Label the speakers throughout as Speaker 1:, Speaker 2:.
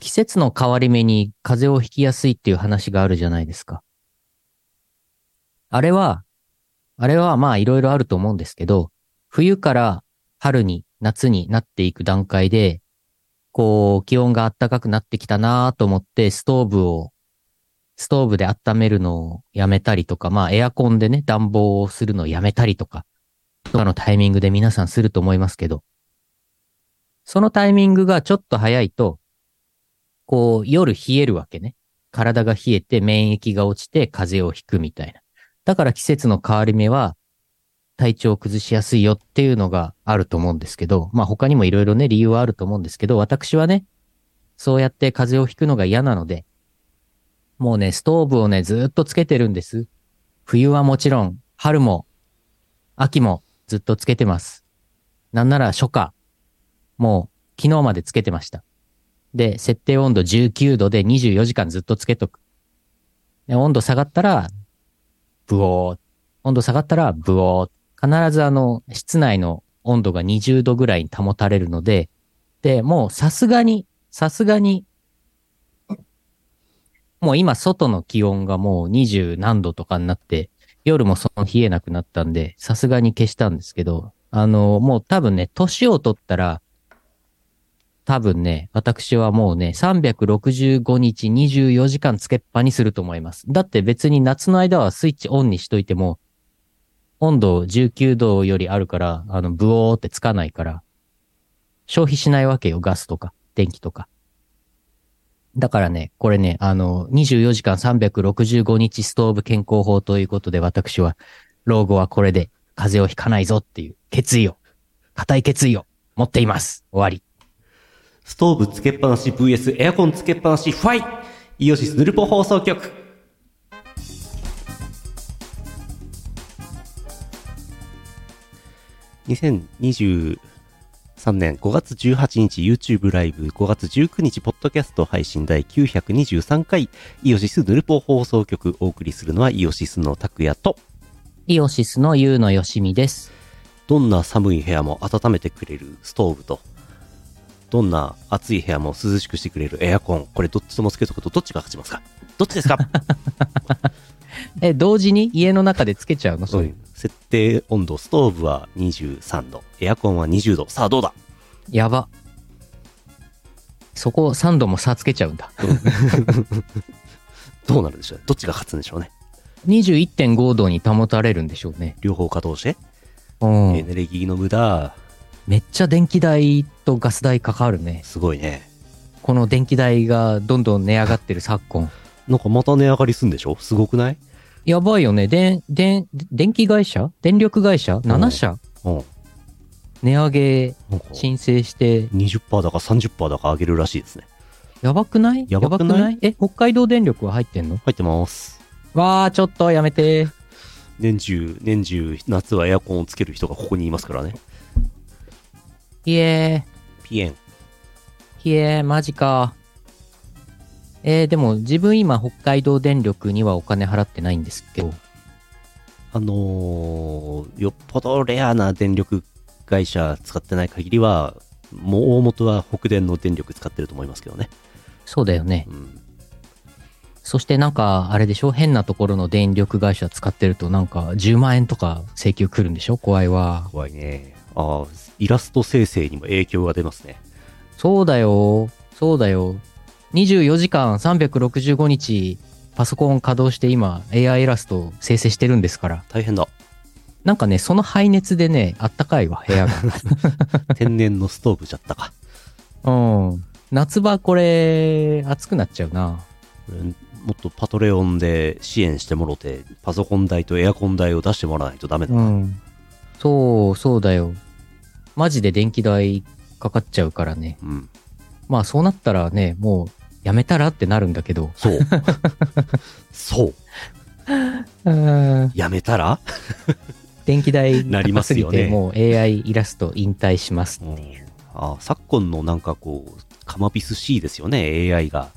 Speaker 1: 季節の変わり目に風邪をひきやすいっていう話があるじゃないですか。あれは、あれはまあいろいろあると思うんですけど、冬から春に夏になっていく段階で、こう気温が暖かくなってきたなぁと思ってストーブを、ストーブで温めるのをやめたりとか、まあエアコンでね暖房をするのをやめたりとか、とかのタイミングで皆さんすると思いますけど、そのタイミングがちょっと早いと、こう夜冷えるわけね。体が冷えて免疫が落ちて風邪をひくみたいな。だから季節の変わり目は体調を崩しやすいよっていうのがあると思うんですけど、まあ他にもいろいろね理由はあると思うんですけど、私はね、そうやって風邪をひくのが嫌なので、もうね、ストーブをね、ずーっとつけてるんです。冬はもちろん、春も、秋もずっとつけてます。なんなら初夏、もう昨日までつけてました。で、設定温度19度で24時間ずっとつけとく。で、温度下がったら、ブオー。温度下がったら、ブオー。必ずあの、室内の温度が20度ぐらいに保たれるので、で、もうさすがに、さすがに、もう今外の気温がもう20何度とかになって、夜もその冷えなくなったんで、さすがに消したんですけど、あの、もう多分ね、年を取ったら、多分ね、私はもうね、365日24時間つけっぱにすると思います。だって別に夏の間はスイッチオンにしといても、温度19度よりあるから、あの、ブオーってつかないから、消費しないわけよ、ガスとか、電気とか。だからね、これね、あの、24時間365日ストーブ健康法ということで、私は、老後はこれで風邪をひかないぞっていう決意を、固い決意を持っています。終わり。
Speaker 2: ストーブつけっぱなし VS エアコンつけっぱなしファイイオシスヌルポ放送局2023年5月18日 YouTube ライブ5月19日ポッドキャスト配信第923回イオシスヌルポ放送局お送りするのはイオシスの拓也と
Speaker 1: イオシスのユウのよしみです。
Speaker 2: どんな寒い部屋も温めてくれるストーブと、どんな暑い部屋も涼しくしてくれるエアコン、これどっちともつけとくとどっちが勝ちますかどっちで すか、
Speaker 1: え、同時に家の中でつけちゃうのそうれ。
Speaker 2: ん設定温度、ストーブは23度、エアコンは20度。さあどうだ
Speaker 1: やば。そこ3度も差つけちゃうんだ。
Speaker 2: どうなるでしょうどっちが勝つんでしょうね
Speaker 1: 21.5度に保たれるんでしょうね。
Speaker 2: 両方稼働して、
Speaker 1: う
Speaker 2: エ
Speaker 1: ん。
Speaker 2: ネルギーの無駄、
Speaker 1: めっちゃ電気代とガス代かかるね。
Speaker 2: すごいね。
Speaker 1: この電気代がどんどん値上がってる昨今。
Speaker 2: なんかまた値上がりすんでしょすごくない
Speaker 1: やばいよね。でん、でん、電気会社電力会社 ?7 社
Speaker 2: うん。
Speaker 1: 値上げ
Speaker 2: なんか
Speaker 1: 申請して、
Speaker 2: 20%だか30%だか上げるらしいですね。
Speaker 1: やばくない
Speaker 2: やばくない
Speaker 1: え、北海道電力は入ってんの
Speaker 2: 入ってます。
Speaker 1: わー、ちょっとやめて。
Speaker 2: 年中、年中、夏はエアコンをつける人がここにいますからね。
Speaker 1: いえ
Speaker 2: ピエン。
Speaker 1: ー、いえー、マジか。えー、でも自分今北海道電力にはお金払ってないんですけど、
Speaker 2: あのーよっぽどレアな電力会社使ってない限りは、もう大元は北電の電力使ってると思いますけどね。
Speaker 1: そうだよね。
Speaker 2: うん。
Speaker 1: そしてなんか、あれでしょ変なところの電力会社使ってるとなんか10万円とか請求来るんでしょ怖いわ。
Speaker 2: 怖いね。ああ、イラスト生成にも影響が出ますね。
Speaker 1: そうだよ。そうだよ。24時間365日、パソコン稼働して今、AI イラストを生成してるんですから。
Speaker 2: 大変だ。
Speaker 1: なんかね、その排熱でね、あったかいわ、部屋が。
Speaker 2: 天然のストーブじゃったか。
Speaker 1: うん。夏場これ、暑くなっちゃうな。
Speaker 2: うんもっとパトレオンで支援してもろて、パソコン代とエアコン代を出してもらわないとダメだ。
Speaker 1: うん。そう、そうだよ。マジで電気代かかっちゃうからね。
Speaker 2: うん。
Speaker 1: まあそうなったらね、もう、やめたらってなるんだけど。
Speaker 2: そう。 そ
Speaker 1: う
Speaker 2: う。
Speaker 1: ん。
Speaker 2: やめたら
Speaker 1: 電気代
Speaker 2: なりま
Speaker 1: 高す
Speaker 2: す
Speaker 1: ぎ
Speaker 2: よ
Speaker 1: て、
Speaker 2: ね
Speaker 1: もう AI イラスト引退しますっていう。
Speaker 2: あ昨今のなんかこう、カマビス C ですよね、AI が。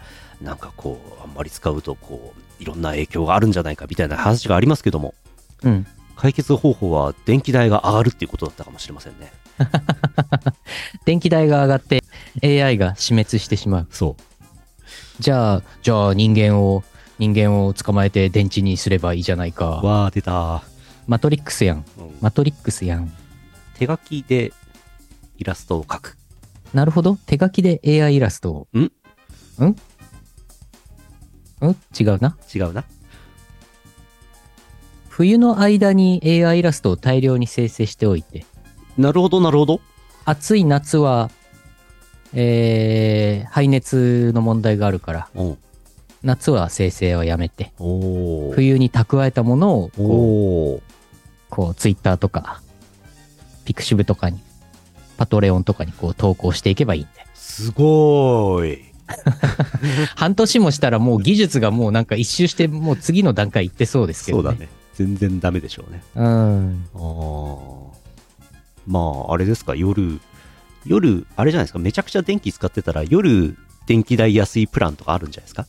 Speaker 2: なんかこう、あんまり使うと、こう、いろんな影響があるんじゃないかみたいな話がありますけども、
Speaker 1: うん。
Speaker 2: 解決方法は電気代が上がるっていうことだったかもしれませんね。
Speaker 1: 電気代が上がって AI が死滅してしまう。
Speaker 2: そう。
Speaker 1: じゃあ、じゃあ人間を、人間を捕まえて電池にすればいいじゃないか。
Speaker 2: わあ、出た。
Speaker 1: マトリックスやん。
Speaker 2: うん
Speaker 1: マトリックスやん。
Speaker 2: 手書きでイラストを描く。
Speaker 1: なるほど。手書きで AI イラストを。
Speaker 2: ん
Speaker 1: んん違うな。
Speaker 2: 違うな。
Speaker 1: 冬の間に AI イラストを大量に生成しておいて、
Speaker 2: なるほど、なるほど。
Speaker 1: 暑い夏は、えー、排熱の問題があるから、
Speaker 2: うん。
Speaker 1: 夏は生成はやめて、
Speaker 2: おー。
Speaker 1: 冬に蓄えたものをこう、
Speaker 2: おー。
Speaker 1: こう、ツイッターとか、ピクシブとかに、パトレオンとかにこう投稿していけばいいんで。
Speaker 2: すごーい。
Speaker 1: 半年もしたらもう技術がもうなんか一周して、もう次の段階行ってそうですけ
Speaker 2: そう
Speaker 1: ど
Speaker 2: だ
Speaker 1: ね。
Speaker 2: ね。全然ダメでしょうね。
Speaker 1: そうだね。うん。
Speaker 2: あーまあ、あれですか、夜、夜、あれじゃないですか、めちゃくちゃ電気使ってたら、夜、電気代安いプランとかあるんじゃないですか。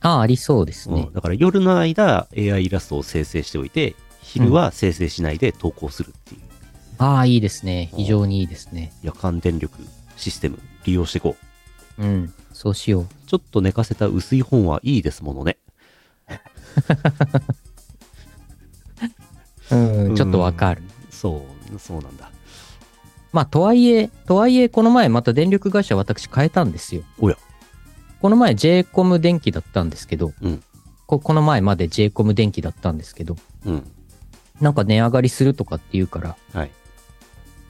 Speaker 1: ああ、ありそうですね
Speaker 2: うん、。だから夜の間、AI イラストを生成しておいて、昼は生成しないで投稿するっていう、
Speaker 1: ああ、いいですね。
Speaker 2: うん
Speaker 1: 非常にいいですね。
Speaker 2: 夜間電力システム、利用していこう。
Speaker 1: うん。そうしよう。
Speaker 2: ちょっと寝かせた薄い本はいいですものね。
Speaker 1: うん、ちょっとわかる。
Speaker 2: そう、そうなんだ。
Speaker 1: まあ、とはいえ、とはいえ、この前また電力会社私変えたんですよ。
Speaker 2: おや。
Speaker 1: この前 j コム電気だったんですけど、
Speaker 2: うん
Speaker 1: ここの前まで j コム電気だったんですけど、
Speaker 2: うん。
Speaker 1: なんか値上がりするとかって言うから、
Speaker 2: はい。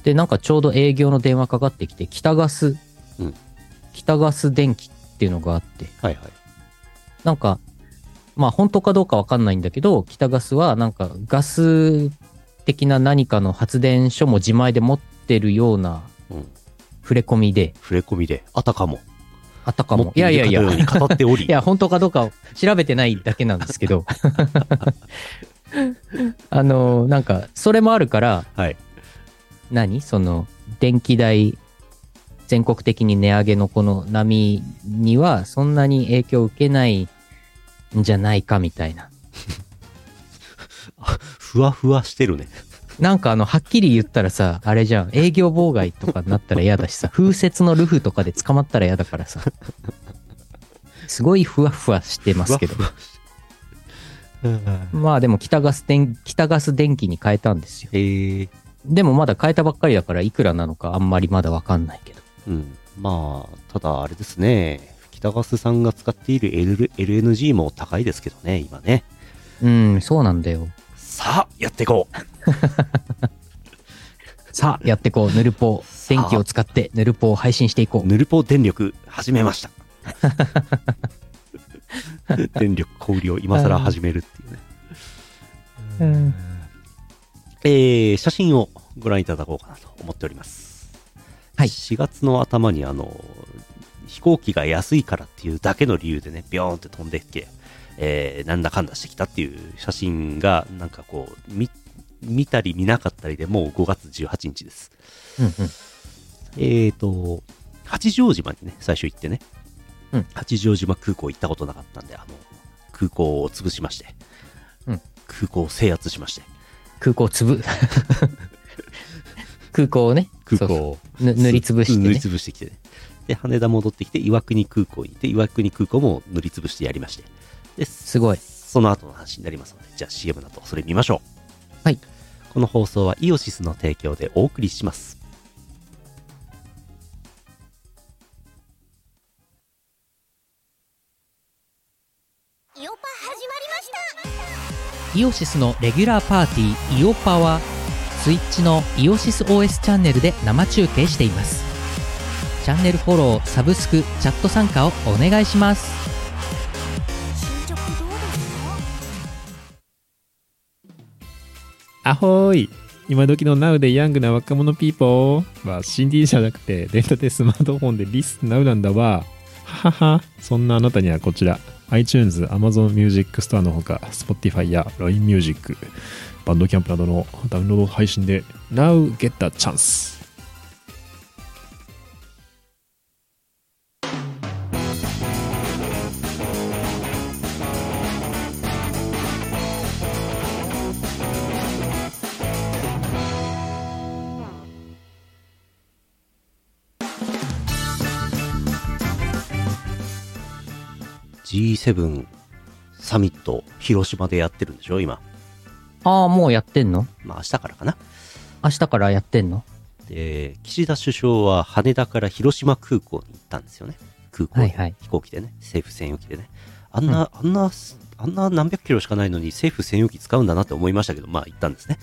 Speaker 1: で、なんかちょうど営業の電話かかってきて、北ガス、
Speaker 2: うん
Speaker 1: 北ガス電気っていうのがあって、
Speaker 2: はいはい。
Speaker 1: なんか、まあ本当かどうかわかんないんだけど、北ガスはなんかガス的な何かの発電所も自前で持ってるような
Speaker 2: うん。
Speaker 1: 触れ込みで、
Speaker 2: 触れ込みで、あたかも、
Speaker 1: あったか
Speaker 2: 持っ
Speaker 1: も。い
Speaker 2: てい
Speaker 1: やいや
Speaker 2: る
Speaker 1: い
Speaker 2: か
Speaker 1: や
Speaker 2: のよう。に語っており、
Speaker 1: いや、本当かどうかを調べてないだけなんですけど。 あの、なんか、それもあるから、
Speaker 2: はい。
Speaker 1: 何その、電気代、全国的に値上げのこの波には、そんなに影響を受けないんじゃないかみたいな。
Speaker 2: ふわふわしてるね。
Speaker 1: なんかあの、はっきり言ったらさ、あれじゃん、営業妨害とかになったら嫌だし さ、風雪のルフとかで捕まったら嫌だからさ、すごいふわふわしてますけど
Speaker 2: ふ。わふわして
Speaker 1: まあでも北ガス電、北ガス電気に変えたんですよ。
Speaker 2: へえ、
Speaker 1: でもまだ変えたばっかりだからいくらなのかあんまりまだわかんないけど。
Speaker 2: うん。まあ、ただあれですね。北ガスさんが使っている L- LNG も高いですけどね、今ね。
Speaker 1: うん、そうなんだよ。
Speaker 2: さあ、やっていこう
Speaker 1: さあ、やって こう、ヌルポ。電気を使ってヌルポを配信していこう。
Speaker 2: ぬるぽ電力始め ました。電力小売りを今更始めるっていうね。
Speaker 1: うん
Speaker 2: えー写真をご覧いただこうかなと思っております。
Speaker 1: はい
Speaker 2: 4月の頭にあの、飛行機が安いからっていうだけの理由でね、ビョーンって飛んできて、えーなんだかんだしてきたっていう写真が、なんかこう、見、見たり見なかったりでもう5月18日です。
Speaker 1: うん
Speaker 2: えーと、八丈島にね、最初行ってね、
Speaker 1: うん
Speaker 2: 八丈島空港行ったことなかったんで、あの、空港を潰しまして、
Speaker 1: うん
Speaker 2: 空港を制圧しまして、
Speaker 1: 空港つ ぶ。空港をね、
Speaker 2: 空港
Speaker 1: そう
Speaker 2: を
Speaker 1: そうぬ塗りつぶして
Speaker 2: 塗り
Speaker 1: ね。
Speaker 2: つぶしてきてね。で、羽田戻ってきて、岩国空港に行って、岩国空港も塗りつぶしてやりまして。で、
Speaker 1: すごい。
Speaker 2: その後の話になりますので、じゃあ CM の後、それ見ましょう。
Speaker 1: はい。
Speaker 2: この放送はイオシスの提供でお送りします。
Speaker 3: イオパ始まりました
Speaker 1: イオシスのレギュラーパーティー「イオパ」はスイッチのイオシス OS チャンネルで生中継していますチャンネルフォローサブスクチャット参加をお願いします
Speaker 3: 進捗どうですか
Speaker 4: アホーい今時の Now でヤングな若者ピーポーは CD じゃなくてレンタでスマートフォンでリス Now なんだわはははそんなあなたにはこちら iTunes、Amazon Music Store のほか Spotify や LINE Music バンドキャンプなどのダウンロード配信で Now get the chance
Speaker 2: G7 サミット、広島でやってるんでしょ、今。
Speaker 1: ああ、もうやってんの
Speaker 2: まあ、明日からかな。
Speaker 1: 明日からやってんの
Speaker 2: で、岸田首相は羽田から広島空港に行ったんですよね。空港に、
Speaker 1: はいはい
Speaker 2: 飛行機でね、政府専用機でね。あんな、あんな、あんな何百キロしかないのに政府専用機使うんだなって思いましたけど、まあ行ったんですね。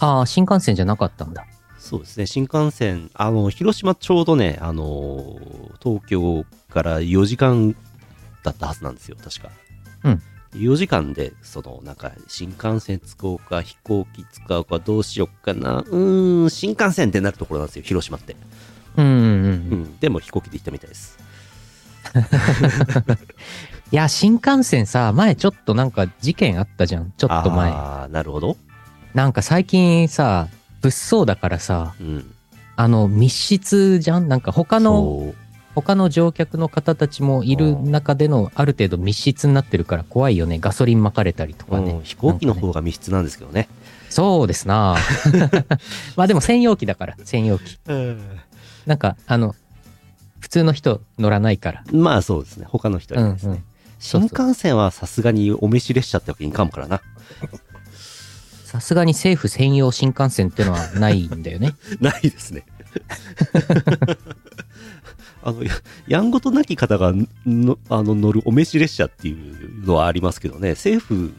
Speaker 1: ああ、新幹線じゃなかったんだ。
Speaker 2: そうですね、新幹線、あの、広島ちょうどね、あの、東京から4時間だったはずなんですよ、確か。
Speaker 1: うん
Speaker 2: 4時間で、その、なんか、新幹線使おうか、飛行機使おうか、どうしよっかな、うーん、新幹線ってなるところなんですよ、広島って。
Speaker 1: うんうんうん。
Speaker 2: う
Speaker 1: い
Speaker 2: ん、でも飛行機で行ったみたいです。
Speaker 1: や、新幹線さ、前ちょっとなんか事件あったじゃん。ちょっと前。
Speaker 2: ああ、なるほど。
Speaker 1: なんか最近さ、物騒だからさ、
Speaker 2: うん。
Speaker 1: あの、密室じゃんなんか他
Speaker 2: あ
Speaker 1: の、他の乗客の方たちもいる中でのある程度密室になってるから怖いよね。ガソリン撒かれたりとかね。
Speaker 2: うん、飛行機の
Speaker 1: なん
Speaker 2: 方
Speaker 1: かね
Speaker 2: が密室なんですけどね。
Speaker 1: そうです なまあでも専用機だから、専用機。なんか、あの、普通の人乗らないから。
Speaker 2: まあそうですね、他の人
Speaker 1: う
Speaker 2: に
Speaker 1: ん
Speaker 2: です
Speaker 1: う
Speaker 2: ね。
Speaker 1: ん。
Speaker 2: 新幹線はさすがにお召し列車ってわけにいかんからな。
Speaker 1: さすがに政府専用新幹線ってのはないんだよね。
Speaker 2: ないですね。 あのややんごとなき方がのあの乗るお召し列車っていうのはありますけどね、政府、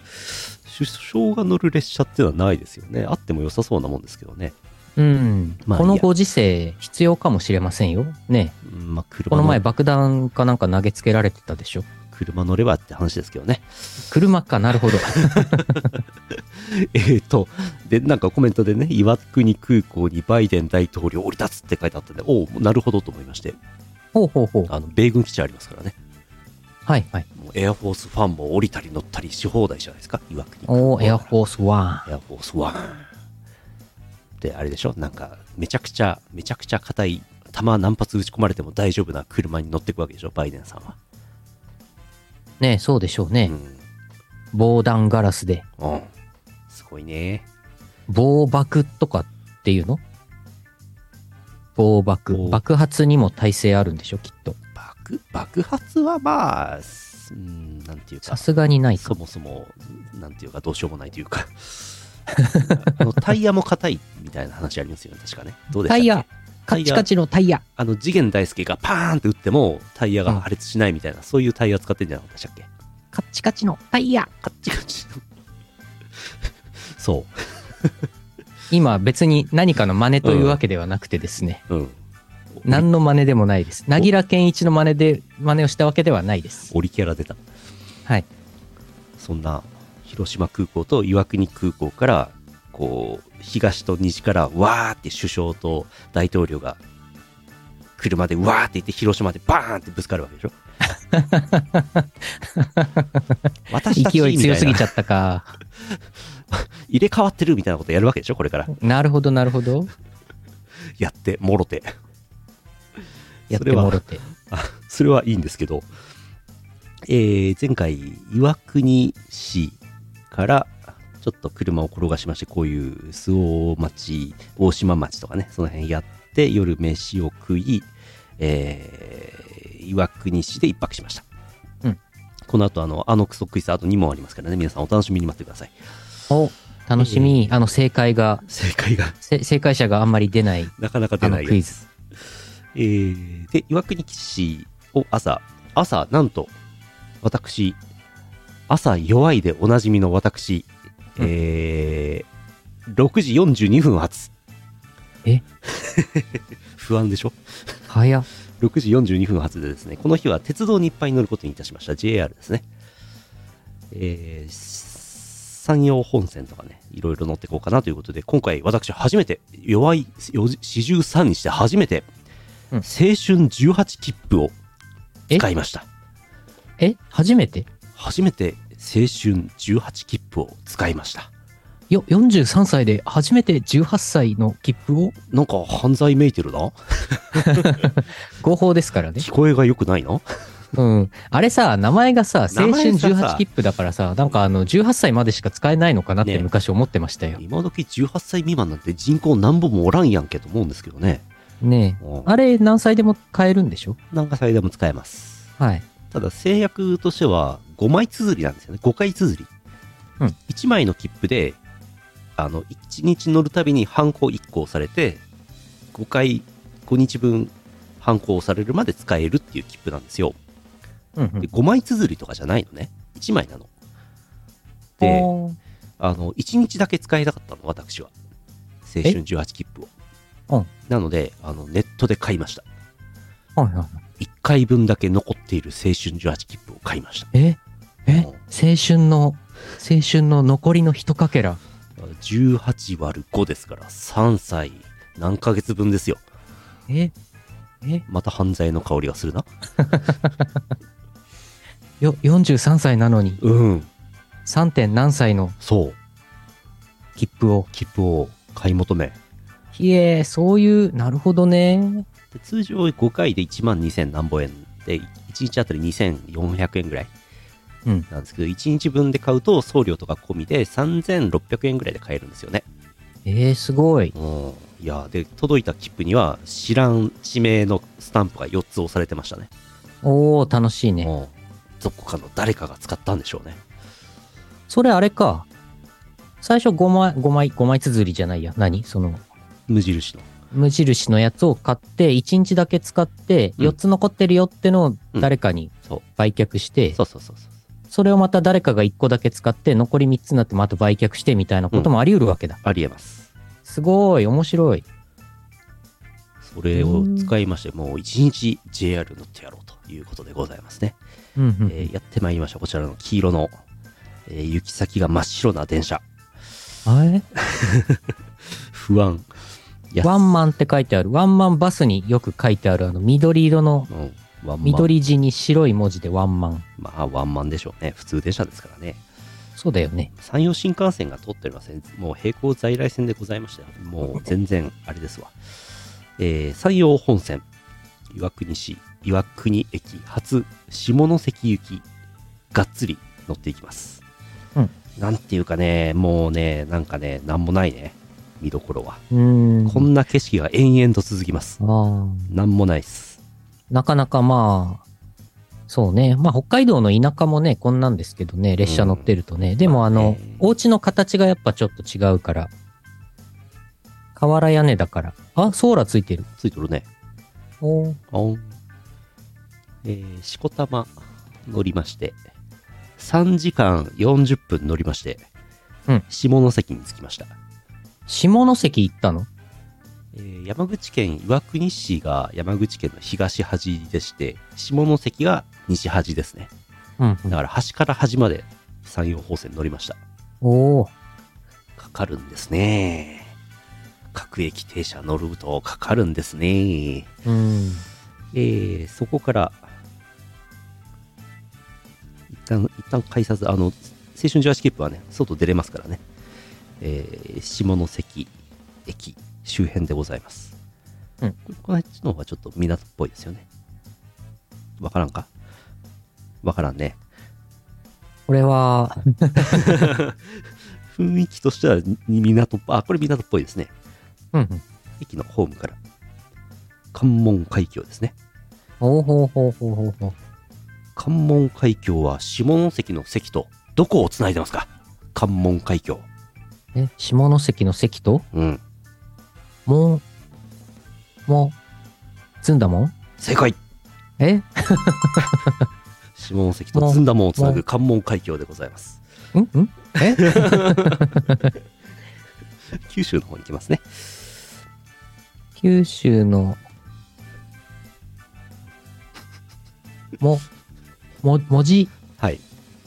Speaker 2: 首相が乗る列車っていうのはないですよね。あっても良さそうなもんですけどね。
Speaker 1: うん。
Speaker 2: まあ
Speaker 1: この
Speaker 2: いいや
Speaker 1: ご時世必要かもしれませんよ。ね
Speaker 2: うんまあ、
Speaker 1: こ
Speaker 2: 車
Speaker 1: の前
Speaker 2: の
Speaker 1: 爆弾かなんか投げつけられてたでしょ。
Speaker 2: 車乗ればって話ですけどね。
Speaker 1: 車か、なるほど。
Speaker 2: えーと、で、なんかコメントでね、岩国空港にバイデン大統領降り立つって書いてあったんで、おお、なるほどと思いまして、
Speaker 1: ほうほうほう。
Speaker 2: あの米軍基地ありますからね、
Speaker 1: はいはい。
Speaker 2: もうエアフォースファンも降りたり乗ったりし放題じゃないですか、岩国空港
Speaker 1: おー、エアフォースワ
Speaker 2: エアフォースワン。で、あれでしょ、なんか、めちゃくちゃ、めちゃくちゃ硬い、弾何発撃ち込まれても大丈夫な車に乗っていくわけでしょ、バイデンさんは。
Speaker 1: ン。ねそうでしょうね
Speaker 2: う。ん。
Speaker 1: 防弾ガラスで。
Speaker 2: うん。すごいね。
Speaker 1: 防爆とかっていうの防爆。
Speaker 2: お
Speaker 1: 爆発にも耐性あるんでしょ、きっと。
Speaker 2: 爆、爆発はまあ、すうん、なんていうか
Speaker 1: さ。すがにない
Speaker 2: そ
Speaker 1: か。
Speaker 2: もそも、なんていうか、どうしようもないというか、 あのタイヤも硬いみたいな話ありますよね、確かね。どうでし
Speaker 1: タ
Speaker 2: たっけ
Speaker 1: イヤ、
Speaker 2: タ
Speaker 1: カ
Speaker 2: イヤ
Speaker 1: チカチのタイヤ。
Speaker 2: あの、次元大介がパーンって打っても、タイヤが破裂しないみたいな、そういうタイヤ使ってんじゃなかったでしたっけ
Speaker 1: カチカチのタイヤ。
Speaker 2: カッチカチ。 そ
Speaker 1: 今別に何かの真似というわけではなくてですね。
Speaker 2: う。うん。
Speaker 1: 何の真似でもないです。なぎら健一の真似で、真似をしたわけではないです。
Speaker 2: オリキャラ出た。
Speaker 1: はい。
Speaker 2: そんな、広島空港と岩国空港から、こう、東と西から、わーって首相と大統領が、車でわーって行って、広島でバーンってぶつかるわけ でしょ私たち
Speaker 1: 勢い強すぎち
Speaker 2: ゃ
Speaker 1: ゃったか。
Speaker 2: 入れ替わってるみたいなことやるわけでしょこれから。
Speaker 1: なるほど、なるほど。
Speaker 2: やって、もろて。
Speaker 1: やってもろて。
Speaker 2: あそれはいいんですけど、えー前回、岩国市からちょっと車を転がしまして、こういう周防町、大島町とかね、その辺やって、夜飯を食い、えー岩国市で一泊しました。
Speaker 1: うん
Speaker 2: この後あの、あのクソクイズ、あと2問ありますからね、皆さんお楽しみに待ってください。
Speaker 1: お、楽しみ。あの、正解が、
Speaker 2: 正解が
Speaker 1: せ正解者があんまり出ない、
Speaker 2: なかな
Speaker 1: あ
Speaker 2: か出な
Speaker 1: の
Speaker 2: いやつ
Speaker 1: クイズ。
Speaker 2: えーで、岩国市を朝、朝、なんと、私、朝弱いでおなじみの私、
Speaker 1: うん
Speaker 2: えー6時42分発。
Speaker 1: え
Speaker 2: 不安でしょ
Speaker 1: 早っ。
Speaker 2: 6時42分発でですね、この日は鉄道にいっぱい乗ることにいたしました。JR ですね。えー山陽本線とかね、いろいろ乗っていこうかなということで、今回私初めて、弱いよじ43にして初めて、
Speaker 1: うん
Speaker 2: 青春18切符を
Speaker 1: え
Speaker 2: 使いました。
Speaker 1: え初めて
Speaker 2: 初めて青春18切符を使いました。
Speaker 1: よ、43歳で初めて18歳の切符を
Speaker 2: なんか犯罪めいてるな
Speaker 1: 合法ですからね。
Speaker 2: 聞こえが良くないな
Speaker 1: うん。あれさ、名前がさ、青春
Speaker 2: 名前さ
Speaker 1: 18切符だからさ、なんかあの、18歳までしか使えないのかなって
Speaker 2: ね
Speaker 1: 昔思ってましたよ。
Speaker 2: 今時18歳未満なんて人口なんぼもおらんやんけと思うんですけどね。
Speaker 1: ねえ。
Speaker 2: うん
Speaker 1: あれ、何歳でも買えるんでしょ
Speaker 2: 何か最大も使えます。
Speaker 1: はい。
Speaker 2: ただ制約としては5枚綴りなんですよね5回綴り、
Speaker 1: うん
Speaker 2: 1枚の切符であの1日乗るたびにハンコ1個押されて5回5日分ハンコをされるまで使えるっていう切符なんですよ
Speaker 1: うんうん
Speaker 2: で5枚綴りとかじゃないのね1枚なのであの1日だけ使いたかったの私は青春18切符を、
Speaker 1: うん
Speaker 2: なのであのネットで買いました
Speaker 1: はいはいはい
Speaker 2: 1回分だけ残っている青春18切符を買いました
Speaker 1: ええ
Speaker 2: うん
Speaker 1: 青春の、青春の残りの一かけら。
Speaker 2: 18割る5ですから3歳何ヶ月分ですよ
Speaker 1: ええ
Speaker 2: また犯罪の香りがするな
Speaker 1: よ、43歳なのに、
Speaker 2: うん
Speaker 1: 3. 点何歳の
Speaker 2: そう
Speaker 1: 切符を。
Speaker 2: 切符を買い求め
Speaker 1: ひえ、そういう、なるほどね。
Speaker 2: で通常5回で1万2000何本円で1日あたり2400円ぐらい
Speaker 1: うん
Speaker 2: なんですけど、1日分で買うと送料とか込みで3600円ぐらいで買えるんですよね
Speaker 1: えー、すごい。
Speaker 2: うんいやで届いた切符には知らん地名のスタンプが4つ押されてましたね
Speaker 1: おー、楽しいね。
Speaker 2: うんどこかの誰かが使ったんでしょうね
Speaker 1: それあれか。最初5枚、5枚、5枚綴りじゃないや。何その、
Speaker 2: 無印の
Speaker 1: 無印のやつを買って、1日だけ使って、
Speaker 2: うん
Speaker 1: 4つ残ってるよってのを誰かに
Speaker 2: そう
Speaker 1: 売却して、
Speaker 2: そうそうそうそう
Speaker 1: それをまた誰かが1個だけ使って、残り3つになってまた売却してみたいなこともあり得るわけだ。
Speaker 2: ありえます
Speaker 1: すごい、面白い。
Speaker 2: それを使いましてもう1日 JR 乗ってやろうということでございますね、
Speaker 1: うんうん
Speaker 2: えーやってまいりましたこちらの黄色の、えー行き先が真っ白な電車
Speaker 1: あれ
Speaker 2: 不安や
Speaker 1: ワンマンって書いてある。ワンマンバスによく書いてある、あの、緑色の、
Speaker 2: うんワンマン
Speaker 1: 緑地に白い文字でワンマン。
Speaker 2: まあワンマンでしょうね普通電車ですからね
Speaker 1: そうだよね。
Speaker 2: 山陽新幹線が通っておりませんもう並行在来線でございましたよもう全然あれですわ、 えー山陽本線岩国市岩国駅発下関行きがっつり乗っていきます、
Speaker 1: うん
Speaker 2: なんていうかねもうねなんかねなんもないね見どころは、
Speaker 1: うーん。
Speaker 2: こんな景色が延々と続きます
Speaker 1: ああ。
Speaker 2: なんもないっす
Speaker 1: なかなかまあ、そうね。まあ、北海道の田舎もね、こんなんですけどね、列車乗ってるとね。でも、あ
Speaker 2: まあ
Speaker 1: の
Speaker 2: ね、
Speaker 1: お家の形がやっぱちょっと違うから。瓦屋根だから。あ、ソーラーついてる。
Speaker 2: ついとるね
Speaker 1: おー
Speaker 2: おんえー、しこたま乗りまして、3時間40分乗りまして、
Speaker 1: うん
Speaker 2: 下関に着きました。
Speaker 1: 下関行ったの
Speaker 2: えー山口県岩国市が山口県の東端でして、下関が西端ですね。
Speaker 1: うん
Speaker 2: だから端から端まで山陽本線乗りました。
Speaker 1: おお
Speaker 2: かかるんですね。各駅停車乗るとかかるんですね。
Speaker 1: うん。
Speaker 2: えーそこから、一旦、一旦改札、あの、青春18切符はね、外出れますからね、えー下関駅周辺でございます。
Speaker 1: うん
Speaker 2: ここの辺の方がちょっと港っぽいですよね。わからんかわからんね。
Speaker 1: これは、
Speaker 2: 雰囲気としてはに港っぽ、あ、これ港っぽいですね。
Speaker 1: うんうん。
Speaker 2: 駅のホームから。関門海峡ですね。
Speaker 1: おーほうほうほうほうほう。
Speaker 2: 関門海峡は下関の関とどこをつないでますか関門海峡。
Speaker 1: え、下関の関と、
Speaker 2: うん。
Speaker 1: も、も、ずんだもん
Speaker 2: 正解
Speaker 1: え
Speaker 2: 下関とずんだもんをつなぐ関門海峡でございます。
Speaker 1: んんえ
Speaker 2: 九州の方に行きますね。
Speaker 1: 九州の、も、も、文字、
Speaker 2: はい。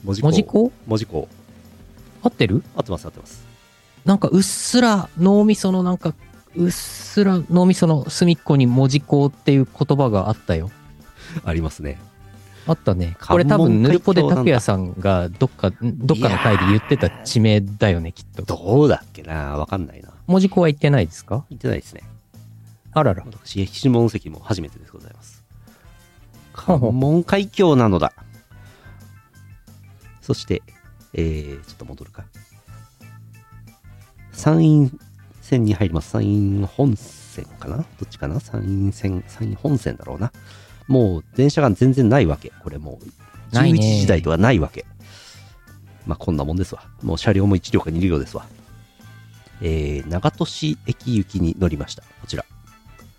Speaker 2: 文字港。
Speaker 1: 文字港
Speaker 2: 文字港。
Speaker 1: 合ってる
Speaker 2: 合ってます合ってます。
Speaker 1: なんかうっすら脳みそのなんか、うっすら脳みその隅っこに文字港っていう言葉があったよ。
Speaker 2: ありますね。
Speaker 1: あったね。
Speaker 2: 関
Speaker 1: こ
Speaker 2: 門
Speaker 1: れ多分ヌルポで
Speaker 2: 海峡なんだ
Speaker 1: 拓也さんがどっか、どっかの回で言ってた地名だよね、きっと。
Speaker 2: どうだっけなわかんないな。
Speaker 1: 文字港は言ってないですか
Speaker 2: 行ってないですね。
Speaker 1: あらら。
Speaker 2: 私、下関も初めてでございます。関門海峡なのだ。そして、えー、ちょっと戻るか。山陰線に入ります。山陰本線かなどっちかな山陰線、山陰本線だろうな。もう電車が全然ないわけ。これもう
Speaker 1: ない
Speaker 2: 11
Speaker 1: ね
Speaker 2: 時台とはないわけ。まあこんなもんですわ。もう車両も1両か2両ですわ。えー、長門市駅行きに乗りました。こちら。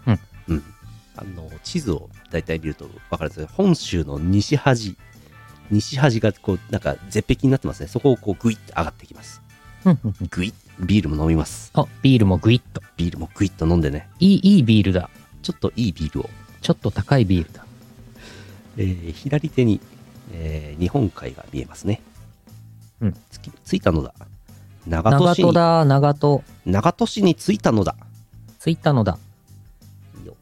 Speaker 1: うん。
Speaker 2: うん。あの、地図を大体見ると分かるんですけど、本州の西端、西端がこう、なんか絶壁になってますね。そこをこう、ぐいっと上がってきます。
Speaker 1: うんうんうん
Speaker 2: ぐいっビールも飲みます。
Speaker 1: あ、ビールもグイッと。
Speaker 2: ビールもぐいっと飲んでね、
Speaker 1: いい、いいビールだ。
Speaker 2: ちょっといいビールを
Speaker 1: ちょっと高いビールだ。
Speaker 2: えー左手に、えー日本海が見えますね。
Speaker 1: うん
Speaker 2: つき着いたのだ。長門
Speaker 1: 長
Speaker 2: 市に
Speaker 1: 門
Speaker 2: 長
Speaker 1: だ、長門。
Speaker 2: 門市に着いたのだ。
Speaker 1: 着いたのだ。
Speaker 2: いいよ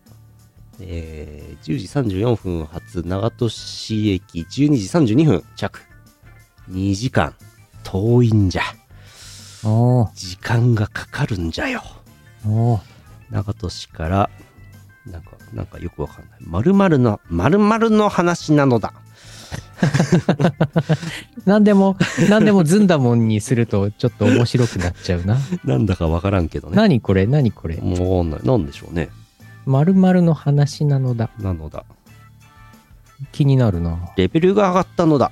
Speaker 2: えー10時34分発長門市駅12時32分着。2時間遠いんじゃ。
Speaker 1: おー、
Speaker 2: 時間がかかるんじゃよ。
Speaker 1: おー。
Speaker 2: 長門市からなんかなんかよくわかんないまるまるのまるまるの話なのだ。
Speaker 1: なんでも、なんでもずんだもんにするとちょっと面白くなっちゃう な。
Speaker 2: なんだかわからんけどね。
Speaker 1: 何これ何これ
Speaker 2: もうななんでしょうね。
Speaker 1: 〇〇の話なのだ。
Speaker 2: なのだ。
Speaker 1: 気になるな。
Speaker 2: レベルが上がったのだ。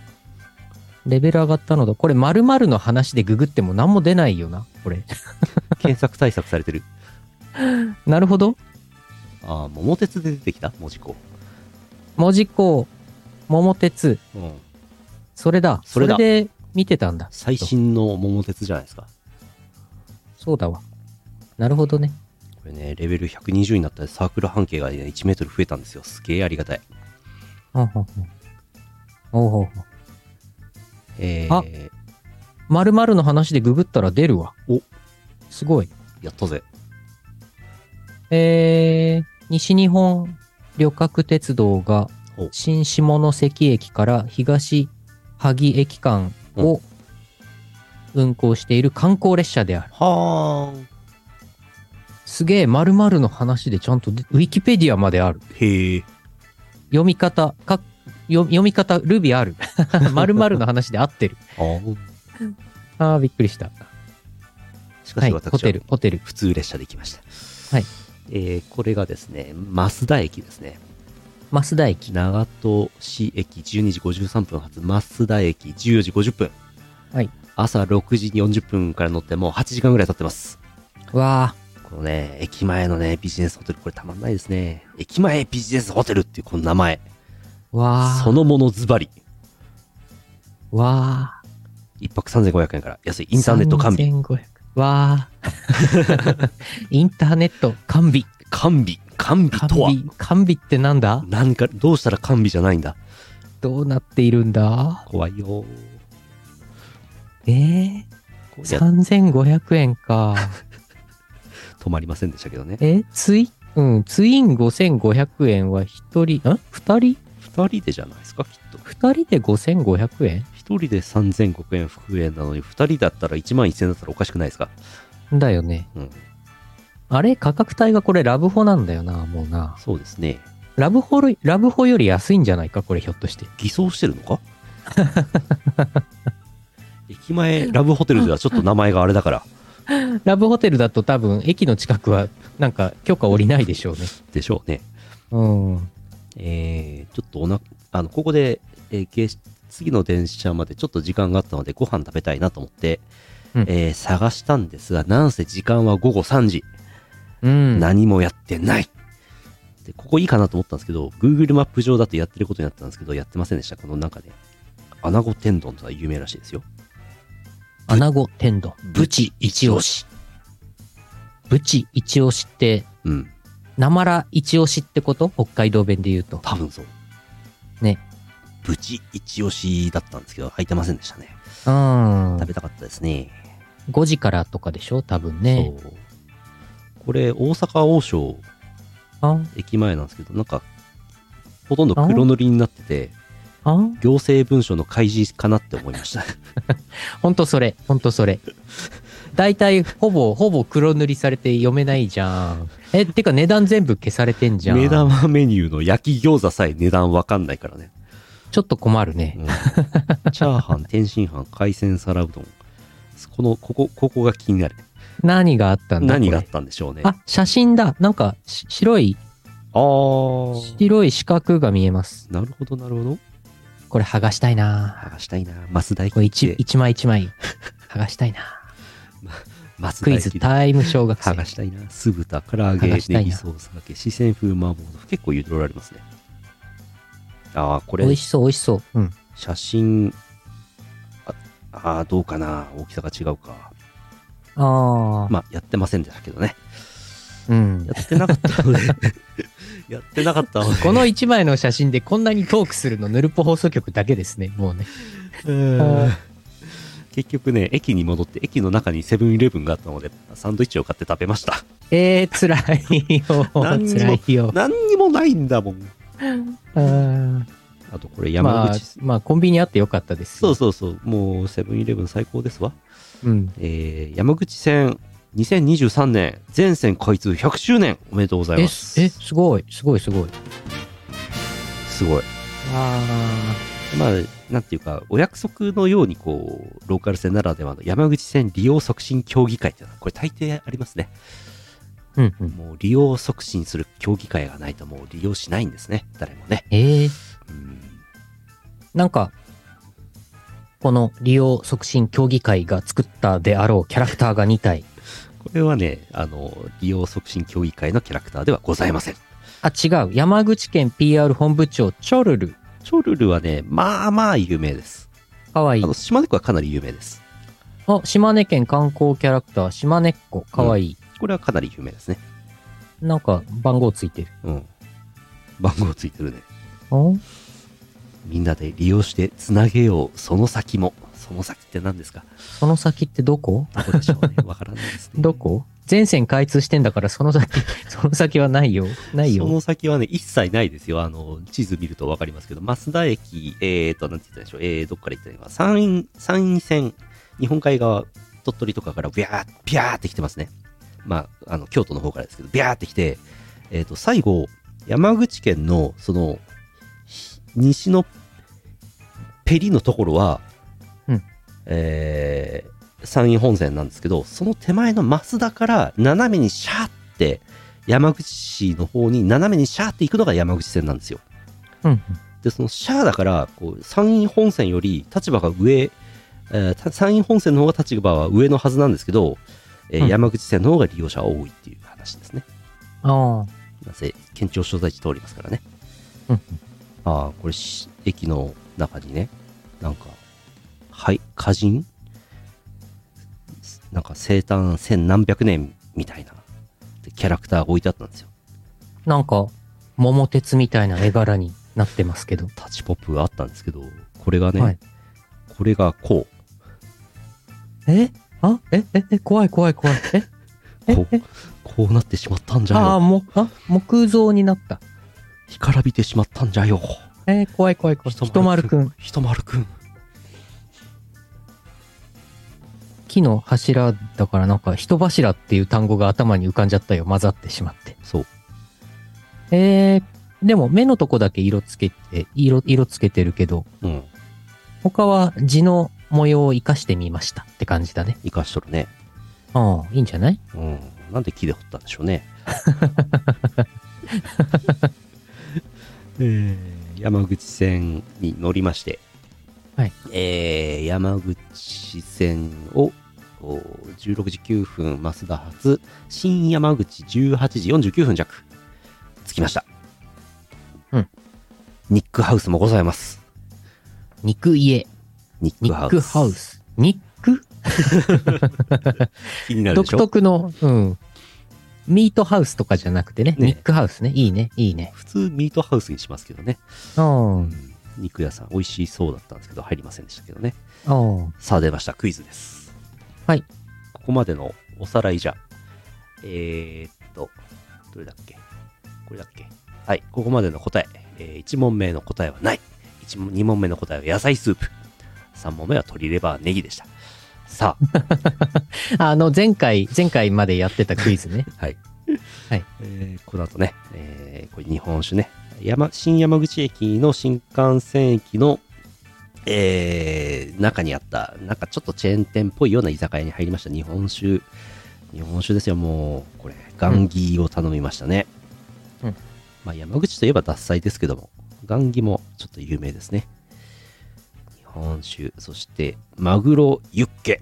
Speaker 1: レベル上がったのだ。これ〇〇の話でググっても何も出ないよな。これ。
Speaker 2: 検索対策されてる。
Speaker 1: なるほど。
Speaker 2: ああ、桃鉄で出てきた文字庫。
Speaker 1: 文字工、桃鉄。
Speaker 2: うん。
Speaker 1: それだ。
Speaker 2: それだ
Speaker 1: で見てたんだ。
Speaker 2: 最新の桃鉄じゃないですか。
Speaker 1: そうだわ。なるほどね。
Speaker 2: これね、レベル120になったらサークル半径が、ね、1メートル増えたんですよ。すげえありがたい。
Speaker 1: ほうほうほうほうほうほう。
Speaker 2: え
Speaker 1: あ
Speaker 2: ー、
Speaker 1: 〇〇の話でググったら出るわ。
Speaker 2: お
Speaker 1: すごい。
Speaker 2: やったぜ。
Speaker 1: えー、西日本旅客鉄道が
Speaker 2: お
Speaker 1: 新下関駅から東萩駅間を運行している観光列車である。
Speaker 2: はーん。
Speaker 1: すげえ、〇〇の話でちゃんとで、ウィキペディアまである。
Speaker 2: へえ。
Speaker 1: 読み方、か読読み方、ルビある。 〇〇の話で合ってる。
Speaker 2: あー
Speaker 1: あー、びっくりした。
Speaker 2: しか
Speaker 1: は
Speaker 2: し
Speaker 1: い、
Speaker 2: 私は、
Speaker 1: ホテル、ホテル。
Speaker 2: 普通列車で来ました。
Speaker 1: はい。
Speaker 2: えー、これがですね、増田駅ですね。
Speaker 1: 増田駅。
Speaker 2: 長門市駅12時53分発増田駅14時50分
Speaker 1: はい
Speaker 2: 朝6時40分から乗ってもう8時間ぐらい経ってます
Speaker 1: わ
Speaker 2: このね駅前のねビジネスホテルこれたまんないですね駅前ビジネスホテルっていうこの名前
Speaker 1: ー、わ
Speaker 2: そ
Speaker 1: ー、
Speaker 2: のものズバリ
Speaker 1: わー。
Speaker 2: 1泊3500円から安いインターネット完備
Speaker 1: 3500。わ ー。インターネット完備。
Speaker 2: 完備完備
Speaker 1: 完
Speaker 2: とは
Speaker 1: 備、完備ってなんだ
Speaker 2: なんかどうしたら完備じゃないんだ
Speaker 1: どうなっているんだ
Speaker 2: 怖いよ
Speaker 1: えー、
Speaker 2: こういや
Speaker 1: 3500円か。
Speaker 2: 止まりませんでしたけどね
Speaker 1: え、ツイ、うん、ツイン5500円は一人、ん二人
Speaker 2: 2人でじゃないですかきっと
Speaker 1: 二人で5500円
Speaker 2: 1人で3500円復縁なのに2人だったら1万1000円だったらおかしくないですか
Speaker 1: だよね。
Speaker 2: うん
Speaker 1: あれ価格帯がこれラブホなんだよな、もうな。
Speaker 2: そうですね
Speaker 1: ラブホより、ラブホより安いんじゃないかこれひょっとして。
Speaker 2: 偽装してるの か駅前ラブホテルではちょっと名前があれだから
Speaker 1: ラブホテルだと多分駅の近くはなんか許可下りないでしょうね。
Speaker 2: でしょうね
Speaker 1: うん。
Speaker 2: えー、ちょっとおなあのここで、えーげ次の電車までちょっと時間があったのでご飯食べたいなと思って、
Speaker 1: うん
Speaker 2: えー探したんですがなんせ時間は午後3時
Speaker 1: うん。
Speaker 2: 何もやってないでここいいかなと思ったんですけど Google マップ上だとやってることになったんですけどやってませんでしたこの中で穴子天丼とは有名らしいですよ
Speaker 1: 穴子天丼。
Speaker 2: ブチ
Speaker 1: 一押し。ブチ一押しって、
Speaker 2: うん
Speaker 1: なまら一押しってこと北海道弁で言うと。
Speaker 2: 多分そう
Speaker 1: ね
Speaker 2: ブチ一押しだったんですけど入ってませんでしたね
Speaker 1: うん
Speaker 2: 食。べたかったですね、
Speaker 1: 5時からとかでしょ多分ね。
Speaker 2: そうこれ大阪王将
Speaker 1: あ、
Speaker 2: 駅前なんですけどなんかほとんど黒塗りになってて
Speaker 1: あ
Speaker 2: 行政文書の開示かなって思いました
Speaker 1: ほんとそれ。ほんとそれ。だいたいほぼ、ほぼ黒塗りされて読めないじゃん。え、てか値段全部消されてん じゃん。
Speaker 2: 目玉メニューの焼き餃子さえ値段わかんないからね
Speaker 1: ちょっと困るね。
Speaker 2: うんチャーハン、天津飯、海鮮皿うどん。この、ここ、ここが気になる。
Speaker 1: 何があったんだ
Speaker 2: 何があっ
Speaker 1: こ
Speaker 2: たんでしょうね
Speaker 1: れ。あ、写真だ。なんか、し白い、
Speaker 2: あー
Speaker 1: 白い四角が見えます。
Speaker 2: なるほど、なるほど。
Speaker 1: これ剥がしたいな
Speaker 2: 剥がしたいなマス大
Speaker 1: これ一
Speaker 2: 切って
Speaker 1: 一枚一枚剥がしたい な
Speaker 2: マス
Speaker 1: クイ
Speaker 2: 大
Speaker 1: ズ
Speaker 2: 切って
Speaker 1: タイム小学
Speaker 2: 剥
Speaker 1: 生
Speaker 2: が。したいな酢豚唐揚げ
Speaker 1: 剥
Speaker 2: ネ
Speaker 1: がしたいな
Speaker 2: ギソースがけ四川風麻婆豆腐結構彩られますねああこ
Speaker 1: 美
Speaker 2: れ
Speaker 1: 味しそう、美味しそう。うん。
Speaker 2: 写真ああーどうかな大きさが違うか
Speaker 1: ああ、
Speaker 2: まあやってませんでしたけどね
Speaker 1: うん。
Speaker 2: やってなかったので やってなかったので
Speaker 1: この一枚の写真でこんなにトークするの、ヌルポ放送局だけですね、もうね。
Speaker 2: うん結局ね駅に戻って駅の中にセブンイレブンがあったのでサンドイッチを買って食べました
Speaker 1: えー、辛いよ。
Speaker 2: 何にも
Speaker 1: 辛いよ。
Speaker 2: 何にもないんだもん
Speaker 1: うん
Speaker 2: あとこれ山
Speaker 1: まあ
Speaker 2: 口、、
Speaker 1: まあ、コンビニあってよかったです。
Speaker 2: そうそうそうもうセブンイレブン最高ですわ
Speaker 1: うん。
Speaker 2: えー山口線2023年全線開通100周年おめでとうござい
Speaker 1: え、
Speaker 2: ます
Speaker 1: え、
Speaker 2: す
Speaker 1: すごい、すごい、すごい。
Speaker 2: すごい
Speaker 1: あ
Speaker 2: まあなんていうかお約束のようにこうローカル線ならではの山口線利用促進協議会っていうのはこれ大抵ありますね
Speaker 1: あ。うん、うん。
Speaker 2: もう利用促進する協議会がないともう利用しないんですね誰もね
Speaker 1: えー、
Speaker 2: うん
Speaker 1: なんか、この利用促進協議会が作ったであろうキャラクターが2体。
Speaker 2: これはねあの利用促進協議会のキャラクターではございません
Speaker 1: あ、違う。山口県 PR 本部長、チョルル。
Speaker 2: チョルルはねまあまあ有名です
Speaker 1: かわい
Speaker 2: あ
Speaker 1: い。
Speaker 2: の島根区はかなり有名です
Speaker 1: あ、島根県観光キャラクター、島根っ子。かわいい。
Speaker 2: これはかなり有名ですね
Speaker 1: なんか、番号ついてる。
Speaker 2: うん番号ついてるね
Speaker 1: お
Speaker 2: みんなで利用してつなげようその先もその先って何ですか
Speaker 1: その先ってどこ
Speaker 2: どこでしょうねわからないです ね
Speaker 1: どこ全線開通してんだから、その先、 その先はないよ。ない
Speaker 2: そ
Speaker 1: よ。
Speaker 2: の先はね、一切ないですよ。あの、地図見るとわかりますけど、増田駅、えーと、なんて言ったらいいんでしょう、えー、どっから行ったらいいのかな、山陰、山陰線、日本海側、鳥取とかからビャー、ビャーって来てますね。まあ、あの、京都の方からですけど、ビャーって来て、えーと、最後、山口県の、その、ひ西の、ペリのところは、
Speaker 1: うん
Speaker 2: えー山陰本線なんですけど、その手前の増田から斜めにシャーって、山口市の方に斜めにシャーって行くのが山口線なんですよ。
Speaker 1: うん。
Speaker 2: で、そのシャーだから、こう、山陰本線より立場が上、えーた山陰本線の方が立場は上のはずなんですけど、えー
Speaker 1: うん
Speaker 2: 山口線の方が利用者は多いっていう話ですね。
Speaker 1: あ
Speaker 2: なぜ、県庁所在地通りますからね。
Speaker 1: あ。うん。
Speaker 2: ああ、これし、駅の中にね、なんか、はい、歌人なんか生誕千何百年みたいな、でキャラクターが置いてあったんですよ。
Speaker 1: なんか、桃鉄みたいな絵柄になってますけど。
Speaker 2: タッチポップがあったんですけど、これがね、
Speaker 1: はい
Speaker 2: これがこ
Speaker 1: えあえええ怖い怖い怖い。え
Speaker 2: う、
Speaker 1: え
Speaker 2: こう
Speaker 1: え、
Speaker 2: こうなってしまったんじゃ
Speaker 1: ああ、
Speaker 2: よ。
Speaker 1: も、あ、木造になった。
Speaker 2: 干からびてしまったんじゃよ。
Speaker 1: えー怖い怖い怖い。ひとまるくん。。
Speaker 2: ひとまるくん。
Speaker 1: 木の柱だからなんか、人柱っていう単語が頭に浮かんじゃったよ。混ざってしまって。
Speaker 2: そう。
Speaker 1: えー、でも目のとこだけ色つけて、色、色つけてるけど、
Speaker 2: うん。
Speaker 1: 他は地の模様を生かしてみましたって感じだね。
Speaker 2: 生かしとるね。
Speaker 1: うん、いいんじゃない
Speaker 2: うん。なんで木で掘ったんでし ょうね。えー山口線に乗りまして、
Speaker 1: はい
Speaker 2: えー山口線をお16時9分増田発新山口18時49分弱着きました
Speaker 1: うん
Speaker 2: ニックハウスもございます
Speaker 1: 肉家、
Speaker 2: ニッ
Speaker 1: ニ
Speaker 2: クハ
Speaker 1: ッ
Speaker 2: ウス
Speaker 1: クハウス。ニック
Speaker 2: 気になるで
Speaker 1: 独
Speaker 2: しょ
Speaker 1: 特の、うん。ミートハウスとかじゃなくてね、
Speaker 2: ね
Speaker 1: ニックハウスね。いいね、いいね。
Speaker 2: 普通ミートハウスにしますけどね、
Speaker 1: うん。う
Speaker 2: うん肉屋さん美味しそうだったんですけど入りませんでしたけどね
Speaker 1: ん。
Speaker 2: さあ出ましたクイズです
Speaker 1: はい
Speaker 2: ここまでのおさらいじゃえー、っとどれだっけこれだっけはいここまでの答ええ1問目の答えはない2問目の答えは野菜スープ3問目は鶏レバーネギでしたさ あ
Speaker 1: あの、前回、前回までやってたクイズね。
Speaker 2: はい、
Speaker 1: はい
Speaker 2: えーこの後ね、えーこれ日本酒ね山新山口駅の新幹線駅のえー中にあった、なんかちょっとチェーン店っぽいような居酒屋に入りました。日本酒。日本酒ですよ、もう。これ、ガンギを頼みましたね。
Speaker 1: うん
Speaker 2: まあ、山口といえば獺祭ですけども、ガンギもちょっと有名ですね。今週、そして、マグロユッケ。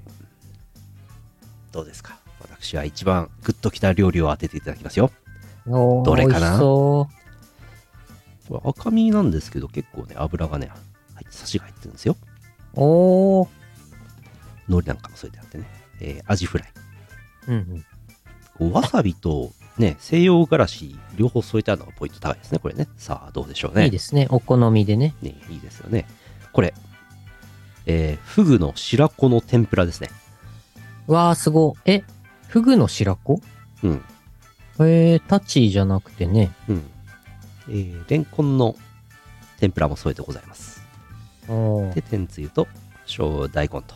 Speaker 2: どうですか私は一番グッときた料理を当てていただきますよ。
Speaker 1: おー
Speaker 2: どれかな
Speaker 1: 美味しそ
Speaker 2: これ赤身なんですけど、結構ね、油がね、入って、サシが入ってるんですよ。
Speaker 1: う。おー。
Speaker 2: 海苔なんかも添えてあってね。えーアジフライ。
Speaker 1: うんうん。
Speaker 2: こうわさびと、ね、西洋辛子、両方添えてあるのがポイント高いですね、これね。さあ、どうでしょうね。
Speaker 1: いいですね。お好みでね。
Speaker 2: ね、いいですよね。これ、えー、フグの白子の天ぷらですね。
Speaker 1: わー、すごい。え、フグの白子
Speaker 2: うん。
Speaker 1: えー、タチじゃなくてね。
Speaker 2: うん。えー、レンコンの天ぷらも添えてございます。
Speaker 1: おー
Speaker 2: で、天つゆと、小大根と、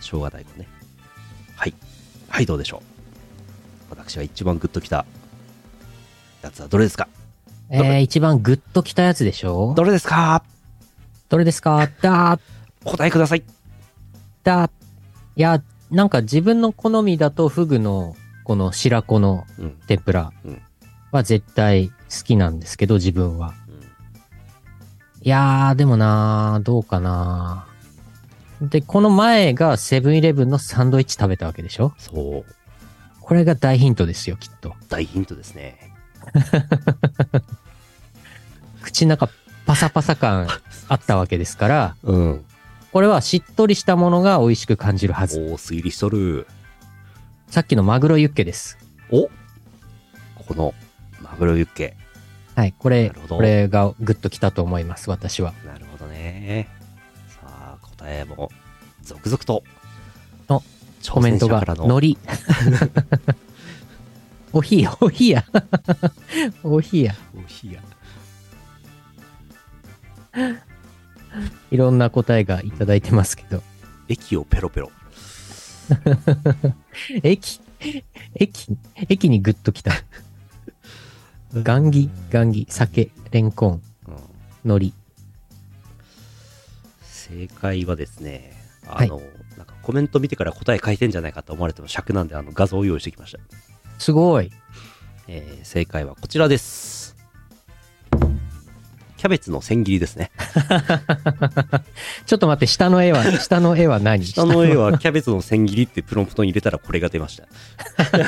Speaker 2: 生姜大根ね。はい。はい、どうでしょう。私は一番グッときたやつはどれですか
Speaker 1: えー、一番グッときたやつでしょ
Speaker 2: どれですか
Speaker 1: どれですかだー、
Speaker 2: 答えください。
Speaker 1: だー。いや、なんか自分の好みだとフグのこの白子の
Speaker 2: うん。
Speaker 1: 天ぷら
Speaker 2: うん
Speaker 1: は絶対好きなんですけど、自分は。
Speaker 2: うん
Speaker 1: いやー、でもなー、どうかなー。で、この前がセブンイレブンのサンドイッチ食べたわけでしょ
Speaker 2: そう。
Speaker 1: これが大ヒントですよ、きっと。
Speaker 2: 大ヒントですね。
Speaker 1: 口の中パサパサ感あったわけですから、
Speaker 2: うん。
Speaker 1: これはしっとりしたものが美味しく感じるは
Speaker 2: お
Speaker 1: ず。
Speaker 2: ー、推理しとる。
Speaker 1: さっきのマグロユッケです。
Speaker 2: おこのマグロユッケ。
Speaker 1: はい、これ
Speaker 2: なるほ、ど
Speaker 1: これがグッときたと思います、私は。
Speaker 2: なるほどね。さあ、答えも続々と。
Speaker 1: おコメント
Speaker 2: 挑戦者
Speaker 1: が
Speaker 2: か、らの。
Speaker 1: 海苔。おひや、おひや。おひや。
Speaker 2: コーヒーや
Speaker 1: いろんな答えがいただいてますけど。
Speaker 2: 駅をペロペロ。
Speaker 1: 駅、駅、駅にグッときた。ガンギ、ガンギ、酒、レンコン、
Speaker 2: うん
Speaker 1: 海苔。
Speaker 2: 正解はですね、あの、なんかコメント見てから答え書いてんじゃないかと思われても尺なんであの画像を用意してきました。
Speaker 1: すごい。
Speaker 2: えー正解はこちらです。キャベツの千切り ですね。
Speaker 1: ちょっと待って、下の 絵は、下の絵は何
Speaker 2: 下の絵はキャベツの千切りってプロンプトに入れたらこれが出ました。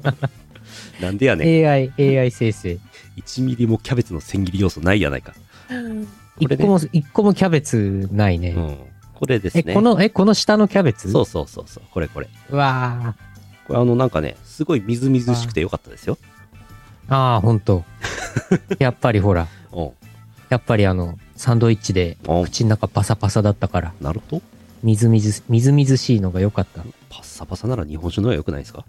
Speaker 2: なんでやねん。
Speaker 1: AI、AI 生成。
Speaker 2: 1ミリもキャベツの千切り要素ないやないか。こ
Speaker 1: 一
Speaker 2: れね
Speaker 1: 個も、一個もキャベツないね。
Speaker 2: うん。これです
Speaker 1: え、
Speaker 2: ね。
Speaker 1: この、え、この下のキャベツ
Speaker 2: そうそうそうそう。これこれ。
Speaker 1: う。わ
Speaker 2: これあのなんかね、すごいみずみずしくてよかったですよ。
Speaker 1: あ。ああ、ほん と。やっぱりほら、
Speaker 2: うん。
Speaker 1: やっぱりあの、サンドイッチで
Speaker 2: うん
Speaker 1: 口の中パサパサだったから、
Speaker 2: なるほど。
Speaker 1: みずみず、みずみずしいのが良かった。
Speaker 2: パッサパサなら日本酒の方が良くないですか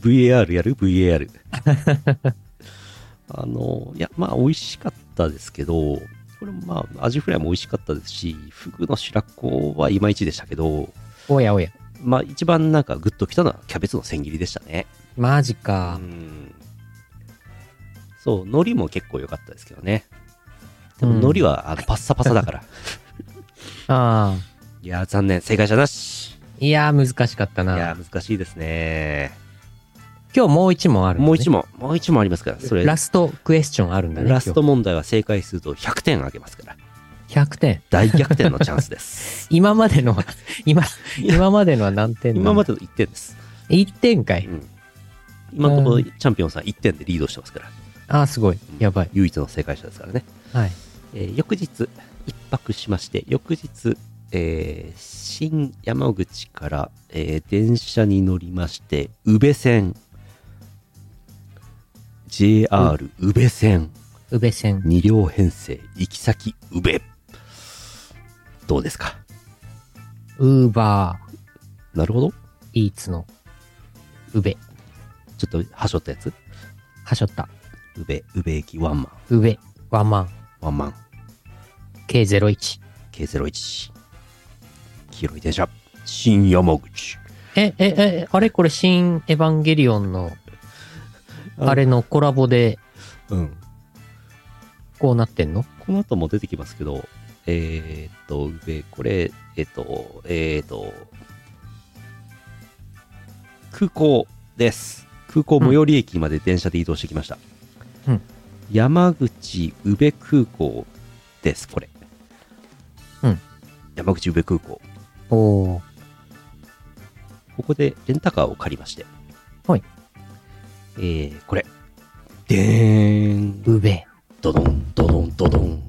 Speaker 2: ?VAR やる ?VAR。あの、いや、まあ、美味しかったですけど、これもまあ、アジフライも美味しかったですし、フグの白子はいまいちでしたけど、
Speaker 1: おやおや。
Speaker 2: まあ、一番なんかグッときたのはキャベツの千切りでしたね。
Speaker 1: マジ
Speaker 2: う
Speaker 1: か。
Speaker 2: ん。そう、海苔も結構良かったですけどね。でも
Speaker 1: うん
Speaker 2: 海苔はあのパッサパサだから。
Speaker 1: ああ。
Speaker 2: いや、残念。正解者なし。
Speaker 1: いやー、難しかった
Speaker 2: いや
Speaker 1: な。
Speaker 2: ー、難しいですね。
Speaker 1: 今日もう一問ある、ね。
Speaker 2: もう一問、もう一問ありますから、それ、
Speaker 1: ラ
Speaker 2: ラス
Speaker 1: ストクエスチョンあるんだね。
Speaker 2: ト問題は正解すると100点あげますから、
Speaker 1: 今日100点。
Speaker 2: 大逆転のチャン スです。
Speaker 1: 今までの は、今、今までのは何点なの
Speaker 2: 今までの1点です。
Speaker 1: 1点かい。
Speaker 2: うん今のところ、チャンピオンさん1点でリードしてますから、
Speaker 1: ああ、すごい。やばい。
Speaker 2: 唯一の正解者ですからね。
Speaker 1: はい。
Speaker 2: えー翌日、一泊しまして、翌日、えー新山口から、えー電車に乗りまして、宇部線、JR 宇部線、
Speaker 1: 宇部線。
Speaker 2: 2両編成行き先宇部どうですか
Speaker 1: ウーバー
Speaker 2: なるほど
Speaker 1: イーツの宇部。
Speaker 2: ちょっとはしょったやつ
Speaker 1: はしょった。
Speaker 2: 宇部宇部駅ワンマン
Speaker 1: 宇部。ワンマン。
Speaker 2: ワンマン
Speaker 1: K01。
Speaker 2: K01 黄色い電車新山口
Speaker 1: え、え、え、あれこれ、新エヴァンゲリオンの、
Speaker 2: あ
Speaker 1: あれのコラボで、
Speaker 2: うん
Speaker 1: こうなってんの
Speaker 2: この後も出てきますけどえー、っと宇部これえーっとえー、っと空港です空港最寄り駅まで電車で移動してきました、
Speaker 1: うん
Speaker 2: 山口宇部空港です、これ。
Speaker 1: うん。
Speaker 2: 山口宇部空港。
Speaker 1: おー。
Speaker 2: ここでレンタカーを借りまして。
Speaker 1: はい。
Speaker 2: えー、これ。でーん。
Speaker 1: うべ。
Speaker 2: ドドン、ドドン、ドドン。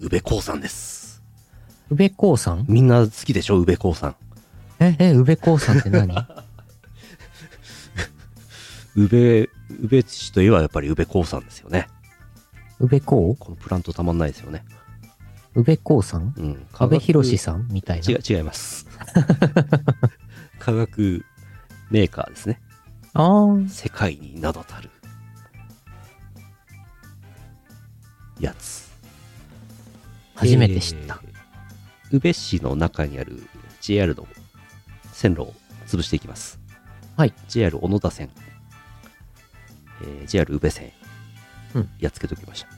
Speaker 2: 宇部興産です。
Speaker 1: 宇部興産
Speaker 2: みんな好きでしょ、宇部興産。
Speaker 1: え、え、宇部興産って 何
Speaker 2: 宇部、宇部市といえばやっぱり宇部興産ですよね。
Speaker 1: 宇部興
Speaker 2: このプラントたまんないですよね。
Speaker 1: 宇部興産
Speaker 2: うん。
Speaker 1: 安倍博
Speaker 2: 士
Speaker 1: さんみたいな。
Speaker 2: 違う、違い ます。化学メーカーですね。
Speaker 1: あー。
Speaker 2: 世界に名だたる。やつ。
Speaker 1: 初めて知った。
Speaker 2: えー。宇部市の中にある JR の線路を潰していきます。
Speaker 1: はい。
Speaker 2: JR 小野田線、えー JR 宇部線、
Speaker 1: うん
Speaker 2: やっつけておきました。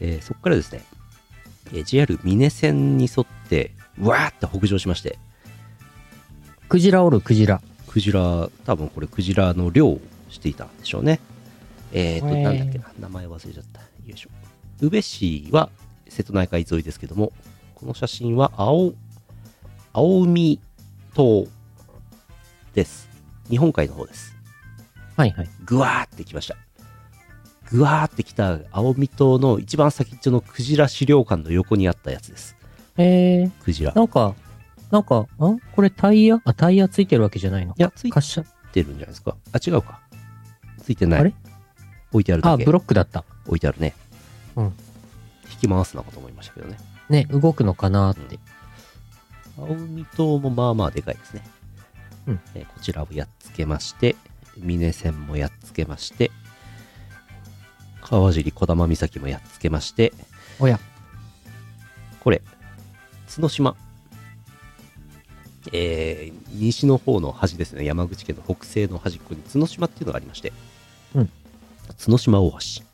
Speaker 2: えーそこからですね、えー JR 美祢線に沿って、わーって北上しまして、
Speaker 1: クジラおる、クジラ。
Speaker 2: クジラ、多分これクジラの漁をしていたんでしょうね。えっ、と、
Speaker 1: へー
Speaker 2: なんだっけな、名前忘れちゃった。よいしょ。宇部市は瀬戸内海沿いですけども、この写真は青、青海島です。日本海の方です。
Speaker 1: はいはい。
Speaker 2: ぐわーってきました。ぐわーってきた青海島の一番先っちょのクジラ資料館の横にあったやつです。
Speaker 1: えー、
Speaker 2: クジラ。い
Speaker 1: なんか、なんか、んこれタイヤあ、タイヤついてるわけじゃないの
Speaker 2: や、つい
Speaker 1: 滑車
Speaker 2: てるんじゃないですか。あ、違うか。ついてない。
Speaker 1: あれ
Speaker 2: 置いてあるだ
Speaker 1: あ、
Speaker 2: け。
Speaker 1: ブロックだった。
Speaker 2: 置いてあるね。
Speaker 1: うん
Speaker 2: 引き回すのかと思いましたけどね。
Speaker 1: ね、動くのかなーって。
Speaker 2: 青海島もまあまあでかいですね。
Speaker 1: うん
Speaker 2: えーこちらをやっつけまして、美祢線もやっつけまして、川尻小玉岬もやっつけまして、
Speaker 1: おや、
Speaker 2: これ、角島。えー西の方の端ですね。山口県の北西の端っこに角島っていうのがありまして。
Speaker 1: うん
Speaker 2: 角島大橋。結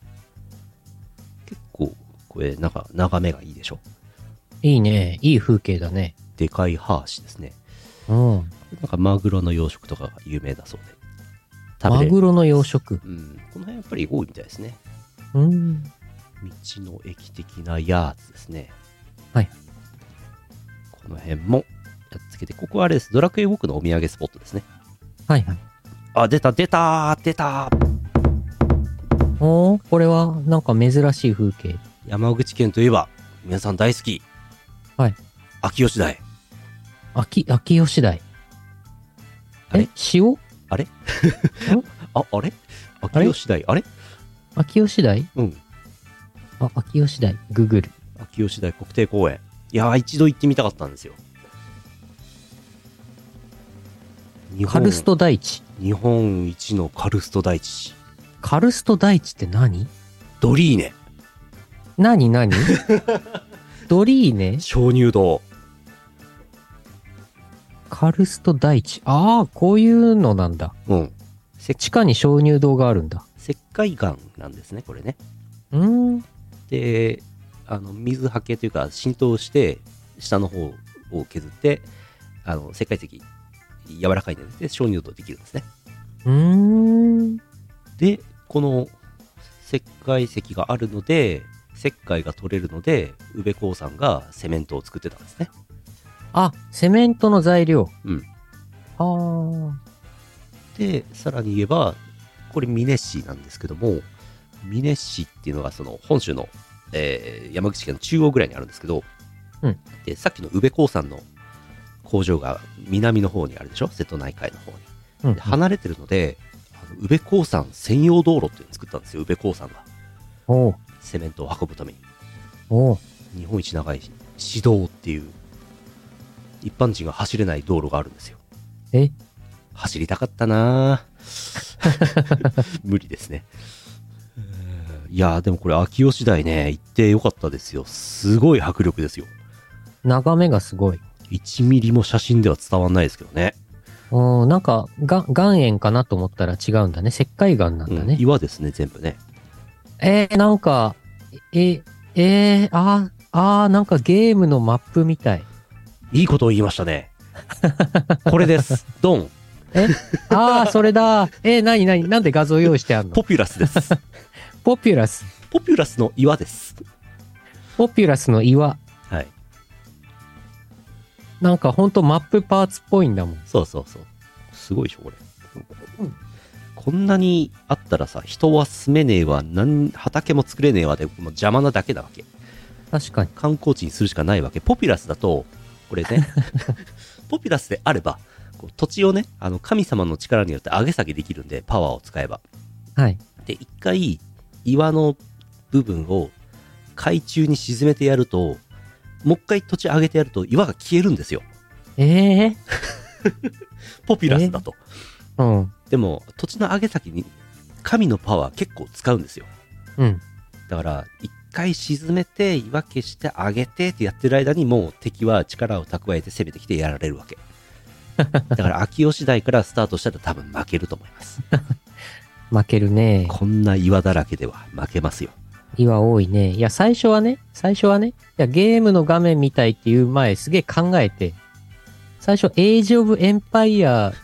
Speaker 2: 構、これ、なんか、眺めがいいでしょ。
Speaker 1: いいね。いい風景だね。
Speaker 2: でかいハーシですね。
Speaker 1: うん。
Speaker 2: なんかマグロの養殖とかが有名だそうで。食べ
Speaker 1: マ
Speaker 2: れる
Speaker 1: グロの養殖。
Speaker 2: うん。この辺やっぱり多いみたいですね。
Speaker 1: うん。
Speaker 2: 道の駅的なやつですね。
Speaker 1: はい。
Speaker 2: この辺もやっつけて、ここはあれです。ドラクエウォークのお土産スポットですね。
Speaker 1: はいはい。
Speaker 2: あ、出た、出た、出た。
Speaker 1: おー、これはなんか珍しい風景。
Speaker 2: 山口県といえば、皆さん大好き。
Speaker 1: はい。
Speaker 2: 秋吉台。
Speaker 1: 秋、秋吉台。
Speaker 2: あれ
Speaker 1: え、塩
Speaker 2: あ、あれ
Speaker 1: あれ
Speaker 2: 秋吉台。あれ
Speaker 1: 秋吉台
Speaker 2: うん。
Speaker 1: あ、秋吉台。ググる。
Speaker 2: 秋吉台国定公園。いやー、一度行ってみたかったんですよ。日
Speaker 1: カルスト大地。
Speaker 2: 日本一のカルスト大地
Speaker 1: カルスト大地って何
Speaker 2: ドリーネ
Speaker 1: 何 何ドリーネ
Speaker 2: 鍾乳洞
Speaker 1: カルスト大地。ああ、こういうのなんだ。
Speaker 2: うんせ
Speaker 1: 地下に鍾乳洞があるんだ。
Speaker 2: 石灰岩なんですねこれね
Speaker 1: うーん。
Speaker 2: であの水はけというか浸透して下の方を削ってあの石灰石柔らかいので鍾乳洞できるんですね
Speaker 1: うーん。
Speaker 2: でこの石灰石があるので石灰が取れるので宇部興産がセメントを作ってたんですね
Speaker 1: あ、セメントの材料。
Speaker 2: うん。
Speaker 1: はあ。
Speaker 2: でさらに言えばこれ美祢市なんですけども美祢市っていうのがその本州の、えー山口県の中央ぐらいにあるんですけど、
Speaker 1: うん
Speaker 2: でさっきの宇部興産の工場が南の方にあるでしょ瀬戸内海の方に
Speaker 1: うん
Speaker 2: で。離れてるので、あの宇部興産専用道路っていうのを作ったんですよ宇部興産が
Speaker 1: おう
Speaker 2: セメントを運ぶために
Speaker 1: おう
Speaker 2: 日本一長い市道っていう一般人が走れない道路があるんですよ
Speaker 1: え
Speaker 2: 走りたかったなぁ 無理ですねいやーでもこれ秋吉台ね行ってよかったですよすごい迫力ですよ
Speaker 1: 眺めがすごい。
Speaker 2: 1ミリも写真では伝わんないですけどね
Speaker 1: うん、なんか、が、岩塩かなと思ったら違うんだね。石灰岩なんだ
Speaker 2: う
Speaker 1: ね
Speaker 2: ん。岩ですね全部ね
Speaker 1: えー、なんか、え、えー、あー、あー、なんかゲームのマップみたい。
Speaker 2: いいことを言いましたねこれですドン
Speaker 1: あー、それだ。 えー、なになになんで画像用意してあんの
Speaker 2: ポピュラスです
Speaker 1: ポピュラス。
Speaker 2: ポピュラスの岩です
Speaker 1: ポピュラスの岩、
Speaker 2: はい。
Speaker 1: なんかほんとマップパーツっぽいんだもん。
Speaker 2: そうそうそう。すごいでしょ、これ。こんなにあったらさ、人は住めねえわ、なん畑も作れねえわで、もう邪魔なだけなわけ。
Speaker 1: 確かに。
Speaker 2: 観光地にするしかないわけ。ポピュラスだと、これね、ポピュラスであれば、こう土地をね、あの神様の力によって上げ下げできるんで、パワーを使えば。
Speaker 1: はい。
Speaker 2: で、一回、岩の部分を海中に沈めてやると、もう一回土地上げてやると岩が消えるんですよ。
Speaker 1: ええ
Speaker 2: ポピュラスだと。
Speaker 1: うん。
Speaker 2: でも、土地の上げ先に神のパワー結構使うんですよ。
Speaker 1: うん。
Speaker 2: だから、一回沈めて、岩消して上げてってやってる間にもう敵は力を蓄えて攻めてきてやられ るわけ。だから、秋吉台からスタートしたら多分負けると思い ます。
Speaker 1: 負けるね。
Speaker 2: こんな岩だらけでは負けますよ。
Speaker 1: 岩多いね。いや、最初はね、最初はね、いや、ゲームの画面みたいっていう前すげえ考えて、最初、エイジオブエンパイア、
Speaker 2: はい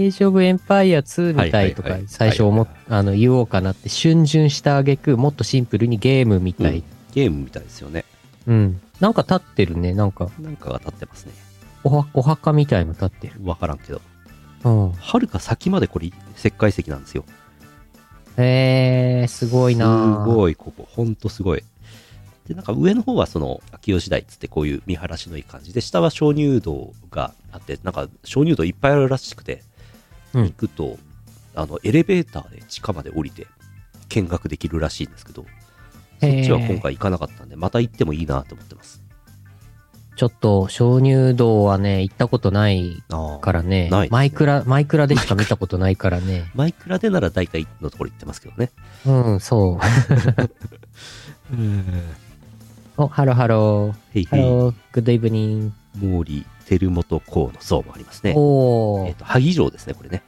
Speaker 1: エイジオブエンパイア2みたいと
Speaker 2: は
Speaker 1: か
Speaker 2: いはいは、い
Speaker 1: 最初思っ、
Speaker 2: はい
Speaker 1: あの、言おうかなって、逡巡した挙句、もっとシンプルにゲームみたい。
Speaker 2: ゲームみたいですよね。
Speaker 1: うん。なんか立ってるね。なんか、
Speaker 2: なんかが立ってますね。
Speaker 1: おは、お墓みたいの立ってる。
Speaker 2: わからんけど。
Speaker 1: うん。
Speaker 2: はるか先までこれ、石灰石なんですよ。
Speaker 1: へえー、すごいな
Speaker 2: す
Speaker 1: い。
Speaker 2: ごい、ここ。ほんとすごい。で、なんか上の方はその、秋吉台っつってこういう見晴らしのいい感じで、下は鍾乳洞があって、なんか鍾乳洞いっぱいあるらしくて、
Speaker 1: うん
Speaker 2: 行くと、あの、エレベーターで地下まで降りて見学できるらしいんですけど、そっちは今回行かなかったんで、また行ってもいいなと思ってます。
Speaker 1: ちょっと、鍾乳洞はね、行ったことない
Speaker 2: あ
Speaker 1: からね
Speaker 2: ないですね
Speaker 1: マイクラ、マイクラでしか見たことないからね。
Speaker 2: マイクラでなら大体のところ行ってますけどね。
Speaker 1: うん、そう。お、ハローハロー。
Speaker 2: ヘイ
Speaker 1: ハ
Speaker 2: ヘイ、
Speaker 1: ロー、グッドイブニン
Speaker 2: モーリー、テルモト、コウの層もありますね。
Speaker 1: お
Speaker 2: えっ、
Speaker 1: ー。
Speaker 2: と、萩城ですね、これね。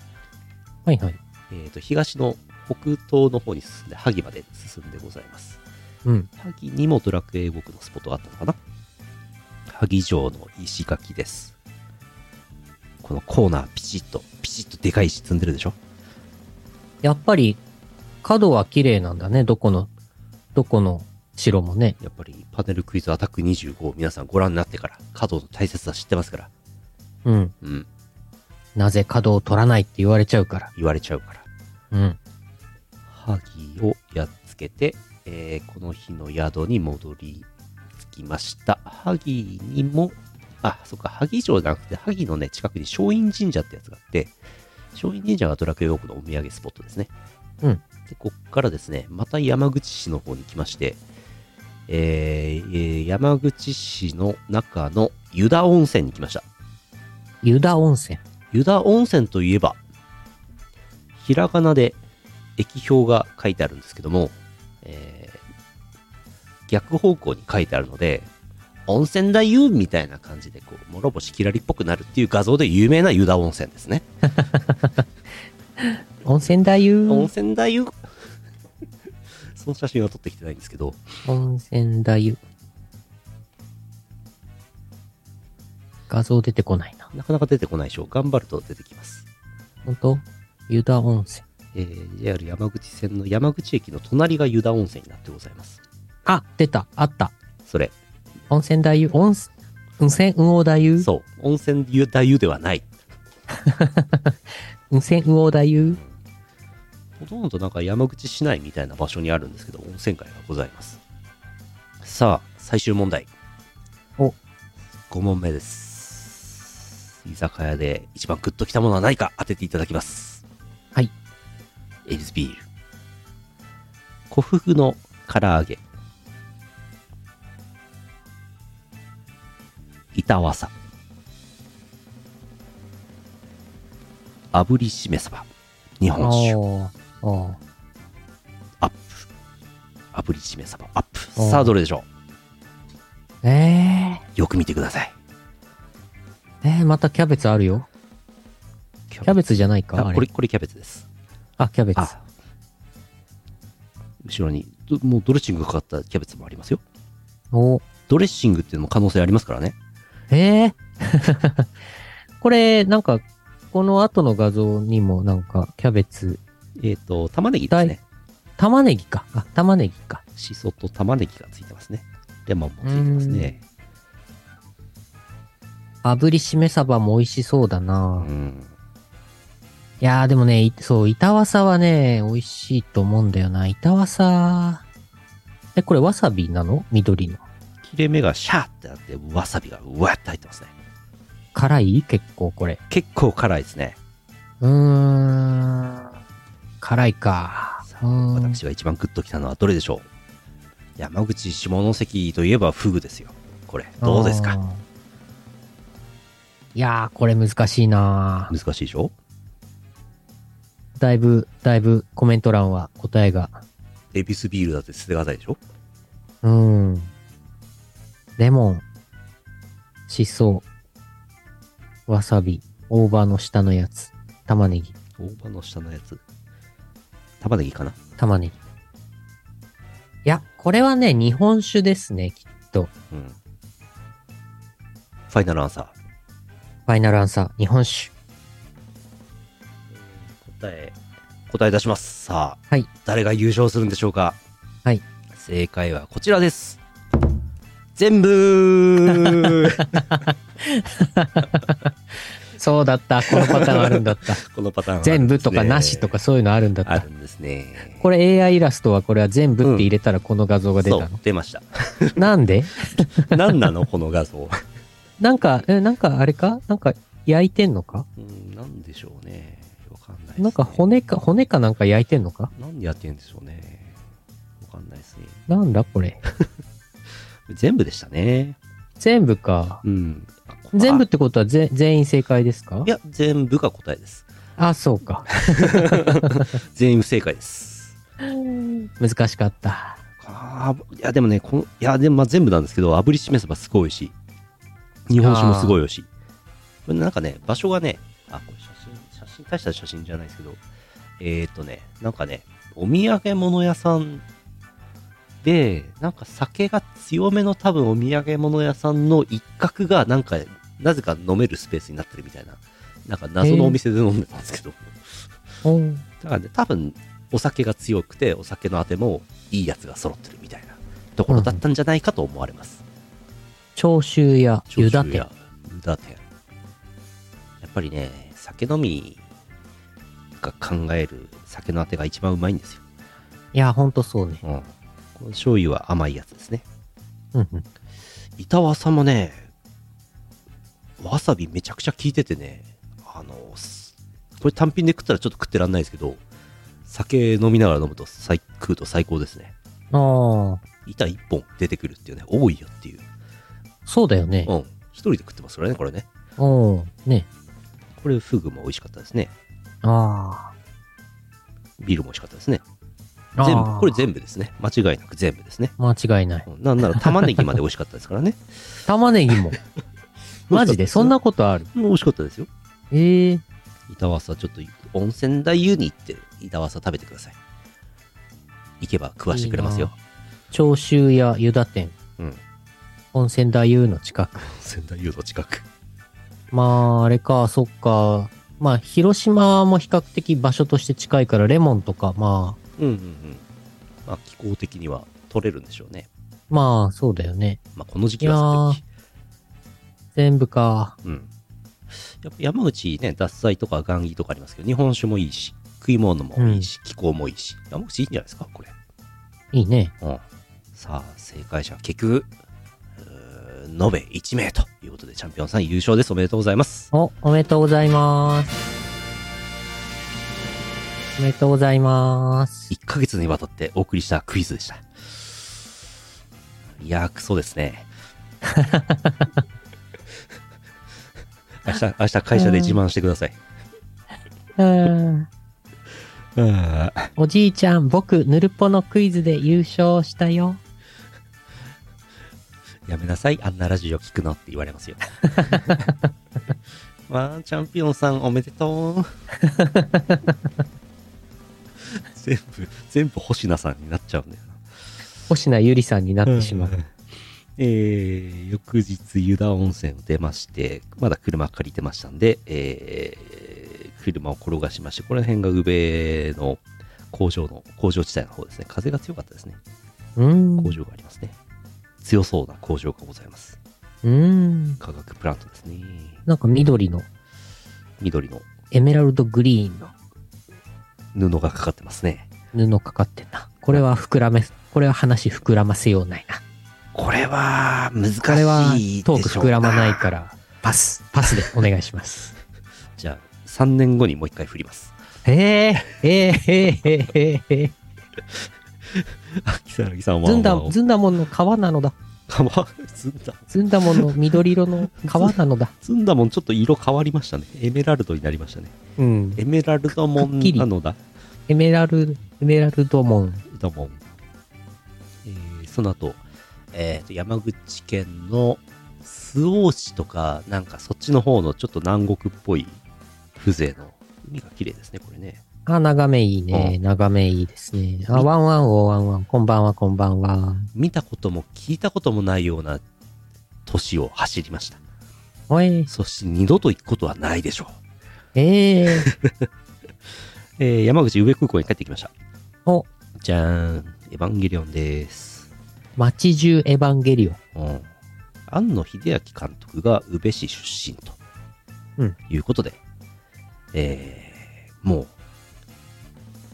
Speaker 1: はいはい。
Speaker 2: えー、と東の北東の方に進んで萩まで進んでございます
Speaker 1: うん。
Speaker 2: 萩にもドラクエ王国のスポットがあったのかな萩城の石垣ですこのコーナーピチッとピチッとでかい石積んでるでしょ
Speaker 1: やっぱり、角は綺麗なんだね。どこの、どこの城もね。
Speaker 2: やっぱりパネルクイズアタック25を皆さんご覧になってから角の大切さ知ってますから
Speaker 1: うん。
Speaker 2: うん
Speaker 1: なぜ角を取らないって言われちゃうから。
Speaker 2: 言われちゃうか
Speaker 1: う
Speaker 2: ら
Speaker 1: ん。
Speaker 2: 萩をやっつけて、えーこの日の宿に戻り着きました。萩にも、あ、そっか、萩城じゃなくて、萩のね、近くに松陰神社ってやつがあって、松陰神社がドラクエウォークのお土産スポットですね。
Speaker 1: うん。
Speaker 2: で、こっからですね、また山口市の方に来まして、えーえー山口市の中の湯田温泉に来ました。
Speaker 1: 湯田温泉。
Speaker 2: 湯田温泉といえば、ひらがなで液表が書いてあるんですけども、えー逆方向に書いてあるので、温泉だ湯みたいな感じで、こう、諸星きらりっぽくなるっていう画像で有名な湯田温泉ですね。
Speaker 1: 温泉だ
Speaker 2: 温
Speaker 1: 湯。
Speaker 2: 泉だ湯 その写真は撮ってきてないんですけど、
Speaker 1: 温泉だ湯。画像出てこないな。
Speaker 2: なかなか出てこないでしょ。頑張ると出てきます。
Speaker 1: 本当湯田温泉。
Speaker 2: えー、JR 山口線の山口駅の隣が湯田温泉になってございます。
Speaker 1: あ、出た。あった。
Speaker 2: それ、
Speaker 1: 温泉大湯、温泉、温泉魚大湯、
Speaker 2: そう、温泉湯田湯ではない。
Speaker 1: 温泉魚大湯。
Speaker 2: ほとんどなんか山口市内みたいな場所にあるんですけど、温泉街がございます。さあ、最終問題。
Speaker 1: お
Speaker 2: 5問目です。居酒屋で一番グッときたものは何か当てていただきます。
Speaker 1: はい。
Speaker 2: エビスビール。古福の唐揚げ。板わさ。炙りしめ鯖。日
Speaker 1: あ
Speaker 2: 本酒。
Speaker 1: ーあ
Speaker 2: アップ。炙りしめ鯖アップ。
Speaker 1: おー
Speaker 2: さあ、どれでしょ
Speaker 1: ー。え
Speaker 2: うよく見てください。
Speaker 1: ー、えー、またキャベツあるよ。
Speaker 2: キ
Speaker 1: キャベツじゃないか。あ
Speaker 2: あ
Speaker 1: れ
Speaker 2: これ、これキャベツです。
Speaker 1: あ、キャベツ。
Speaker 2: あ後ろに、どもうドレッシングがかかったキャベツもありますよ。
Speaker 1: お
Speaker 2: ドレッシングっていうのも可能性ありますからね。
Speaker 1: えー、 これ、なんか、この後の画像にもなんか、キャベツ、
Speaker 2: えっ、と、玉ねぎですね。
Speaker 1: 玉ねぎか。あ、玉ねぎか。
Speaker 2: しそと玉ねぎがついてますね。レモンもついてますね。
Speaker 1: 炙りしめ鯖も美味しそうだ
Speaker 2: う
Speaker 1: な。
Speaker 2: ん。
Speaker 1: いやーでもね、いそう、板わさはね、美味しいと思うんだよな。板わさ。え、これわさびなの緑の。
Speaker 2: 切れ目がシャーってなって、わさびがうわって入ってますね。
Speaker 1: 辛い結構これ。
Speaker 2: 結構辛いですね。
Speaker 1: うーん。辛いか。
Speaker 2: さ
Speaker 1: うー
Speaker 2: あ
Speaker 1: ん
Speaker 2: 私が一番グッときたのはどれでしょう山口下関といえばフグですよ。これ、どうです
Speaker 1: あ
Speaker 2: か
Speaker 1: ーいやー、これ難しいな
Speaker 2: 難しいでしょ
Speaker 1: だいぶ、だいぶコメント欄は答えが。
Speaker 2: エビスビールだって捨てがたいでしょ
Speaker 1: うーん。レモン、しそ、わさび、大葉の下のやつ、玉ねぎ、
Speaker 2: 大葉の下のやつ。玉ねぎかな
Speaker 1: 玉ねぎ。いや、これはね、日本酒ですね、きっと。
Speaker 2: うん。ファイナルアンサー。
Speaker 1: ファイナルアンサー、日本酒。
Speaker 2: 答え、答え出します。さあ、
Speaker 1: はい
Speaker 2: 誰が優勝するんでしょうか
Speaker 1: はい。
Speaker 2: 正解はこちらです。全部
Speaker 1: そうだった、このパターンあるんだ った。
Speaker 2: このパターン、
Speaker 1: 全部とかなしとか。そういうのあるんだっ
Speaker 2: あ
Speaker 1: た。
Speaker 2: るんですね。
Speaker 1: これ AI イラストはこれは全部って入れたらこの画像が出た
Speaker 2: そ
Speaker 1: の
Speaker 2: う。、出ました。
Speaker 1: なんで
Speaker 2: 何なのこの画像。
Speaker 1: なんか、え、なんかあれかなんか焼いてんのか
Speaker 2: うん、なんでしょうね。わかんないですね
Speaker 1: なんか骨か、骨かなんか焼いてんのか
Speaker 2: なんでやってるんでしょうね。わかんないですね。
Speaker 1: なんだこれ。
Speaker 2: 全部でしたね。
Speaker 1: 全部か。
Speaker 2: うん。あこ
Speaker 1: 全部
Speaker 2: あ
Speaker 1: ってことはぜ全員正解ですか
Speaker 2: いや、全部が答えです。
Speaker 1: あ、そうか。
Speaker 2: 全員不正解です。
Speaker 1: 難しかった。
Speaker 2: あーいや、でもね、この、いや、でもまあ全部なんですけど、炙りしめそばすごい美味しい。日本酒もすごい美味しい。これなんかね、場所がね、あ、これ写真、写真、大した写真じゃないですけど、えー、っとね、なんかね、お土産物屋さんで、なんか酒が強めの多分お土産物屋さんの一角が、なんか、なぜか飲めるスペースになってるみたいな、なんか謎のお店で飲んでたんですけど、
Speaker 1: おー
Speaker 2: だからね、多分お酒が強くて、お酒のあてもいいやつが揃ってるみたいなところだったんじゃないかと思われます。
Speaker 1: 長州や
Speaker 2: 焼
Speaker 1: 湯
Speaker 2: 酎や
Speaker 1: 田店。
Speaker 2: 湯田店。やっぱりね、酒飲みが考える酒のあてが一番うまいんですよ。
Speaker 1: いや、ほんとそうね。
Speaker 2: うん。この醤油は甘いやつですね。
Speaker 1: うんうん。
Speaker 2: 板わさもね、わさびめちゃくちゃ効いててね、あの、すこれ単品で食ったらちょっと食ってらんないですけど、酒飲みながら飲むと最、食うと最高ですね。
Speaker 1: ああ、
Speaker 2: 板一本出てくるっていうね、多いよっていう。
Speaker 1: そうだよね
Speaker 2: う。ん。一人で食ってますからね、これね。
Speaker 1: おおね。
Speaker 2: これ、フグも美味しかったですね。
Speaker 1: あ
Speaker 2: ビールも美味しかったですね。
Speaker 1: あ。
Speaker 2: 全部、これ
Speaker 1: 部。
Speaker 2: 全部ですね。間違いなく全部ですね。
Speaker 1: 間違いない。
Speaker 2: うんなんなら玉ねぎまで美味しかったですからね。
Speaker 1: 玉ねぎ も。 マジでそんなことある
Speaker 2: うん美味しかったですよ。
Speaker 1: ええ
Speaker 2: 板わさ、ちょっと温泉大湯に行って、板わさ食べてください。行けば食わしてくれますよ。
Speaker 1: 長州や湯田店。
Speaker 2: うん
Speaker 1: 温泉太夫の近く。
Speaker 2: 温泉大湯の近く。
Speaker 1: まあ、あれか、そっか。まあ、広島も比較的場所として近いから、レモンとか、まあ、
Speaker 2: うんうんうん。まあ、気候的には取れるんでしょうね。
Speaker 1: まあ、そうだよね。
Speaker 2: まあ、この時期はす
Speaker 1: 全部か。
Speaker 2: うん。やっぱ山口ね、獺祭とか雁木とかありますけど、日本酒もいいし、食い物もいいし、気候もいいし、山口いいんじゃないですか、これ。
Speaker 1: いいね。
Speaker 2: うん。さあ、正解者は結局、うー延べ1名ということで、チャンピオンさん優勝です。おめでとうございます。
Speaker 1: お、おめでとうございます。おめでとうございます。
Speaker 2: 1ヶ月にわたってお送りしたクイズでした。いやー、クソです ね。明日、明日会社で自慢してください。
Speaker 1: うーん
Speaker 2: あー
Speaker 1: おじいちゃん、僕、ぬるぽのクイズで優勝したよ。
Speaker 2: やめなさい、あんなラジオ聞くのって言われ ますよ。わあ、チャンピオンさんおめ でとう。全部、全部星名さんになっちゃうんだよ
Speaker 1: 星名ゆりさんになっ
Speaker 2: な。
Speaker 1: てしまう。
Speaker 2: んえー、翌日、湯田温泉を出まして、まだ車借りてましたんで、えー、車を転がしまして、この辺が宇部の工場の、工場地帯の方ですね。風が強かったですね。
Speaker 1: うん。
Speaker 2: 工場がありますね。強そうな工場がございます。
Speaker 1: うん。
Speaker 2: 化学プラントですね。
Speaker 1: なんか緑の、
Speaker 2: 緑の
Speaker 1: エメラルドグリーンの
Speaker 2: 布がかかってますね。
Speaker 1: 布かかってんな。これは膨らめ、これは話膨らませようないな。
Speaker 2: これは、難しいでしょう。
Speaker 1: これはトーク膨らまないからら、パス、パスでお願いします。
Speaker 2: じゃあ、3年後にもう一回振り ます。
Speaker 1: へえ、へえ、へえ、へえ、へえ。
Speaker 2: あ、木更木さんは。
Speaker 1: ずん
Speaker 2: まあ
Speaker 1: だ
Speaker 2: ま、あ
Speaker 1: ずんだもんの皮なのだ。
Speaker 2: かま、ずんだ、
Speaker 1: ずんだもんの緑色の皮なのだ。
Speaker 2: ずんだもんちょっと色変わりましたね。エメラルドになりましたね。
Speaker 1: うん。
Speaker 2: エメラルドもんなのだ。
Speaker 1: エメラル、エメラルドモン。
Speaker 2: だもん。えーその後、えーと、山口県の周防市とか、なんかそっちの方のちょっと南国っぽい風情の、海が綺麗ですね、これね。
Speaker 1: あ、眺めいいね。眺めいいですね。あ、ワンワンおーワンワン。こんばんは、こんばんは。
Speaker 2: 見たことも聞いたこともないような都市を走りました。
Speaker 1: おい、
Speaker 2: そして二度と行くことはないでしょう。
Speaker 1: ええ
Speaker 2: えー山口上空港に帰ってきました。
Speaker 1: お
Speaker 2: じゃーん、エヴァンゲリオンです。
Speaker 1: 街中エヴァンゲリオン。
Speaker 2: うん、庵野秀明監督が宇部市出身と、
Speaker 1: うん
Speaker 2: いうことで、えー、もう、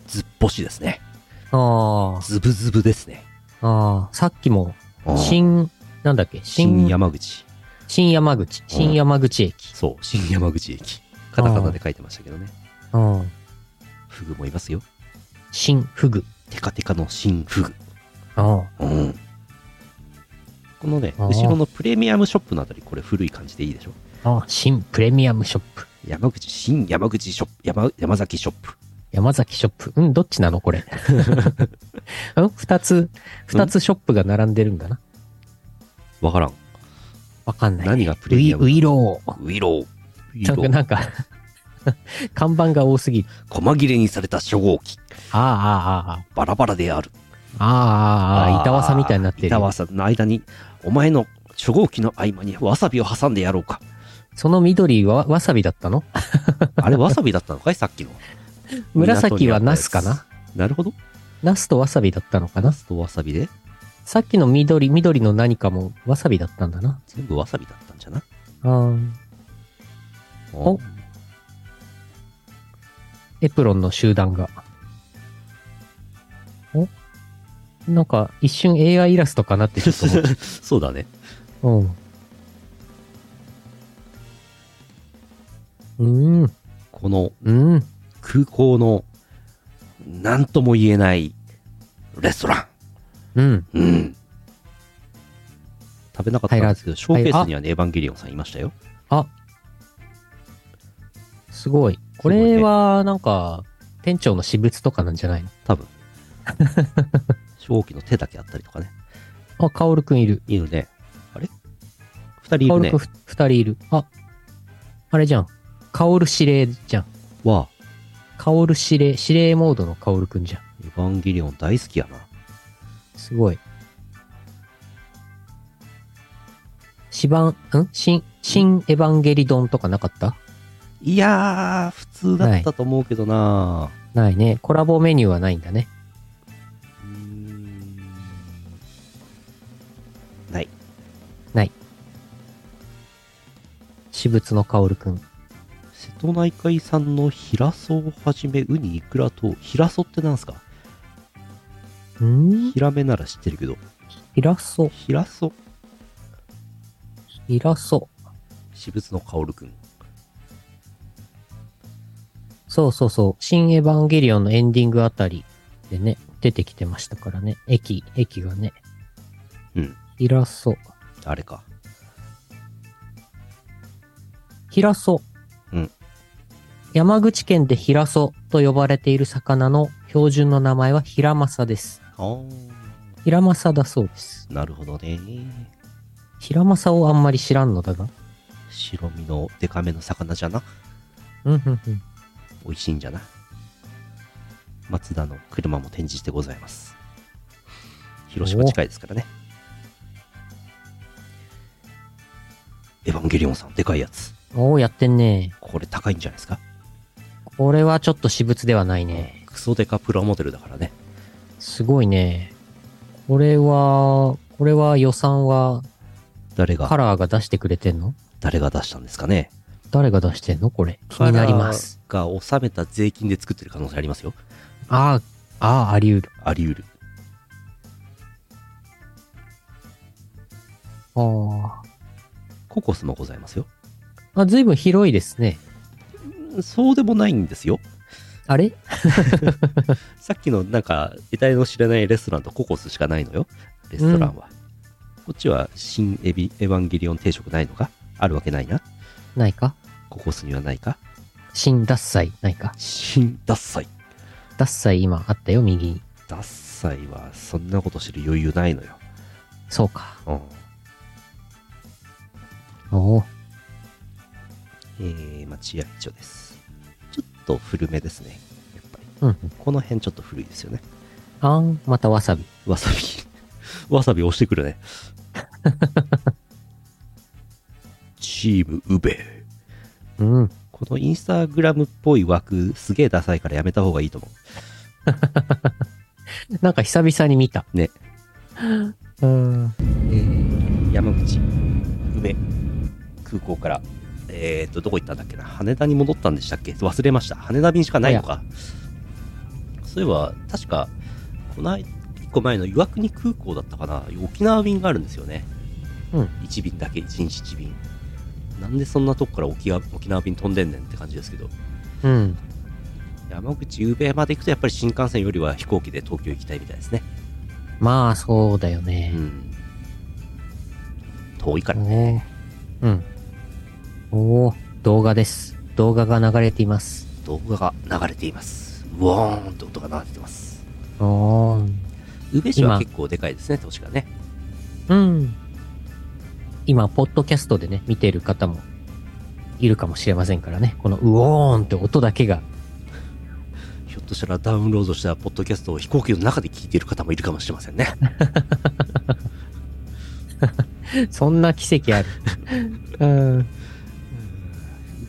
Speaker 2: ずっぽしですね。
Speaker 1: あ
Speaker 2: ずぶずぶですね。
Speaker 1: あ、ああ、さっきも、
Speaker 2: うん
Speaker 1: 新、なんだっけ、
Speaker 2: 新
Speaker 1: 新、
Speaker 2: 山口。
Speaker 1: 新山口、新山口駅。
Speaker 2: そう、新山口駅。カタカナで書いてましたけどね。
Speaker 1: うん。
Speaker 2: フグもいますよ。
Speaker 1: 新フグ。
Speaker 2: テカテカの新フグ。
Speaker 1: ああ、
Speaker 2: うん。このね、
Speaker 1: あー
Speaker 2: 後ろのプレミアムショップのあたり、これ古い感じでいいでしょ。
Speaker 1: ああ新プレミアムショップ。
Speaker 2: 山口、新山口ショップ、山山崎ショップ。
Speaker 1: 山崎ショップ。うん、どっちなの これ。うん二つ、二つショップが並んでるんだな。
Speaker 2: わからん。
Speaker 1: わかんない。
Speaker 2: 何がプ
Speaker 1: ウ
Speaker 2: レミ
Speaker 1: イ、
Speaker 2: アム
Speaker 1: ウイロー。
Speaker 2: ウイロー。ウイロ
Speaker 1: なんか、
Speaker 2: ー。
Speaker 1: なんか看板が多すぎる。
Speaker 2: 細切れにされた初号機。
Speaker 1: ああ、ああ、ああ。
Speaker 2: バラバラである。
Speaker 1: ああ、ああ、板わさみたいになってる。
Speaker 2: 板わさの間に、お前の初号機の合間にわさびを挟んでやろう か。
Speaker 1: その緑はわさびだったの
Speaker 2: あれ、わさびだったのかいさっきの。
Speaker 1: 紫はナスかな
Speaker 2: なるほど。
Speaker 1: ナスとわさびだったのかな
Speaker 2: とわさびで、
Speaker 1: さっきの緑、緑の何かもわさびだったんだな。
Speaker 2: 全部わさびだったんじゃな。
Speaker 1: あーおエプロンの集団が。おなんか一瞬 AI イラストかなってちょっと思っ
Speaker 2: そうだね。
Speaker 1: た。うん。う
Speaker 2: この
Speaker 1: ーん。うん。
Speaker 2: 空港の、なんとも言えない、レストラ
Speaker 1: うん。
Speaker 2: ン。うん。食べなかったんですけど、ショーケースにはね、エヴァンゲリオンさんいましたよ。
Speaker 1: すごい。こ
Speaker 2: すごい
Speaker 1: れ
Speaker 2: ね
Speaker 1: はなんか、店長の私物とかなんじゃないの
Speaker 2: 多分。初号機の手だけあったりとかね。
Speaker 1: あ、カオルくんいる。
Speaker 2: いるね。あれ二人い
Speaker 1: カオ
Speaker 2: る
Speaker 1: ル
Speaker 2: ね
Speaker 1: くん。ふ二人いる。あ、あれじゃん。カオル指令じゃん。
Speaker 2: わあ、
Speaker 1: カオル指令、指令モードのカオルくんじゃん。
Speaker 2: エヴァンゲリオン大好きやな。
Speaker 1: すごい。シバン、ん新、新エヴァンゲリドンとかなかった
Speaker 2: いやー、普通だったと思うけどな
Speaker 1: ないね。コラボメニューはないんだね。
Speaker 2: うーんない。
Speaker 1: 私物のカオルくん。
Speaker 2: 瀬戸内海産のヒラソをはじめ、ウニ、イクラと、ヒラソってなんすか
Speaker 1: ん
Speaker 2: ヒラメなら知ってるけど、
Speaker 1: イラスト、
Speaker 2: ヒラソ、
Speaker 1: イラスト。
Speaker 2: 私物のカオルくん。
Speaker 1: そうそうそう。新エヴァンゲリオンのエンディングあたりでね、出てきてましたからね。駅、駅がね。
Speaker 2: うん。
Speaker 1: イラスト。
Speaker 2: あれか。
Speaker 1: ヒラソ。
Speaker 2: うん
Speaker 1: 山口県でヒラソと呼ばれている魚の標準の名前はヒラマサです。
Speaker 2: あー、
Speaker 1: ヒラマサだそうです。
Speaker 2: なるほどね。
Speaker 1: ヒラマサをあんまり知らんのだが。
Speaker 2: 白身のデカめの魚じゃな。
Speaker 1: うんうんうん。
Speaker 2: 美味しいんじゃな。マツダの車も展示してございます。広島近いですからね。エヴァンゲリオンさん、でかいやつ。
Speaker 1: おお、やってんね。
Speaker 2: これ高いんじゃないですか
Speaker 1: これはちょっと私物ではないね。
Speaker 2: クソデカプラモデルだからね。
Speaker 1: すごいね。これは、これは予算は
Speaker 2: 誰
Speaker 1: カ
Speaker 2: が、
Speaker 1: ラーが出してくれてんの
Speaker 2: 誰が出したんですかね。
Speaker 1: 誰が出してんのこれ。気になります。。
Speaker 2: が納めた税金で作ってる可能性ありますよ。
Speaker 1: ああ、ああ、あり得る。
Speaker 2: あり得る。
Speaker 1: あ
Speaker 2: ココスもございますよ。
Speaker 1: あ。あ、随分広いですね。
Speaker 2: そうでもないんですよ。
Speaker 1: あれ
Speaker 2: さっきのなんか、得体の知れないレストランとココスしかないのよ。レストランは。こっちは新エビエヴァンゲリオン定食ないのかあるわけないな。
Speaker 1: ないか
Speaker 2: ココスにはないか
Speaker 1: 新脱菜ないか
Speaker 2: 新ダッサイ。
Speaker 1: 脱菜今あったよ、右に。
Speaker 2: ダッサイはそんなこと知る余裕ないのよ。
Speaker 1: そうか。
Speaker 2: うん。
Speaker 1: おお。
Speaker 2: えー、町役所です。ちょっと古めですね。やっぱり。
Speaker 1: うんうん。
Speaker 2: この辺ちょっと古いですよね。
Speaker 1: あん、またわさび。
Speaker 2: わさび。わさび 押してく るね。チームウベ。
Speaker 1: うん。
Speaker 2: このインスタグラムっぽい枠、すげえダサいからやめた方がいいと思
Speaker 1: なんか久々に見た。
Speaker 2: ね。
Speaker 1: うん。
Speaker 2: う。山口、ウベ、空港から、えー、っと、どこ行ったんだっけな。羽田に戻ったんでしたっけ忘れました。羽田便しかないのか。そういえば、確か、この間、一個前の岩国空港だったかな。沖縄便があるんですよね。
Speaker 1: うん。
Speaker 2: 1便だけ、1日1便。なんでそんなとこから沖縄沖縄便飛んでんねんって感じですけど。
Speaker 1: うん。
Speaker 2: 山口、宇部まで行くとやっぱり新幹線よりは飛行機で東京行きたいみたいですね。
Speaker 1: まあ、そうだよね。
Speaker 2: うん。遠いからね。
Speaker 1: ね。うん。おお、動画です。動画が流れています。
Speaker 2: 動画が流れています。ウォーンと音が流れてます。
Speaker 1: おー
Speaker 2: 宇部市は
Speaker 1: 今
Speaker 2: 結構でかいですね、確かね。
Speaker 1: うん。今、ポッドキャストでね、見ている方もいるかもしれませんからね。このウオーンって音だけが、
Speaker 2: ひょっとしたらダウンロードしたポッドキャストを飛行機の中で聞いている方もいるかもしれませんね。
Speaker 1: そんな奇跡ある。うん。
Speaker 2: 宇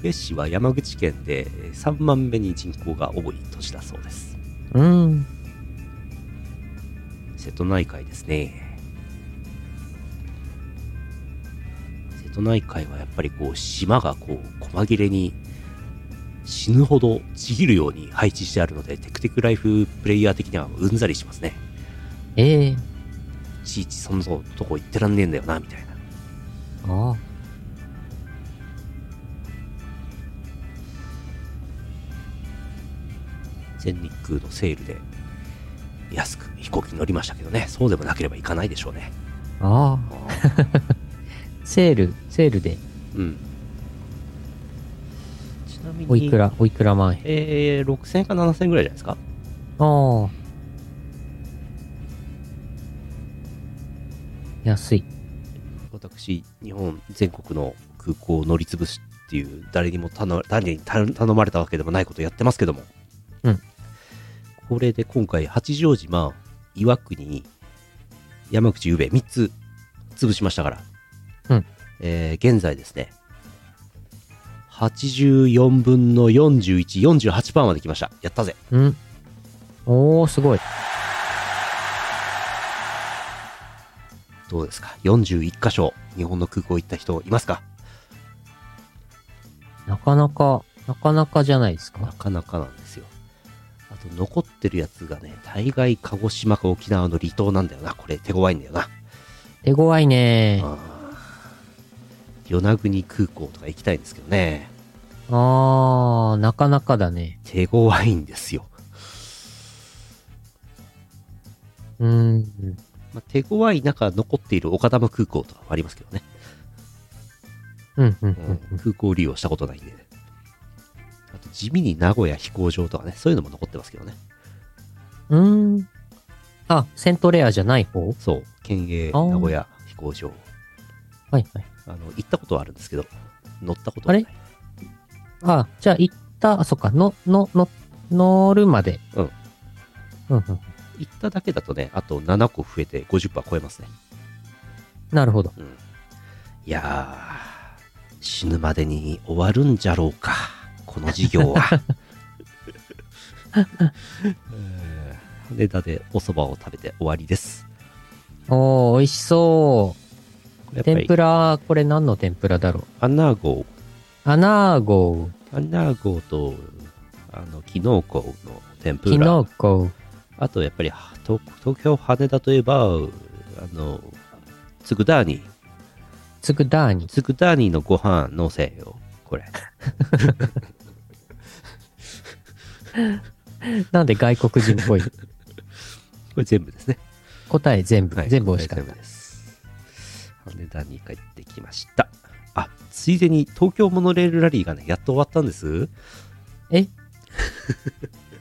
Speaker 2: 部市は山口県で3番目に人口が多い都市だそうです。
Speaker 1: うん。
Speaker 2: 瀬戸内海ですね。瀬戸内海はやっぱりこう島がこう細切れに死ぬほどちぎるように配置してあるのでテクテクライフプレイヤー的にはうんざりしますね。
Speaker 1: ええ
Speaker 2: いちいちそんなとこ行ってらんねえんだよなみたいな。
Speaker 1: ああ。
Speaker 2: 全日空のセールで安く飛行機に乗りましたけどね。そうでもなければ行かないでしょうね。
Speaker 1: ああ。セール、セールで、
Speaker 2: うん。ちなみに
Speaker 1: おいくら、おいくら前。
Speaker 2: えー、6000円か7000円ぐらいじゃないですか
Speaker 1: ああ。安い。
Speaker 2: 私日本全国の空港を乗り潰しっていう誰にも頼ま誰に頼頼まれたわけでもないことやってますけども、
Speaker 1: うん、
Speaker 2: これで今回八丈島岩国山口宇部3つ潰しましたから、
Speaker 1: うん
Speaker 2: えー現在ですね84分の4148%まで来ましたやったぜ
Speaker 1: うん。おー、すごい。
Speaker 2: どうですか41箇所日本の空港行った人いますか
Speaker 1: なかなか、なかなかじゃないです
Speaker 2: な
Speaker 1: か。
Speaker 2: かなかなんですよ。あと残ってるやつがね、大概鹿児島か沖縄の離島なんだよな。これ手強いんだよな。
Speaker 1: 手強いねー。
Speaker 2: あー与那国空港とか行きたいんですけどね。
Speaker 1: あー、なかなかだね。
Speaker 2: 手強いんですよ。
Speaker 1: うーん。
Speaker 2: まあ、手強い中残っている岡玉空港とかもありますけどね。
Speaker 1: うん、うん、う
Speaker 2: うん
Speaker 1: ん。
Speaker 2: 空港利用したことないんで。あと地味に名古屋飛行場とかね、そういうのも残ってますけどね。
Speaker 1: うーん。あ、セントレアじゃない方
Speaker 2: そう。県営
Speaker 1: あー
Speaker 2: 名古屋飛行場。
Speaker 1: はい、はい。
Speaker 2: あの、行ったことはあるんですけど、乗ったことはない。
Speaker 1: あ、じゃあ行った、あそっか、の、の、の、乗るまで。
Speaker 2: うん。
Speaker 1: うん、うん。
Speaker 2: 行っただけだとね、あと7個増えて50%超えますね。
Speaker 1: なるほど。
Speaker 2: いやー、死ぬまでに終わるんじゃろうか、この事業は。羽田でお蕎麦を食べて終わりです。
Speaker 1: おー、美味しそ
Speaker 2: や
Speaker 1: う。
Speaker 2: っぱ
Speaker 1: 天
Speaker 2: り
Speaker 1: ぷら、これ何の天ぷらだろう。
Speaker 2: アナゴ、
Speaker 1: アナーゴ、
Speaker 2: アナゴと、あの、キノコの天ぷ
Speaker 1: キ
Speaker 2: ら
Speaker 1: ノ。コ、
Speaker 2: あと、やっぱり、は東東京、羽田といえば、あの、つくだに、
Speaker 1: つくだーに。
Speaker 2: つくだにのご飯のせよ、これ。
Speaker 1: なんで外国人 っぽい。
Speaker 2: これ全部ですね。
Speaker 1: 答え全部、
Speaker 2: はい
Speaker 1: 全部美味しかっ
Speaker 2: 全部です。羽田に帰ってきました。あ、ついでに東京モノレールラリーがね、やっと終わったんです。
Speaker 1: た。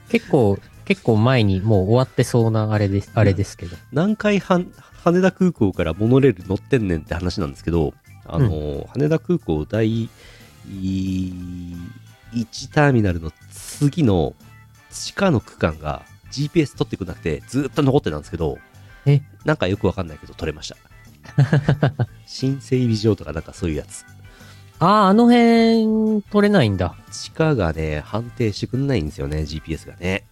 Speaker 1: 結構、結構前にもう終わってそうなあれです、あれですけど。
Speaker 2: 南海は羽田空港からモノレール乗ってんねんって話なんですけど、あのー羽田空港第1ターミナルの次の地下の区間が GPS 取ってくれなくてずーっと残ってたんですけど
Speaker 1: え
Speaker 2: なんかよくわかんないけど取 れました新整備場とかなんかそういうやつ
Speaker 1: ああ、あの辺、取れないんだ。
Speaker 2: 地下がね判定してくんないんですよね GPS がね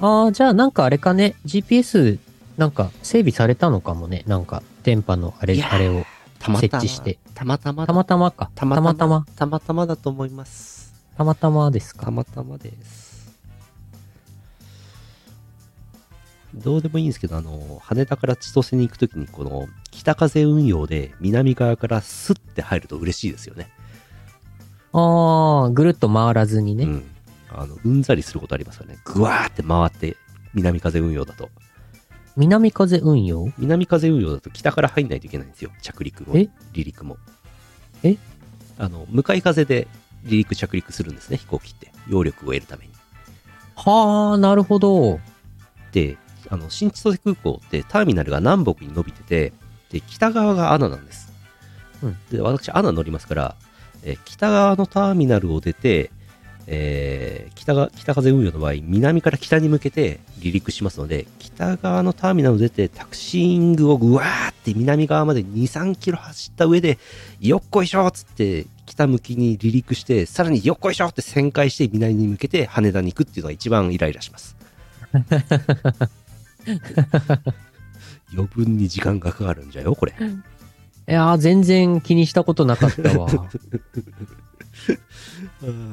Speaker 1: ああ、じゃあなんかあれかね、GPS、なんか整備されたのかもね。なんか、電波のあ
Speaker 2: い
Speaker 1: れ、
Speaker 2: やー
Speaker 1: あれを。
Speaker 2: たまた
Speaker 1: 設
Speaker 2: ま
Speaker 1: 置して
Speaker 2: たまたま
Speaker 1: たまたまか。たまたま。たま
Speaker 2: たまたまだと思います
Speaker 1: たまです
Speaker 2: た
Speaker 1: か。
Speaker 2: またまですどうでもいいんですけどあの羽田から千歳に行くときにこの北風運用で南側からスッて入ると嬉しいですよね
Speaker 1: ああ、ぐるっと回らずにね。
Speaker 2: うん、あのうんざりすることありますよねぐわーって回って南風運用だと
Speaker 1: 南風運用
Speaker 2: 南風運用だと北から入んないといけないんですよ着陸も
Speaker 1: え
Speaker 2: 離陸も
Speaker 1: え
Speaker 2: あの向かい風で離陸着陸するんですね飛行機って揚力を得るために
Speaker 1: はあ、なるほど。
Speaker 2: であの新千歳空港ってターミナルが南北に伸びててで北側が穴なんです、
Speaker 1: うん
Speaker 2: で私穴乗りますから、えー北側のターミナルを出て、えー北が北風運用の場合南から北に向けて離陸しますので北側のターミナルを出てタクシーイングをぐわーって南側まで23キロ走った上でよっこいしょっつって北向きに離陸してさらによっこいしょって旋回して南に向けて羽田に行くっていうのが一番イライラします余分に時間がかかるんじゃよこれ
Speaker 1: いやー、全然気にしたことなかったわ。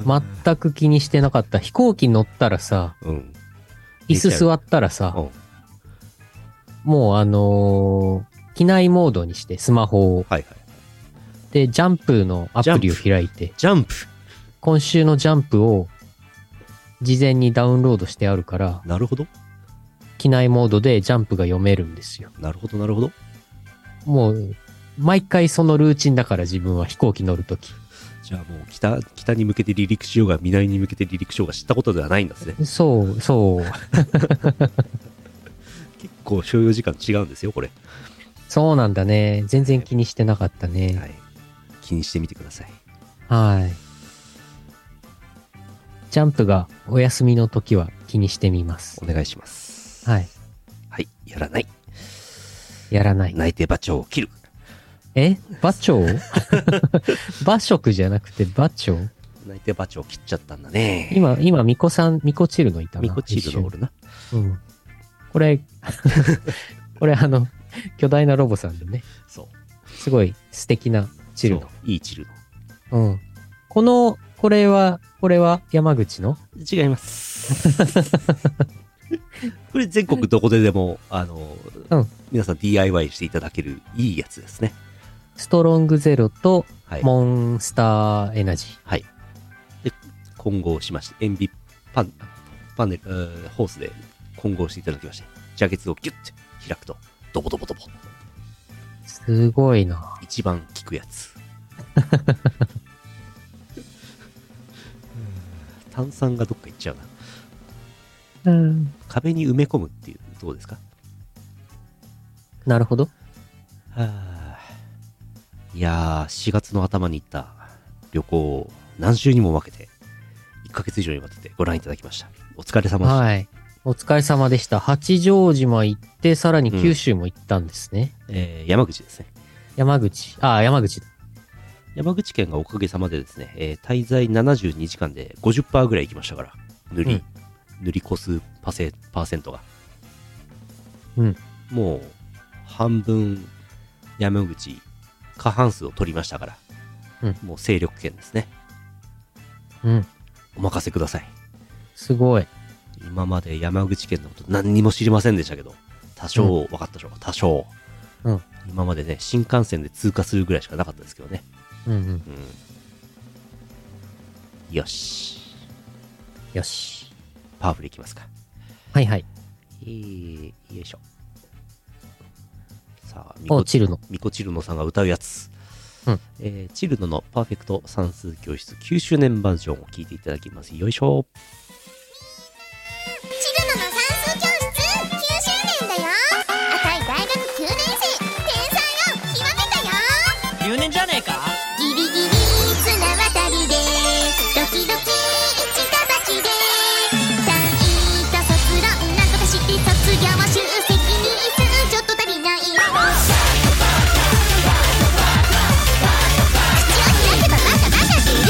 Speaker 1: 全く気にしてなかった。飛行機乗ったらさ、
Speaker 2: うん
Speaker 1: 椅子
Speaker 2: 寝ちゃう
Speaker 1: 座ったら
Speaker 2: う
Speaker 1: さ、
Speaker 2: ん
Speaker 1: もうあのー機内モードにしてスマホを。
Speaker 2: はいはい
Speaker 1: で、ジャンプのアプリを開いて、
Speaker 2: ジャンプ
Speaker 1: 今週のジャンプを事前にダウンロードしてあるから、
Speaker 2: なるほど
Speaker 1: 機内モードでジャンプが読めるんですよ。
Speaker 2: なるほどなるほど
Speaker 1: もう、毎回そのルーチンだから自分は飛行機乗るとき。
Speaker 2: じゃあもう北北に向けて離陸しようが南に向けて離陸しようが知ったことではないんですね
Speaker 1: そう、そう。
Speaker 2: 結構所要時間違うんですよこれ、
Speaker 1: そうなんだね。全然気にしてなかったね。
Speaker 2: はい、気にしてみてください
Speaker 1: はい。ジャンプがお休みの時は気にしてみます
Speaker 2: お。願いします
Speaker 1: はい。
Speaker 2: はいやらない
Speaker 1: やらない。
Speaker 2: 内定馬長を切る
Speaker 1: え馬 長馬食じゃなくて馬長
Speaker 2: 内定馬長を切っちゃったんだね
Speaker 1: 今、今、ミコさん、ミコチルのいたな。
Speaker 2: ミコチールの俺な
Speaker 1: 一瞬うん。これ、 これあの、巨大なロボさんでね、
Speaker 2: そう
Speaker 1: すごい素敵なチルの。
Speaker 2: そういいチルの
Speaker 1: うん。この、これは、これは山口の
Speaker 2: 違います。 これ全国どこででも、あの、
Speaker 1: うん
Speaker 2: 皆さん DIY していただけるいいやつですね。
Speaker 1: ストロングゼロと
Speaker 2: はい。
Speaker 1: モンスターエナジー。
Speaker 2: はい。で、混合しまして、塩ビパン、パネル、えーホースで混合していただきまして、ジャケツをギュッて開くと、ドボドボドボ、
Speaker 1: すごいな。
Speaker 2: 一番効くや つ。炭酸がどっか行っちゃうな。
Speaker 1: うん。
Speaker 2: 壁に埋め込むっていう、どうですか
Speaker 1: なるほど。
Speaker 2: はあいやー、4月の頭に行った旅行を何週にも分けて、1ヶ月以上にわたってご覧いただきました。お疲れ様でした。
Speaker 1: はい。お疲れ様でした。八丈島行って、さらに九州も行ったんですね。
Speaker 2: えー山口ですね。
Speaker 1: 山口。ああ、山口だ。
Speaker 2: 山口県がおかげさまでですね、えー滞在72時間で50%ぐらい行きましたから、塗り、
Speaker 1: うん
Speaker 2: 塗り越すパセパーセントが。
Speaker 1: うん。
Speaker 2: もう、半分、山口、過半数を取りましたから、
Speaker 1: うん
Speaker 2: もう勢力圏ですね。
Speaker 1: うん。
Speaker 2: お任せください。
Speaker 1: すごい。
Speaker 2: 今まで山口県のこと何にも知りませんでしたけど、多少分かったでしょうか、多少。
Speaker 1: うん
Speaker 2: 今までね、新幹線で通過するぐらいしかなかったですけどね。
Speaker 1: うんうん。
Speaker 2: うん。よし。
Speaker 1: よし。
Speaker 2: パワフルいきますか。
Speaker 1: はいはい。
Speaker 2: えー、よいしょ。さあ、み
Speaker 1: お、
Speaker 2: こ
Speaker 1: チルノ。
Speaker 2: みこチルノさんが歌うやつ。
Speaker 1: うん
Speaker 2: えーチルノのパーフェクト算数教室9周年バージョンを聞いていただきます。よいしょ。
Speaker 3: チルノの算数教室9周年だよ赤い大学9年生天才を極めたよ
Speaker 5: 留年じゃねえか
Speaker 3: ギリギリ綱渡りでドキドキ一か八で単位と卒論なんとかして卒業集積日数ちょっと足りない口を開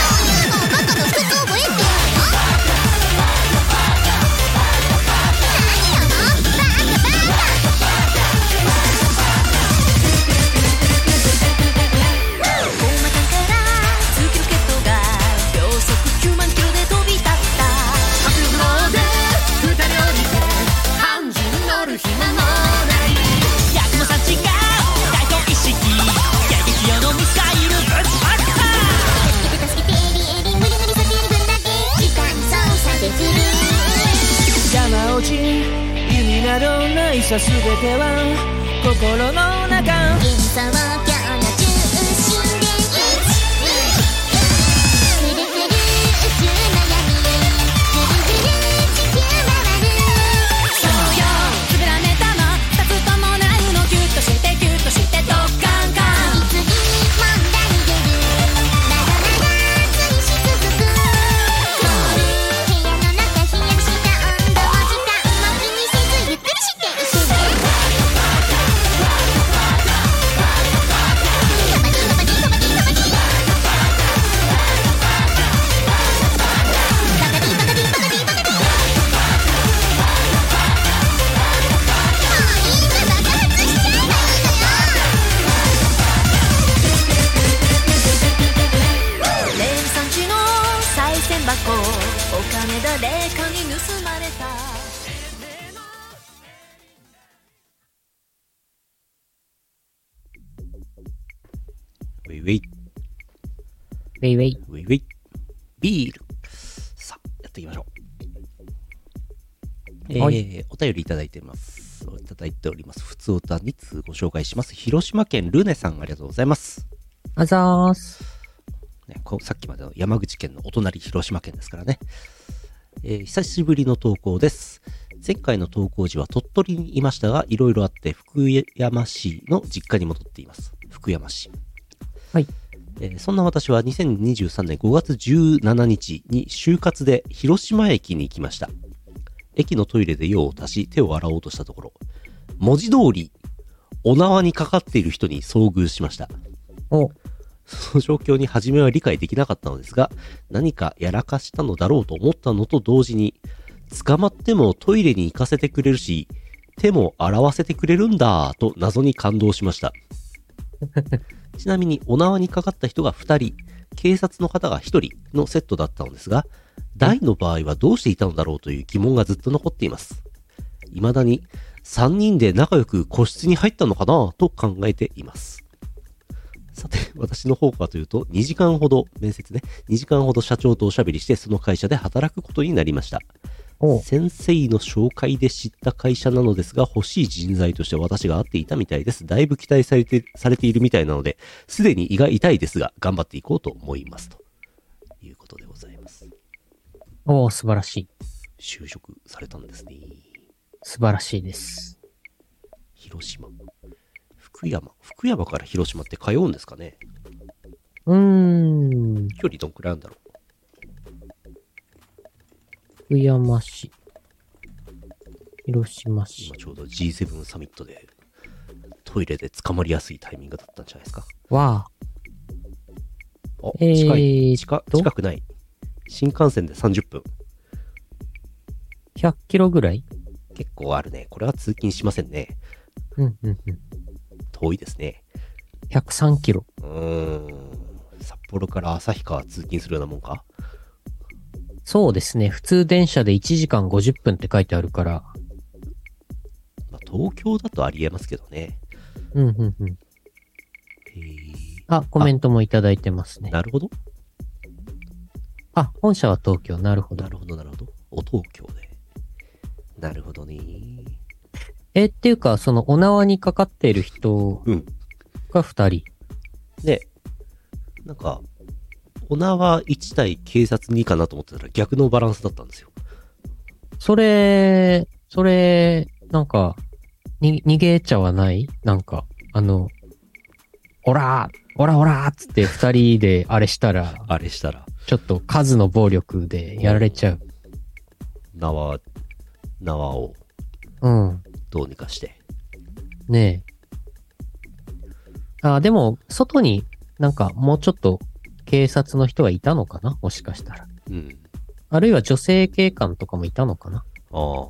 Speaker 3: けばバカバカってうるさいわねそういうのをバカの靴覚えって言うの何よバカバカ大股から突き抜けとが秒速9万キロで飛び立った8秒で二人降りて半人乗る暇もない
Speaker 5: 役の差違う大統意識撃用のミサイルぶちまった
Speaker 3: 助けて助けてエリエリ無理無理避ける分だけ時間操作できる
Speaker 5: 邪魔落ち弓などないさ全ては心の中
Speaker 3: 幻想郷の中心で1ぐるぐる宇宙悩みぐるぐる地球回る
Speaker 6: そうよつぶらねたま二つともないのギュッとしてギュッとしてドッカンカ
Speaker 3: 次問題出るまだまだ追し続く
Speaker 6: ン
Speaker 3: 部屋の中冷やした温度も時間も気にせずゆっくりしていくねカバディカバディカバディカバディバカディバカディバカディバカディもういいわ爆発しちゃえばいいのよ
Speaker 6: レン産地の再銭箱お金誰かに盗まれた
Speaker 2: ウェイウェイ、
Speaker 1: ウェイウェイ。
Speaker 2: ウェイウェイ。ビール。さあ、やっていきましょう。えー
Speaker 1: は
Speaker 2: お便りいただいてます。いただいております。普通おた2通ご紹介します。広島県ルネさん、ありがとうございます。
Speaker 1: あざーす。
Speaker 2: ね、こさっきまでの山口県のお隣広島県ですからね、えー久しぶりの投稿です前回の投稿時は鳥取にいましたがいろいろあって福山市の実家に戻っています福山市
Speaker 1: はい、
Speaker 2: えーそんな私は2023年5月17日に就活で広島駅に行きました駅のトイレで用を足し手を洗おうとしたところ文字通りお縄にかかっている人に遭遇しました
Speaker 1: お、
Speaker 2: その状況に初めは理解できなかったのですが、何かやらかしたのだろうと思ったのと同時に、捕まってもトイレに行かせてくれるし、手も洗わせてくれるんだと謎に感動しました。ちなみに、お縄にかかった人が2人、警察の方が1人のセットだったのですが、大の場合はどうしていたのだろうという疑問がずっと残っています。未だに、3人で仲良く個室に入ったのかなと考えています。さて、私の方からというと、2時間ほど、面接ね、2時間ほど社長とおしゃべりして、その会社で働くことになりました。
Speaker 1: お、
Speaker 2: 先生の紹介で知った会社なのですが、欲しい人材として私が合っていたみたいです。だいぶ期待されて、されているみたいなので、すでに胃が痛いですが、頑張っていこうと思います。ということでございます。
Speaker 1: お、素晴らしい。
Speaker 2: 就職されたんですね。
Speaker 1: 素晴らしいです。
Speaker 2: 広島。福山。福山から広島って通うんですかね
Speaker 1: うーん。
Speaker 2: 距離どんくらいあるんだろう
Speaker 1: 福山市。広島市
Speaker 2: 今。ちょうど G7 サミットでトイレで捕まりやすいタイミングだったんじゃないですか
Speaker 1: わ
Speaker 2: あ、
Speaker 1: えー
Speaker 2: 近い。
Speaker 1: っ
Speaker 2: 近
Speaker 1: と
Speaker 2: 近くない。新幹線で30分。
Speaker 1: 100キロぐらい
Speaker 2: 結構あるね。これは通勤しませんね。
Speaker 1: うんうんうん。
Speaker 2: 遠いですね。
Speaker 1: 103キロ。
Speaker 2: うーん。札幌から旭川通勤するようなもんか
Speaker 1: そうですね。普通電車で1時間50分って書いてあるから。
Speaker 2: まあ、東京だとありえますけどね。
Speaker 1: うんうんうん。
Speaker 2: へー
Speaker 1: あ、コメントもいただいてますね。
Speaker 2: なるほど。
Speaker 1: あ本社は東京。なるほど
Speaker 2: な。るほど、なるほど。お東京で。なるほどね。
Speaker 1: え、っていうか、その、お縄にかかっている人
Speaker 2: うん。
Speaker 1: が2人。
Speaker 2: で、なんか、オナは1対警察2かなと思ってたら逆のバランスだったんですよ。
Speaker 1: それ、それ、なんか、に、逃げちゃわないなんか、あの、オラーオラオラーっつって2人であれしたら、
Speaker 2: あれしたら、
Speaker 1: ちょっと数の暴力でやられちゃう。
Speaker 2: 縄、縄を
Speaker 1: うん。
Speaker 2: どうにかして。
Speaker 1: ねえ。あ、でも、外になんかもうちょっと警察の人はいたのかなもしかしたら。
Speaker 2: うん。
Speaker 1: あるいは女性警官とかもいたのかな
Speaker 2: ああ。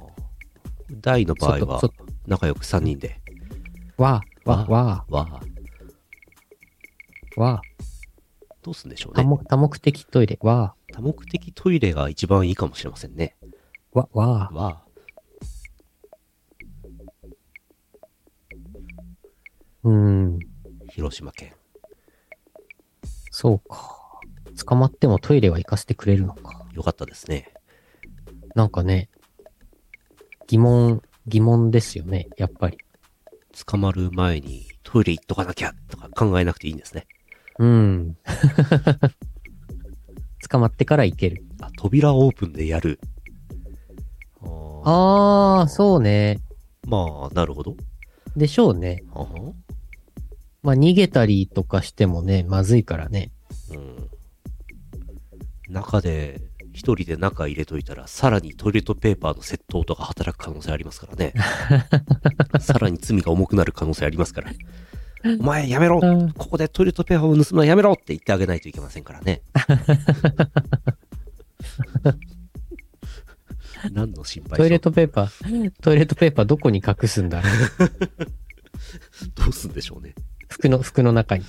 Speaker 2: 大の場合は
Speaker 1: そそ
Speaker 2: 仲良く3人で。
Speaker 1: わあ、わあ、わ
Speaker 2: わあ。
Speaker 1: あ、わ
Speaker 2: どうすんでしょ
Speaker 1: あ、
Speaker 2: う
Speaker 1: 多
Speaker 2: ね。
Speaker 1: 目多目的トイレ、わ
Speaker 2: 多目的トイレが一番いいかもしれませんね。
Speaker 1: あ、わ、わあ。
Speaker 2: わあ。
Speaker 1: うーん、
Speaker 2: 広島県。
Speaker 1: そうか。捕まってもトイレは行かせてくれるのか。
Speaker 2: よかったですね。
Speaker 1: なんかね、疑問、疑問ですよね、やっぱり。
Speaker 2: 捕まる前にトイレ行っとかなきゃとか考えなくていいんですね。
Speaker 1: うん。 捕まってから行ける。
Speaker 2: あ、扉オープンでやる。あー
Speaker 1: ああ、そうね。
Speaker 2: まあ、なるほど。
Speaker 1: でしょうね。
Speaker 2: あは
Speaker 1: まあ、逃げたりとかしてもね、まずいからね。
Speaker 2: うん。中で、一人で中入れといたら、さらにトイレットペーパーの窃盗とか働く可能性ありますか らね。さらに罪が重くなる可能性ありますから。お前やめろ
Speaker 1: うん
Speaker 2: ここでトイレットペーパーを盗むのはやめろって言ってあげないといけませんか らね。何の心配
Speaker 1: トイレッ
Speaker 2: ト
Speaker 1: トペーパー、トイレットペーパーどこに隠すんだろ う
Speaker 2: どうすんでしょうね。
Speaker 1: 服の、服の中に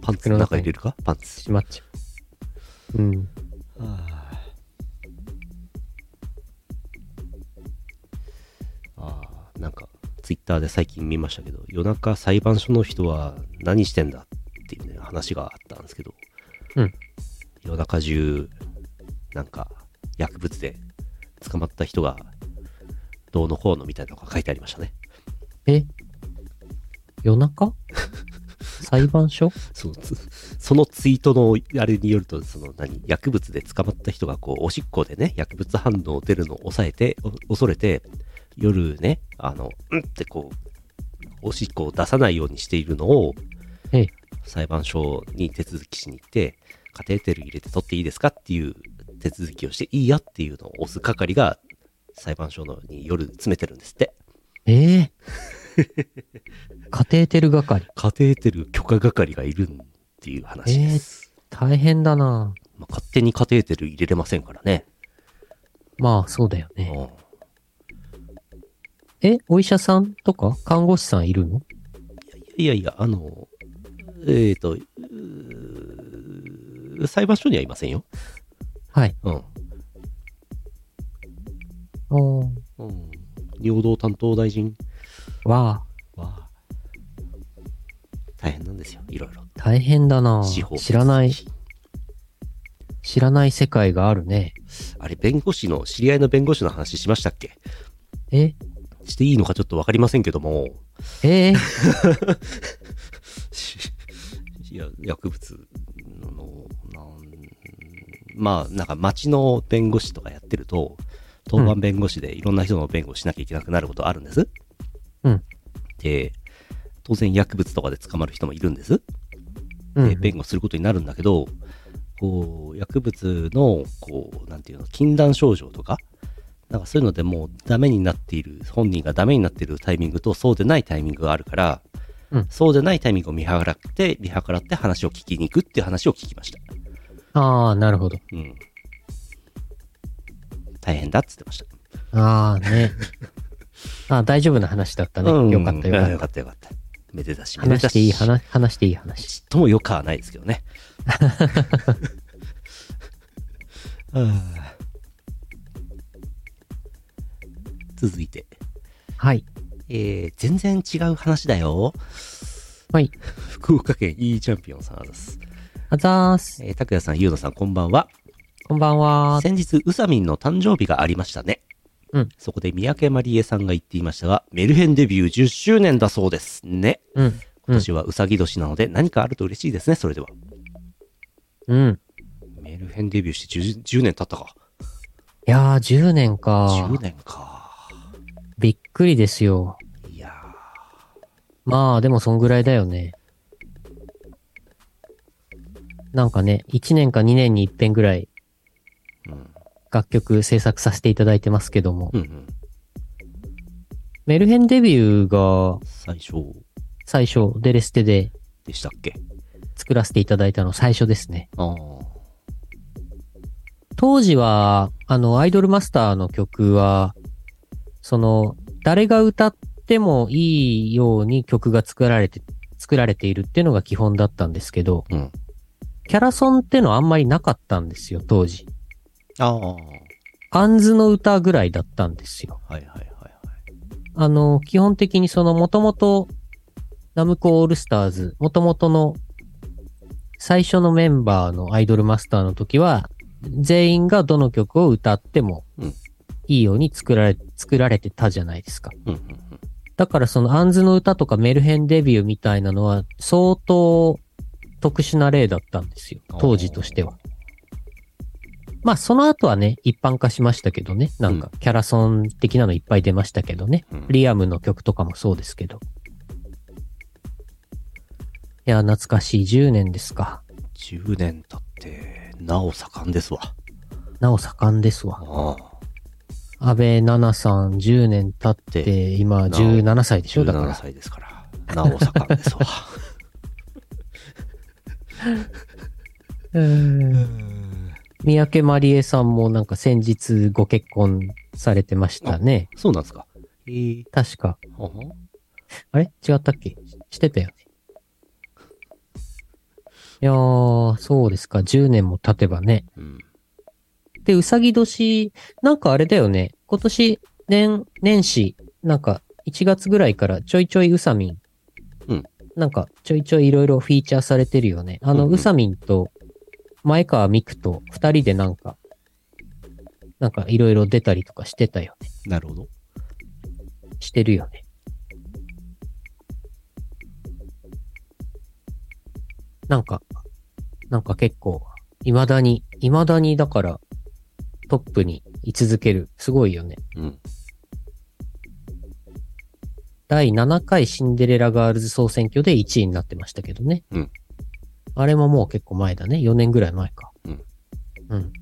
Speaker 2: パンツの中入れるかパンツ。
Speaker 1: しまっちゃう。うん。
Speaker 2: ああーなんかツイッターで最近見ましたけど夜中裁判所の人は何してんだっていう、ね、話があったんですけど、
Speaker 1: うん
Speaker 2: 夜中中なんか薬物で捕まった人がどうのこうのみたいなのが書いてありましたね
Speaker 1: え夜 中裁判所
Speaker 2: そのつそのツイートのあれによると、その何、薬物で捕まった人がこう、おしっこでね、薬物反応出るのを抑えて、お恐れて、夜ね、あの、うんってこう、おしっこを出さないようにしているのを
Speaker 1: ええ、
Speaker 2: 裁判所に手続きしに行って、カテーテル入れて取っていいですかっていう手続きをしていいやっていうのを押す係が、裁判所のに夜詰めてるんですって。
Speaker 1: ええ カテーテル係。
Speaker 2: カテーテル許可係がいるっていう話です。
Speaker 1: 大変だな
Speaker 2: まあ、勝手にカテーテル入れれませんからね。
Speaker 1: まあ、そうだよね。
Speaker 2: うん
Speaker 1: え、お医者さんとか看護師さんいるの
Speaker 2: いやいや、あの、えっ、と、うー裁判所にはいませんよ。
Speaker 1: はい。
Speaker 2: うん。
Speaker 1: あー
Speaker 2: うん、尿道担当大臣
Speaker 1: わあ、
Speaker 2: は、大変なんですよ、いろいろ。
Speaker 1: 大変だな
Speaker 2: 司法
Speaker 1: 知らない、知らない世界があるね。
Speaker 2: あれ、弁護士の、知り合いの弁護士の話しましたっけ
Speaker 1: え、
Speaker 2: していいのかちょっとわかりませんけども、
Speaker 1: え え
Speaker 2: し いや、薬物の、なん、まあ、なんか町の弁護士とかやってると、当番弁護士でいろんな人の弁護をしなきゃいけなくなることあるんです。
Speaker 1: うん。
Speaker 2: で、当然薬物とかで捕まる人もいるんです。
Speaker 1: う
Speaker 2: で
Speaker 1: ん。
Speaker 2: 弁護することになるんだけど、こう、薬物の、こう、なんていうの、禁断症状とか、なんかそういうのでもうダメになっている、本人がダメになっているタイミングとそうでないタイミングがあるから、
Speaker 1: うん
Speaker 2: そうでないタイミングを見計らって、見計らって話を聞きに行くっていう話を聞きました。
Speaker 1: ああ、なるほど。
Speaker 2: うん。大変だっつってました。
Speaker 1: ああ、 ね。ああ、大丈夫な話だったね。
Speaker 2: うん
Speaker 1: よかったよか
Speaker 2: うんよ
Speaker 1: った。
Speaker 2: かったよかった。めでたし、めで
Speaker 1: 話
Speaker 2: た
Speaker 1: していい話、話していい話。
Speaker 2: ちっともよくはないですけどね。 はあ続いて、
Speaker 1: はい。
Speaker 2: えー全然違う話だよ。
Speaker 1: はい。
Speaker 2: 福岡県 E チャンピオンさんあざす。
Speaker 1: あざーす。
Speaker 2: えー、拓也さん、ゆうのさん、こんばんは。
Speaker 1: こんばんは。
Speaker 2: 先日、うさみんの誕生日がありましたね。
Speaker 1: うん
Speaker 2: そこで、三宅まりえさんが言っていましたが、メルヘンデビュー10周年だそうです。ね。
Speaker 1: うん。
Speaker 2: 今年はうさぎ年なので、何かあると嬉しいですね、それでは。
Speaker 1: うん。
Speaker 2: メルヘンデビューして 10, 10年経ったか。
Speaker 1: いやー、10年か。
Speaker 2: 10年か。
Speaker 1: びっくりですよ。
Speaker 2: いや
Speaker 1: まあ、でもそんぐらいだよね。なんかね、1年か2年に一遍ぐらい
Speaker 2: ーうん。
Speaker 1: 楽曲制作させていただいてますけども、
Speaker 2: うんうん。
Speaker 1: メルヘンデビューが
Speaker 2: 最初
Speaker 1: 最初、デレステで
Speaker 2: でしたっけ
Speaker 1: 作らせていただいたの最初ですね。
Speaker 2: ああ。
Speaker 1: 当時は、あの、アイドルマスターの曲は、その、誰が歌ってもいいように曲が作られて、作られているっていうのが基本だったんですけど、
Speaker 2: うん。
Speaker 1: キャラソンってのはあんまりなかったんですよ、当時。
Speaker 2: ああ。は
Speaker 1: アンズの歌ぐらいだったんですよ。
Speaker 2: いはいはいはい。
Speaker 1: あの、基本的にその元々、ナムコオールスターズ、元々の最初のメンバーのアイドルマスターの時は、全員がどの曲を歌っても
Speaker 2: うん
Speaker 1: いいように作られ、作られてたじゃないですか。
Speaker 2: うんうん
Speaker 1: だからそのアンズの歌とかメルヘンデビューみたいなのは相当特殊な例だったんですよ
Speaker 2: うん。。
Speaker 1: 当時としては。。まあその後はね、一般化しましたけどね。なんかキャラソン的なのいっぱい出ましたけどね。
Speaker 2: うん、
Speaker 1: リアムの曲とかもそうですけど。いや、懐かしい10年ですか。
Speaker 2: 10年経って、なお盛んですわ。
Speaker 1: なお盛んですわ。
Speaker 2: ああ。
Speaker 1: 安倍奈々さん10年経って、今17歳でしょだか
Speaker 2: 17
Speaker 1: ら。
Speaker 2: 歳です から。なお盛んですわ。
Speaker 1: 三宅まりえさんもなんか先日ご結婚されてましたね。
Speaker 2: そうなんですか。えー、
Speaker 1: 確か。
Speaker 2: ほほ
Speaker 1: あれ違ったっけしてたよね。いやー、そうですか。10年も経てばね。
Speaker 2: うん。
Speaker 1: で、うさぎ年、なんかあれだよね。今年、年、年始、なんか、1月ぐらいからちょいちょいうさみん。
Speaker 2: うん
Speaker 1: なんか、ちょいちょいいろいろフィーチャーされてるよね。あ
Speaker 2: う
Speaker 1: の、
Speaker 2: んうん
Speaker 1: うさみんと、前川美久と、二人でなんか、なんかいろいろ出たりとかしてたよね。
Speaker 2: なるほど。
Speaker 1: してるよね。なんか、なんか結構、未だに、未だにだから、トップに居続ける。すごいよね。
Speaker 2: うん。
Speaker 1: 第7回シンデレラガールズ総選挙で1位になってましたけどね。
Speaker 2: うん
Speaker 1: あれももう結構前だね。4年ぐらい前か。
Speaker 2: うん。
Speaker 1: うん。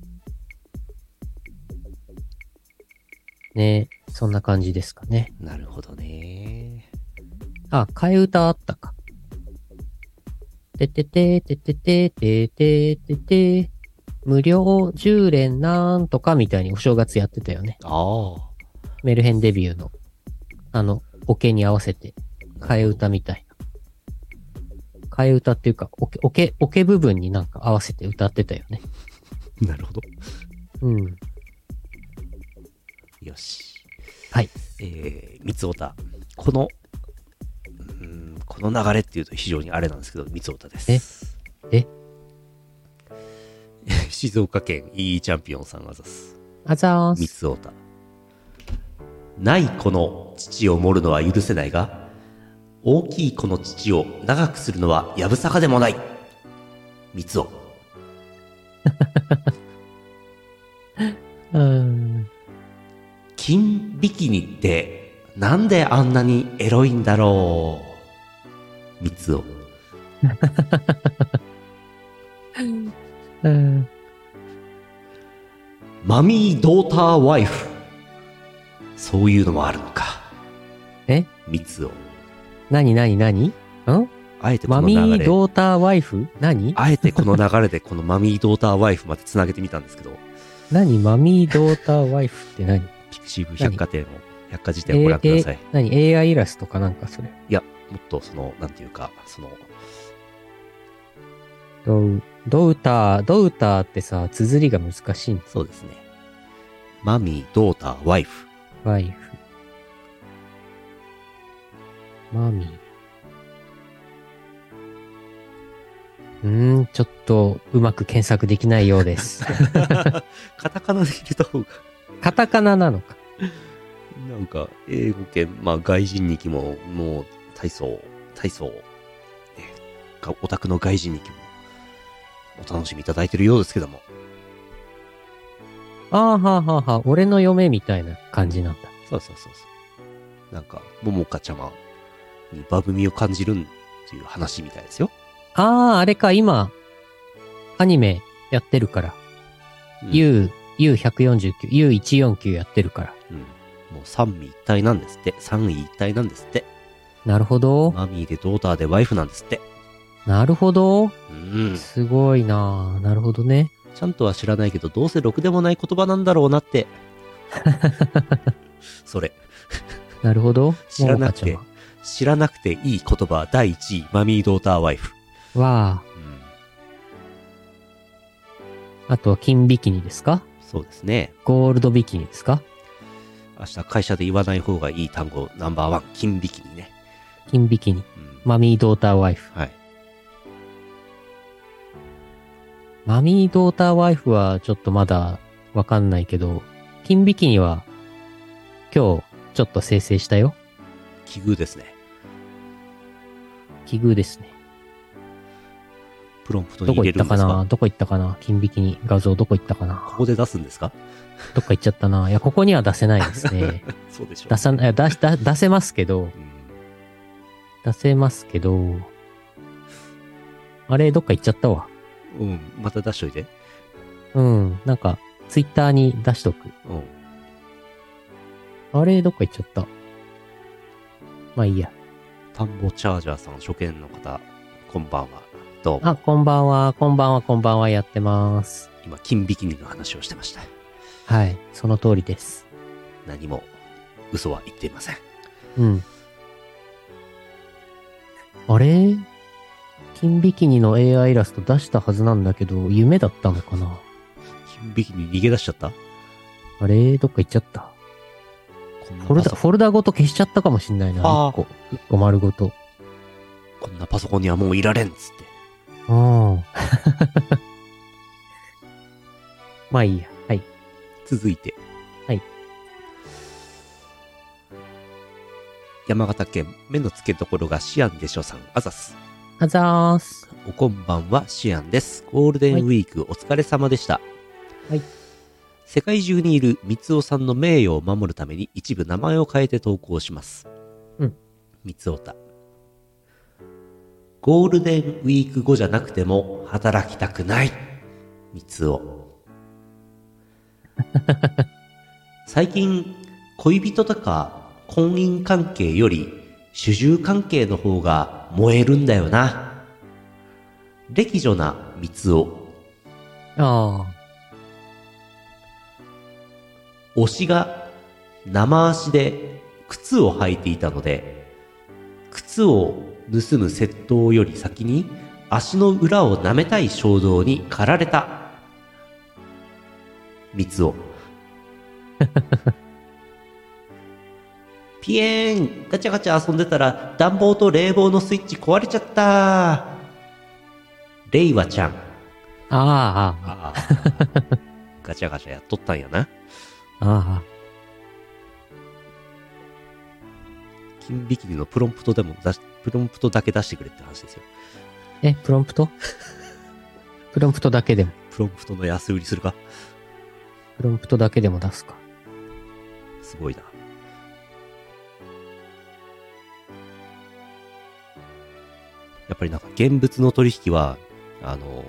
Speaker 1: ねえ、そんな感じですかね。
Speaker 2: なるほどね。
Speaker 1: あ、替え歌あったか。てててててててててて、無料10連なんとかみたいにお正月やってたよね。
Speaker 2: ああ。
Speaker 1: メルヘンデビューの、あの、オケに合わせて、替え歌みたいな。替え歌っていうか、オケ、オケ、オケ部分になんか合わせて歌ってたよね。
Speaker 2: なるほど。
Speaker 1: うん。
Speaker 2: よし。
Speaker 1: はい。
Speaker 2: えー、三つおた。この、うーん、この流れっていうと非常にあれなんですけど、三つおたです。
Speaker 1: ええ
Speaker 2: 静岡県 E チャンピオンさんあざす。
Speaker 1: あざー
Speaker 2: 三
Speaker 1: す。
Speaker 2: つおた。ない子の父を盛るのは許せないが、大きい子の父を長くするのはやぶさかでもない。三つお。
Speaker 1: うーん。
Speaker 2: 金ビキニってなんであんなにエロいんだろう三つお。
Speaker 1: うーん。
Speaker 2: マミー・ドーター・ワイフ。そういうのもあるのか。
Speaker 1: え
Speaker 2: 三つお。
Speaker 1: なになになにん
Speaker 2: あえてこ
Speaker 1: マ
Speaker 2: の
Speaker 1: ミ
Speaker 2: 流
Speaker 1: ー
Speaker 2: れ、
Speaker 1: ドーターワイフ何
Speaker 2: あえてこの流れでこのマミードーターワイフまでつなげてみたんですけど、
Speaker 1: 何マミードーターワイフって何
Speaker 2: ピクシブ百貨店の百科事典をご覧ください。
Speaker 1: 何 ?AI イラストかなんかそれ。
Speaker 2: いや、もっとその、なんていうか、その、
Speaker 1: ドウ、ドウター、ドウターってさ、綴りが難しいんです。
Speaker 2: そうですね。マミー、ドーター、ワイフ。
Speaker 1: ワイフ。マミー。うーん、ちょっとうまく検索できないようです。
Speaker 2: カタカナで入れた方が、
Speaker 1: カタカナなのか。
Speaker 2: なんか、英語圏、まあ外人に気も、もう、体操、体操、ね、がオタクの外人に気も、お楽しみいただいてるようですけども。
Speaker 1: ああ、はあはあはあ、俺の嫁みたいな感じなんだ。
Speaker 2: そうそうそうそう。なんか、ももかちゃまにバブみを感じるんという話みたいですよ。
Speaker 1: ああ、あれか、今、アニメやってるから。
Speaker 2: うん、
Speaker 1: U、U149、U149 やってるから。
Speaker 2: うん。もう三位一体なんですって。三位一体なんですって。
Speaker 1: なるほど。
Speaker 2: マミーでドーターでワイフなんですって。
Speaker 1: なるほど。
Speaker 2: うん。
Speaker 1: すごいなあなるほどね。
Speaker 2: ちゃんとは知らないけど、どうせろくでもない言葉なんだろうな って。それ。
Speaker 1: なるほど。
Speaker 2: 知らなくて
Speaker 1: ももかち
Speaker 2: 知らなくていい言葉第1位、マミードーターワイ
Speaker 1: ゃ
Speaker 2: フ。
Speaker 1: んはわ
Speaker 2: うん。
Speaker 1: あ。あとは金ビキニですか
Speaker 2: そうですね。
Speaker 1: ゴールドビキニですか
Speaker 2: 明日会社で言わない方がいい単語ナンバーワン、金ビキニね。
Speaker 1: 金ビキニ。
Speaker 2: うん。
Speaker 1: マミードーターワイフ。
Speaker 2: はい。
Speaker 1: マミードーターワイフはちょっとまだわかんないけど、金ビキニは今日ちょっと生成したよ。
Speaker 2: 奇遇ですね。
Speaker 1: 奇遇ですね。
Speaker 2: プロンプトに
Speaker 1: どこ
Speaker 2: 入れ
Speaker 1: 行っ
Speaker 2: る
Speaker 1: た
Speaker 2: ん
Speaker 1: か
Speaker 2: ですか
Speaker 1: などこ行ったかな金ビキニ。画像どこ行ったか
Speaker 2: こ
Speaker 1: な
Speaker 2: こで出すんですか
Speaker 1: どっか行っちゃったな。いや、ここには出せないですね。
Speaker 2: そうでしょ
Speaker 1: 出さないや、出し、出出せますけど、
Speaker 2: うん
Speaker 1: 出せますけど、あれ、どっか行っちゃったわ。
Speaker 2: うん。また出しといて。
Speaker 1: うん。なんか、ツイッターに出しとく。
Speaker 2: うん。
Speaker 1: あれ、どっか行っちゃった。まあいいや。
Speaker 2: 田んぼチャージャーさん、初見の方、こんばんは。どうも。
Speaker 1: あ、こんばんは、こんばんは、こんばんは、やってます。
Speaker 2: 今、金ビキニの話をしてました。
Speaker 1: はい。その通りです。
Speaker 2: 何も、嘘は言っていません。
Speaker 1: うん。あれ金ビキニの AI イラスト出したはずなんだけど、夢だったのかな
Speaker 2: 金ビキニ逃げ出しちゃった
Speaker 1: あれどっか行っちゃった。
Speaker 2: こんな
Speaker 1: フォル
Speaker 2: パ
Speaker 1: ダ、
Speaker 2: ソ
Speaker 1: フォルダごと消しちゃったかもしんないな。
Speaker 2: あ
Speaker 1: 1
Speaker 2: ー
Speaker 1: 個。1個丸ごと。
Speaker 2: こんなパソコンにはもういられんっつって。
Speaker 1: うん。 まあいいや。はい。
Speaker 2: 続いて。
Speaker 1: はい。
Speaker 2: 山形県、目の付けどころがシアンでしょさん、あざっす。
Speaker 1: あざーす。
Speaker 2: おこんばんは、シアンです。ゴールデンウィーク、お疲れ様でした。
Speaker 1: はい。
Speaker 2: 世界中にいる三尾さんの名誉を守るために一部名前を変えて投稿します。
Speaker 1: うん。
Speaker 2: 三尾田。ゴールデンウィーク後じゃなくても働きたくない。三尾。 最近、恋人とか婚姻関係より主従関係の方が燃えるんだよな。歴女な三尾。
Speaker 1: あ
Speaker 2: 推しが生足で靴を履いていたので、靴を盗む窃盗より先に足の裏を舐めたい衝動に駆られた。三つ を。ピエーンガチャガチャ遊んでたら暖房と冷房のスイッチ壊れちゃった。レイワちゃん。
Speaker 1: あ。ああ。
Speaker 2: ああ。 ガチャガチャやっとったんやな。
Speaker 1: ああ。
Speaker 2: 金ビキニのプロンプトでも出し、プロンプトだけ出してくれって話ですよ。
Speaker 1: え、プロンプト プロンプトだけでも。
Speaker 2: プロンプトの安売りするか
Speaker 1: プロンプトだけでも出すか。
Speaker 2: すごいな。やっぱりなんか現物の取引は、あの、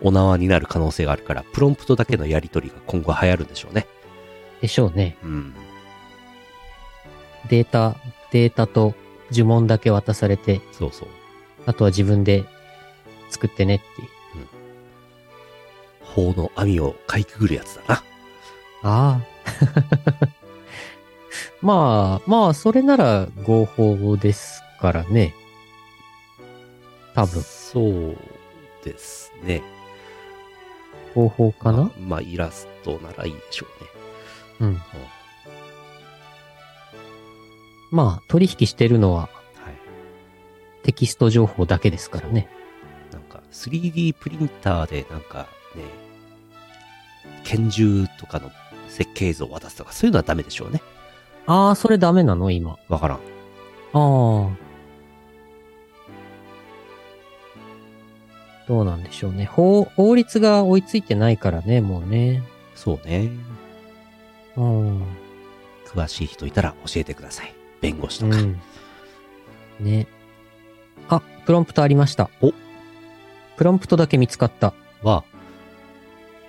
Speaker 2: お縄になる可能性があるから、プロンプトだけのやり取りが今後流行るんでしょうね。
Speaker 1: でしょうね。
Speaker 2: うん。
Speaker 1: データ、データと呪文だけ渡されて、
Speaker 2: そうそう。
Speaker 1: あとは自分で作ってねっていう。
Speaker 2: 法の網をかいくぐるやつだな。
Speaker 1: ああ。 まあ、まあ、それなら合法ですからね。多分、
Speaker 2: そうですね。
Speaker 1: 合法かな
Speaker 2: まあ、まあイラストならいいでしょうね。
Speaker 1: うん。まあ、取引してるのは
Speaker 2: はい。
Speaker 1: テキスト情報だけですからね。
Speaker 2: なんか 3D プリンターでなんかね、拳銃とかの設計図を渡すとかそういうのはダメでしょうね。
Speaker 1: ああ、それダメなの今。
Speaker 2: わからん。
Speaker 1: ああ。どうなんでしょうね。法、法律が追いついてないからね、もうね。
Speaker 2: そうね。
Speaker 1: うん。
Speaker 2: 詳しい人いたら教えてください。弁護士
Speaker 1: う
Speaker 2: と か。
Speaker 1: ん。ね。あ、プロンプトありました。
Speaker 2: お
Speaker 1: プロンプトだけ見つかった。
Speaker 2: は、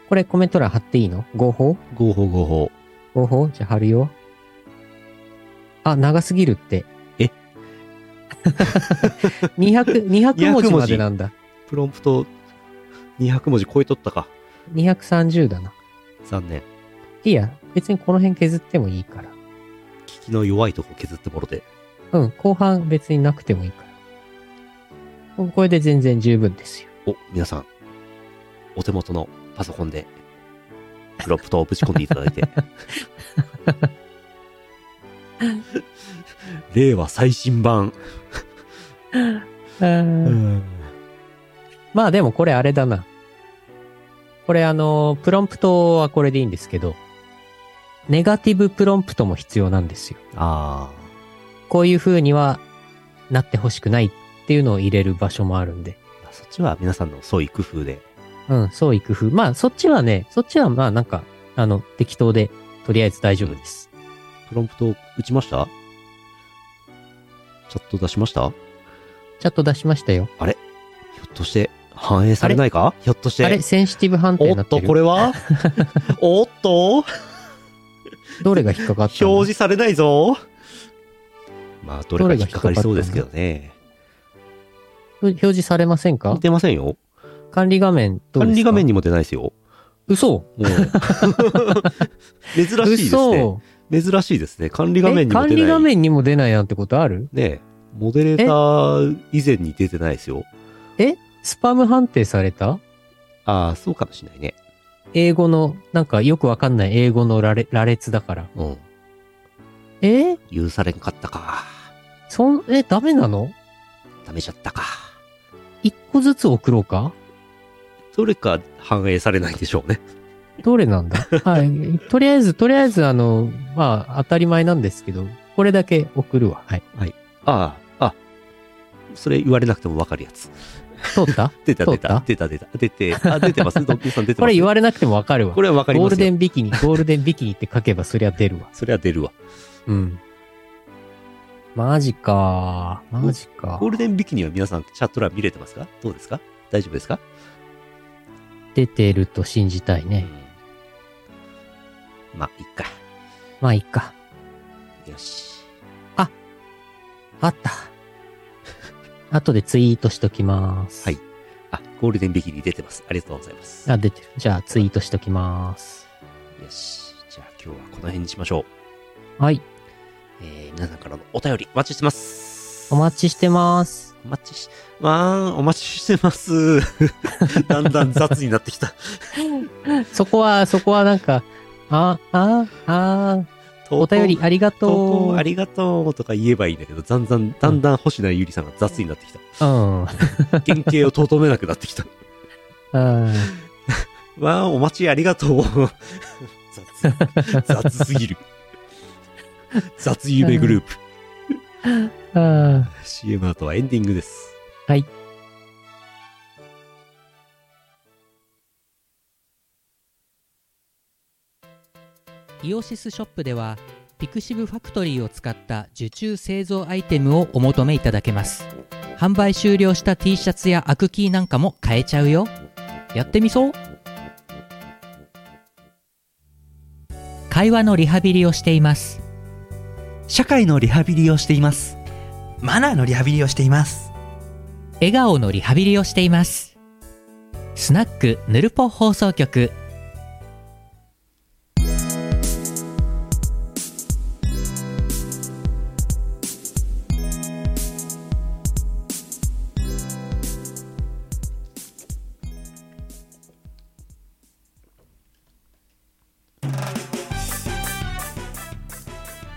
Speaker 1: これコメント欄貼っていいの合法
Speaker 2: 合法合法。
Speaker 1: 合法じゃあ貼るよ。あ、長すぎるって。
Speaker 2: え
Speaker 1: 200, ?200 文字までなんだ。
Speaker 2: プロンプト200文字超えとったか。
Speaker 1: 230だな。
Speaker 2: 残念。
Speaker 1: いいや、別にこの辺削ってもいいから。
Speaker 2: 聞きの弱いとこ削ってもろて。
Speaker 1: うん、後半別になくてもいいから。うんこれで全然十分ですよ。
Speaker 2: お、皆さん、お手元のパソコンで、プロンプトをぶち込んでいただい て。令和最新版。
Speaker 1: まあでもこれあれだな。これあの、プロンプトはこれでいいんですけど、ネガティブプロンプトも必要なんですよ。
Speaker 2: あ
Speaker 1: こういう風にはなってほしくないっていうのを入れる場所もあるんで。
Speaker 2: あ。そっちは皆さんの創意工夫で。
Speaker 1: うん、そういう工夫。まあそっちはね、そっちはまあなんか、あの、適当で、とりあえず大丈夫です。
Speaker 2: プロンプト打ちましたチャット出しましたひ
Speaker 1: チャット出しましたよ。
Speaker 2: ょっとして、反映されないかひょっとして。
Speaker 1: あれセンシティブ判定
Speaker 2: お
Speaker 1: にな
Speaker 2: っ
Speaker 1: って
Speaker 2: と、
Speaker 1: る。
Speaker 2: こ れはおっと
Speaker 1: どれが引っかかったの
Speaker 2: 表示されないぞまあ、どれ
Speaker 1: ど
Speaker 2: か
Speaker 1: れが
Speaker 2: 引っかかりそうですけどね。
Speaker 1: 表示されませんか
Speaker 2: 出ませんよ。
Speaker 1: 管理画面どうですか
Speaker 2: 管理画面
Speaker 1: に。
Speaker 2: にも出ないですよ。
Speaker 1: 嘘
Speaker 2: もう 珍しいですね。
Speaker 1: 嘘
Speaker 2: 珍しいですね。管理画
Speaker 1: え
Speaker 2: 面にも
Speaker 1: 管
Speaker 2: 出ない。
Speaker 1: 理画面にも出ないなんてことある
Speaker 2: ねえモデレーター以前に出てないですよ。
Speaker 1: えスパム判定された
Speaker 2: ああ、そうかもしれないね。
Speaker 1: 英語の、なんかよくわかんない英語の羅列羅列だから。
Speaker 2: うん。
Speaker 1: え
Speaker 2: 許されんかったか。
Speaker 1: そん、え、ダメなの
Speaker 2: ダメじゃったか。
Speaker 1: 一個ずつ送ろうか
Speaker 2: どれか反映されないでしょうね。
Speaker 1: どれなんだはい。とりあえず、とりあえず、あの、まあ、当たり前なんですけど、これだけ送るわ。はい。
Speaker 2: ああ、あ、それ言われなくてもわかるやつ。
Speaker 1: 通 った
Speaker 2: 出た
Speaker 1: 通
Speaker 2: 出、
Speaker 1: ったた
Speaker 2: 出た出た、出て、あ、出 てます。ドッキーさん出てます。
Speaker 1: これ言われなくてもわかるわ。
Speaker 2: これはわかり
Speaker 1: ゴ
Speaker 2: ま
Speaker 1: ール
Speaker 2: す
Speaker 1: デ
Speaker 2: よ。
Speaker 1: ンビキニ、ゴールデンビキニって書けばそりゃ出るわ。
Speaker 2: それは出るわ。
Speaker 1: うん。マジかマジか
Speaker 2: ゴールデンビキニは皆さんチャット欄見れてますかどうですか大丈夫ですか
Speaker 1: 出てると信じたいね。
Speaker 2: まあ、いっか。
Speaker 1: まあ、いっか。
Speaker 2: よし。
Speaker 1: あ った。後でツイートしときます。
Speaker 2: はい。あ、ゴールデンビキニ出てます。ありがとうございます。よ
Speaker 1: あ、出てる。じゃあ、ツイートしときます。
Speaker 2: し。じゃあ今日はこの辺にしましょう。
Speaker 1: はい。
Speaker 2: えー、皆さんからのお便りお待ちしてます。
Speaker 1: お待ちしてます。
Speaker 2: お待ちし、わーん、お待ちし てます。だんだん雑になってきた。
Speaker 1: そこは、そこはなんか、あ、あ、あ、お便りありが
Speaker 2: 投
Speaker 1: と
Speaker 2: 稿あ
Speaker 1: う。
Speaker 2: りがとうとか言えばいいんだけど、だんだん、だんだん星名ゆりさんが雑になってきた。
Speaker 1: うん。うん。
Speaker 2: 原型をとどめなくなってきた。わあ、お待ちありがとう。雑、 雑すぎる。雑夢グループ。
Speaker 1: うん。
Speaker 2: CM 後はエンディングです。
Speaker 1: はい。イオシスショップではピクシブファクトリーを使った受注製造アイテムをお求めいただけます販売終了した T シャツやアクキーなんかも買えちゃうよやってみそう会話のリハビリをしています
Speaker 7: 社会のリハビリをしていますマナーのリハビリをしています笑顔のリハビリをしていますスナックぬるぽ放送局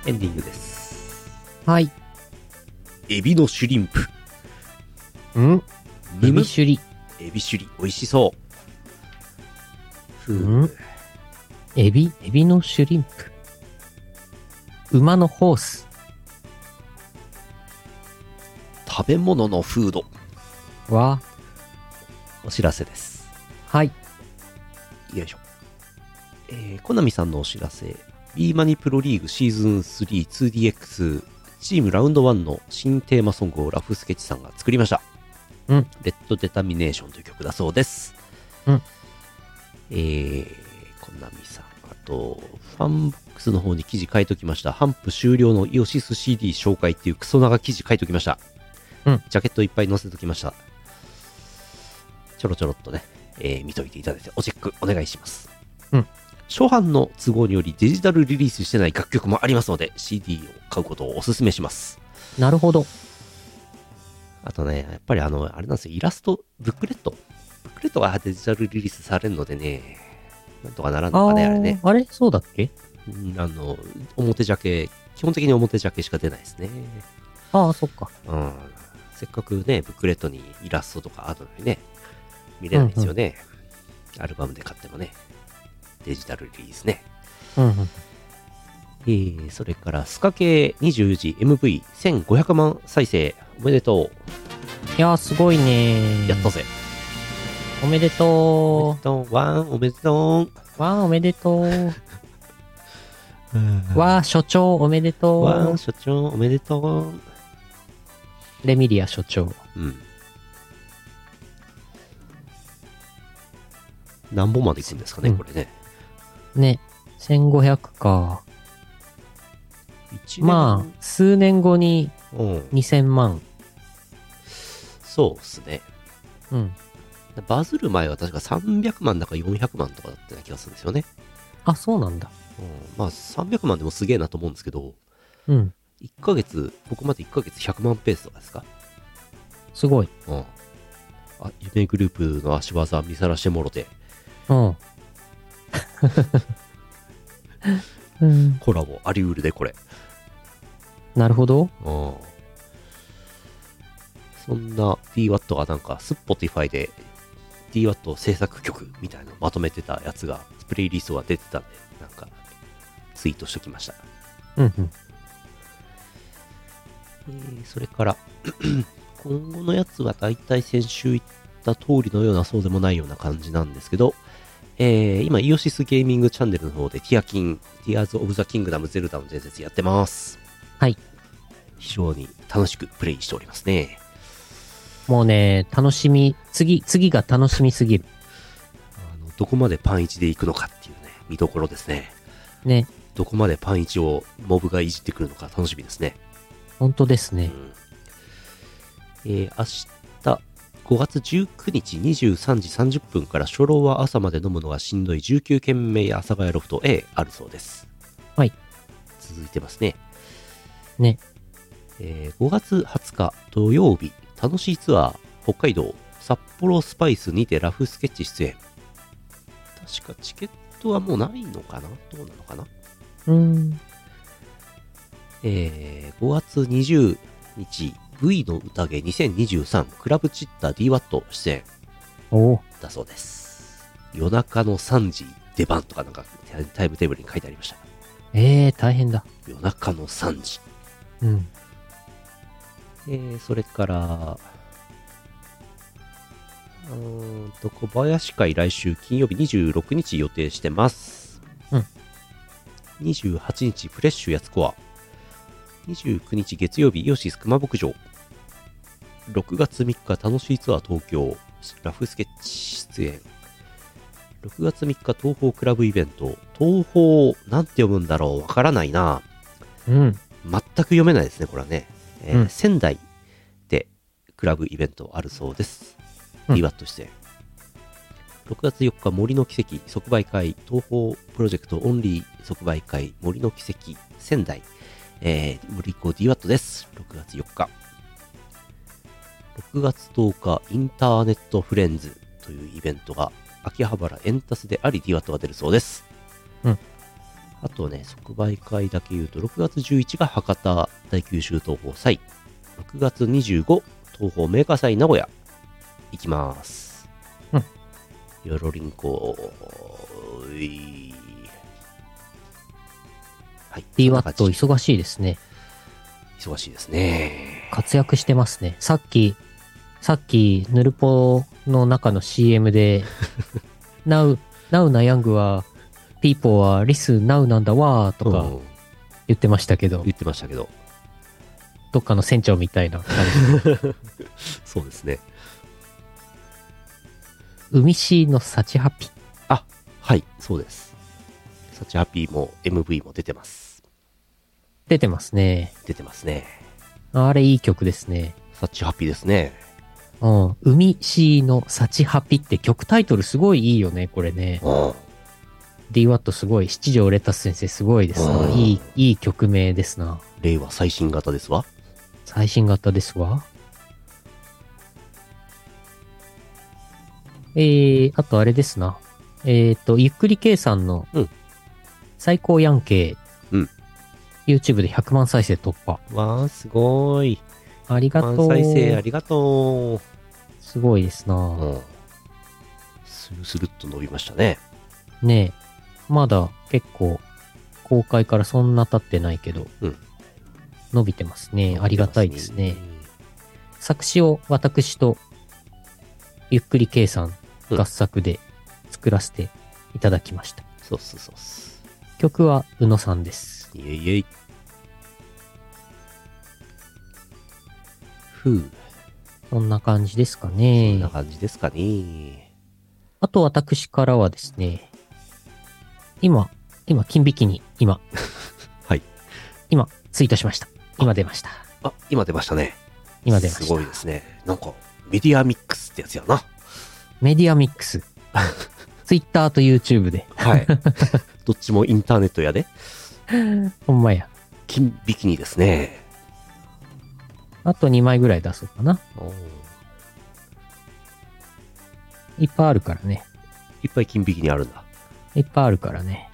Speaker 2: エンディングです。
Speaker 1: はい。
Speaker 2: エビのシュリンプ。
Speaker 4: ん
Speaker 1: エビシュリ。
Speaker 2: エビシュリ、美味しそう。
Speaker 4: ん
Speaker 1: エビ、エビのシュリンプ。馬のホース。
Speaker 2: 食べ物のフード。
Speaker 1: は、
Speaker 2: お知らせです。
Speaker 1: はい。
Speaker 2: よいしょ。えー、コナミさんのお知らせ。B マニプロリーグシーズン 3-2DX チームラウンド1の新テーマソングをラフスケッチさんが作りました。
Speaker 1: うん。
Speaker 2: レッドデタミネーションという曲だそうです。
Speaker 1: うん。
Speaker 2: えー、コナミさん。あと、ファンボックスの方に記事書いときました。ハンプ終了のイオシス CD 紹介っていうクソ長記事書いときました。
Speaker 1: うん。
Speaker 2: ジャケットいっぱい載せときました。ちょろちょろっとね、えー見といていただいて、おチェックお願いします。
Speaker 1: うん。
Speaker 2: 初版の都合によりデジタルリリースしてない楽曲もありますので、CD を買うことをお勧めします。
Speaker 1: なるほど。
Speaker 2: あとね、やっぱりあの、あれなんですよ、イラスト、ブックレット。ブックレットがデジタルリリースされるのでね、なんとかならんのかね、あれね。
Speaker 1: ーあれそうだっけ
Speaker 2: うんあの、表ジャケ、基本的に表ジャケしか出ないですね。
Speaker 1: ああ、そっか。
Speaker 2: うん。せっかくね、ブックレットにイラストとかあるのにね、見れないですよね。アルバムで買ってもね、デジタルリリースね。
Speaker 1: うん、うん。
Speaker 2: えー、それから、スカ系24時 MV1500 万再生、おめでと
Speaker 1: いやー、すごいね
Speaker 2: う。やったぜ。
Speaker 1: おめでと
Speaker 2: おめでとう、ワン、おめでと
Speaker 1: う。わあ、おめでとう。
Speaker 2: う。
Speaker 1: わあ、所長、おめで
Speaker 2: ワ
Speaker 1: と
Speaker 2: ン、所長、おめでとう。
Speaker 1: う。レミリア所長。
Speaker 2: うん。何本までいくんですかね、
Speaker 1: うん
Speaker 2: これね。
Speaker 1: ね、1500か。
Speaker 2: 一年
Speaker 1: まあ、数年後に
Speaker 2: うん、
Speaker 1: 2000万。
Speaker 2: そうっすね。
Speaker 1: うん。
Speaker 2: バズる前は確か300万だか400万とかだったような気がするんですよね。
Speaker 1: あ、そうなんだ。
Speaker 2: うん、まあ300万でもすげえなと思うんですけど、
Speaker 1: うん。
Speaker 2: 1ヶ月、ここまで1ヶ月100万ペースとかですか
Speaker 1: すごい。
Speaker 2: うん。あ、夢グループの足技見さらしてもろて、
Speaker 1: うん。うん、
Speaker 2: コラボありうるでこれ。
Speaker 1: なるほど。
Speaker 2: うん。そんな DWAT がなんか、スポティファイで DWAT 制作曲みたいなのまとめてたやつが、プレイリストが出てたんで、なんか、ツイートしときました。
Speaker 1: うんうん。
Speaker 2: えーそれから、 今後のやつは大体先週言った通りのような、そうでもないような感じなんですけど、えー今、イオシスゲーミングチャンネルの方で、ティアキン、ティアーズ・オブ・ザ・キングダム・ゼルダの伝説やってます。
Speaker 1: はい。
Speaker 2: 非常に楽しくプレイしておりますね。
Speaker 1: もうね、楽しみ、次、次が楽しみすぎる。
Speaker 2: あのどこまでパン1で行くのかっていうね、見どころですね。
Speaker 1: ね、
Speaker 2: どこまでパン1をモブがいじってくるのか楽しみですね。
Speaker 1: 本当ですね。
Speaker 2: うんえー明日5月19日23時30分から初老は朝まで飲むのがしんどい19軒目阿佐ヶ谷ロフト A あるそうです
Speaker 1: はい
Speaker 2: 続いてますね
Speaker 1: ね
Speaker 2: えー5月20日土曜日楽しいツアー北海道札幌スパイスにてラフスケッチ出演確かチケットはもうないのかなどうなのかな
Speaker 1: うん。
Speaker 2: えー5月20日 V の宴2023クラブチッタ DWAT 出演
Speaker 1: おう
Speaker 2: だそうです夜中の3時出番とかなんかタイタイムテーブルに書いてありました
Speaker 1: ええー、大変だ。
Speaker 2: 夜中の3時、
Speaker 1: うん。
Speaker 2: えーそれからうーんと小林会来週金曜日26日予定してます
Speaker 1: うん
Speaker 2: 28日フレッシュやつこわ29日月曜日イオシス熊牧場6月3日楽しいツアー東京ラフスケッチ出演6月3日東宝クラブイベント東宝なんて読むんだろうわからないな
Speaker 1: うん。
Speaker 2: 全く読めないですねこれはね、えー
Speaker 1: うん
Speaker 2: 仙台でクラブイベントあるそうです。
Speaker 1: うん
Speaker 2: リバット出演。6月4日、森の奇跡即売会、東方プロジェクトオンリー即売会、森の奇跡仙台、えー、森子 DWAT です。6月4日。6月10日、インターネットフレンズというイベントが、秋葉原エンタスであり、DWAT が出るそうです。
Speaker 1: うん。
Speaker 2: あとね、即売会だけ言うと、6月11が博多大九州東宝祭、6月25、東宝メーカー祭名古屋、行きます。
Speaker 1: うん。
Speaker 2: よろりんこ、ういはい。
Speaker 1: DWAT
Speaker 2: そんな感じ
Speaker 1: 忙しいですね。
Speaker 2: 忙しいですね。
Speaker 1: 活躍してますね。さっき、さっき、ヌルポの中の CM で、 ナウ、ナウなヤングは、ピーポーはリスナウなんだわーと
Speaker 2: う
Speaker 1: か
Speaker 2: ん
Speaker 1: 言ってましたけど、
Speaker 2: 言ってましたけど、
Speaker 1: どっかの船長みたいな感じ。
Speaker 2: そうですね。
Speaker 1: 海市の幸ハピ。
Speaker 2: はい、そうです。サチハピーも MV も出てます。
Speaker 1: 出てますね。
Speaker 2: 出てますね。
Speaker 1: あれいい曲ですね。
Speaker 2: サチハピーですね。
Speaker 1: うん。海市の幸ハピって曲タイトルすごいいいよね、これね。
Speaker 2: うん。
Speaker 1: DWAT すごい、七条レタス先生すごいですな。
Speaker 2: うん
Speaker 1: いい、いい曲名ですな。
Speaker 2: 令和最新型ですわ。
Speaker 1: 最新型ですわ。えー、あとあれですな。えっ、と、ゆっくり計算の
Speaker 2: うん、
Speaker 1: 最高ヤンケイ、
Speaker 2: うん
Speaker 1: YouTube で100万再生突破。
Speaker 2: わあ、すごい。
Speaker 1: ありがとう。
Speaker 2: 再生ありがと
Speaker 1: すごいです
Speaker 2: う。
Speaker 1: な。
Speaker 2: うん。スルスルっと伸びましたね。
Speaker 1: ねえ、まだ結構、公開からそんな経ってないけど、
Speaker 2: うん
Speaker 1: 伸びてますね。ありがたいですね。作詞を私と、ゆっくり K さん
Speaker 2: うん
Speaker 1: 合作で作らせていただきました。
Speaker 2: そうそうそうっす。
Speaker 1: 曲は宇野さんです。
Speaker 2: いえいえい。ふう、
Speaker 1: そんな感じですか
Speaker 2: こん
Speaker 1: ね
Speaker 2: な。感じですかね。
Speaker 1: あと私からはですね、今、今、金引きに、今、
Speaker 2: はい。
Speaker 1: 今、ツイートしました。今出ました。
Speaker 2: あ、今出ましたね。
Speaker 1: 今出ました。
Speaker 2: すごいですね。なんか、メディアミックスってやつやな。
Speaker 1: メディアミックス。 ツイッターと YouTube で。
Speaker 2: はい。どっちもインターネットやで。
Speaker 1: ほんまや。
Speaker 2: 金ビキニですね。
Speaker 1: あと2枚ぐらい出そうかな。いっぱいあるからね。
Speaker 2: いっぱい金ビキニあるんだ。
Speaker 1: いっぱいあるからね。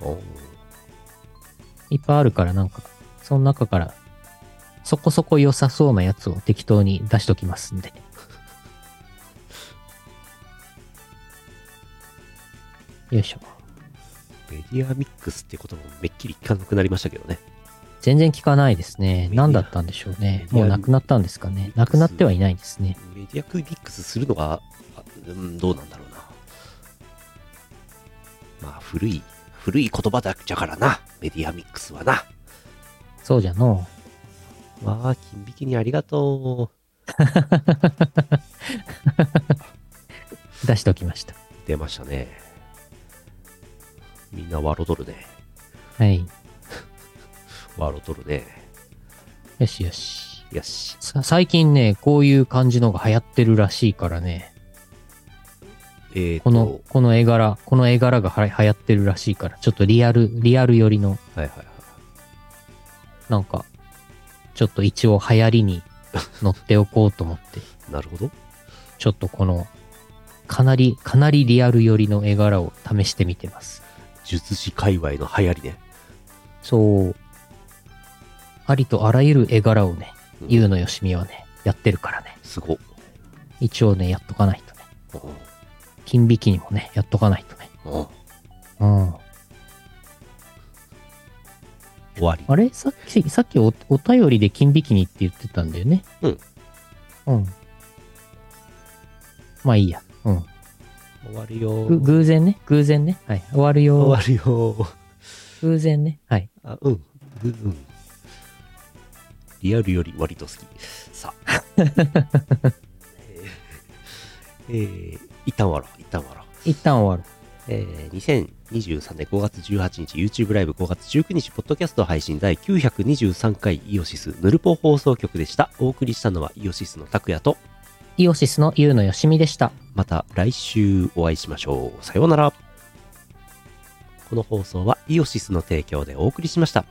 Speaker 1: いっぱいあるからなんか、その中から、そこそこ良さそうなやつを適当に出しときますんで。よいしょ。
Speaker 2: メディアミックスって言葉もめっきり聞かなくなりましたけどね。
Speaker 1: 全然聞かないですね。
Speaker 2: いや
Speaker 1: 何だったんでしょうね。もうなくなったんですかね。なくなってはいないんですね。
Speaker 2: メディアミックスするのが、あうん、どうなんだろうな。まあ、古い、古い言葉だじゃからな。メディアミックスはな。
Speaker 1: そうじゃのう。
Speaker 2: わあ、金ビキニありがと
Speaker 1: 出しときました。
Speaker 2: う。出ましたね。みんな笑うとるね。
Speaker 1: はい。
Speaker 2: 笑うとるね。
Speaker 1: よしよし。
Speaker 2: よし。
Speaker 1: さ最近ね、こういう感じのが流行ってるらしいからね。
Speaker 2: えー、と
Speaker 1: この、この絵柄、この絵柄がは流行ってるらしいから、ちょっとリアル、リアル寄りの、
Speaker 2: はいはいはい。
Speaker 1: なんか、ちょっと一応流行り に乗っておこうと思って、
Speaker 2: なるほど。
Speaker 1: ちょっとこの、かなり、かなりリアル寄りの絵柄を試してみてます。
Speaker 2: 術師界隈の流行りね。
Speaker 1: そう。ありとあらゆる絵柄をね、
Speaker 2: うん
Speaker 1: ゆうのよしみはね、やってるからね。
Speaker 2: すごっ。
Speaker 1: 一応ね、やっとかないとね。
Speaker 2: う
Speaker 1: 金引きにもね、やっとかないとね。
Speaker 2: んうん
Speaker 1: うん。
Speaker 2: 終わり。
Speaker 1: あれさっき、さっきおお便りで金ビキニって言ってたんだよね。
Speaker 2: うん。
Speaker 1: うん。まあいいや。うん。
Speaker 2: 終わるよ
Speaker 1: ぐ偶然ね。偶然ね。はい。終わるよ。
Speaker 2: 終わるよ
Speaker 1: 偶然ね。はい。
Speaker 2: あ、うん。ぐうん。リアルより割と好き。さあ。 えー、一旦終わろう。一旦終わろう。
Speaker 1: 一旦終わる。
Speaker 2: えー、2023年5月18日 YouTube ライブ5月19日ポッドキャスト配信第923回イオシスヌルポ放送局でした。お送りしたのはイオシスの拓也と
Speaker 1: イオシスのゆうのよしみでした。
Speaker 2: また来週お会いしましょう。さようなら。この放送はイオシスの提供でお送りしました。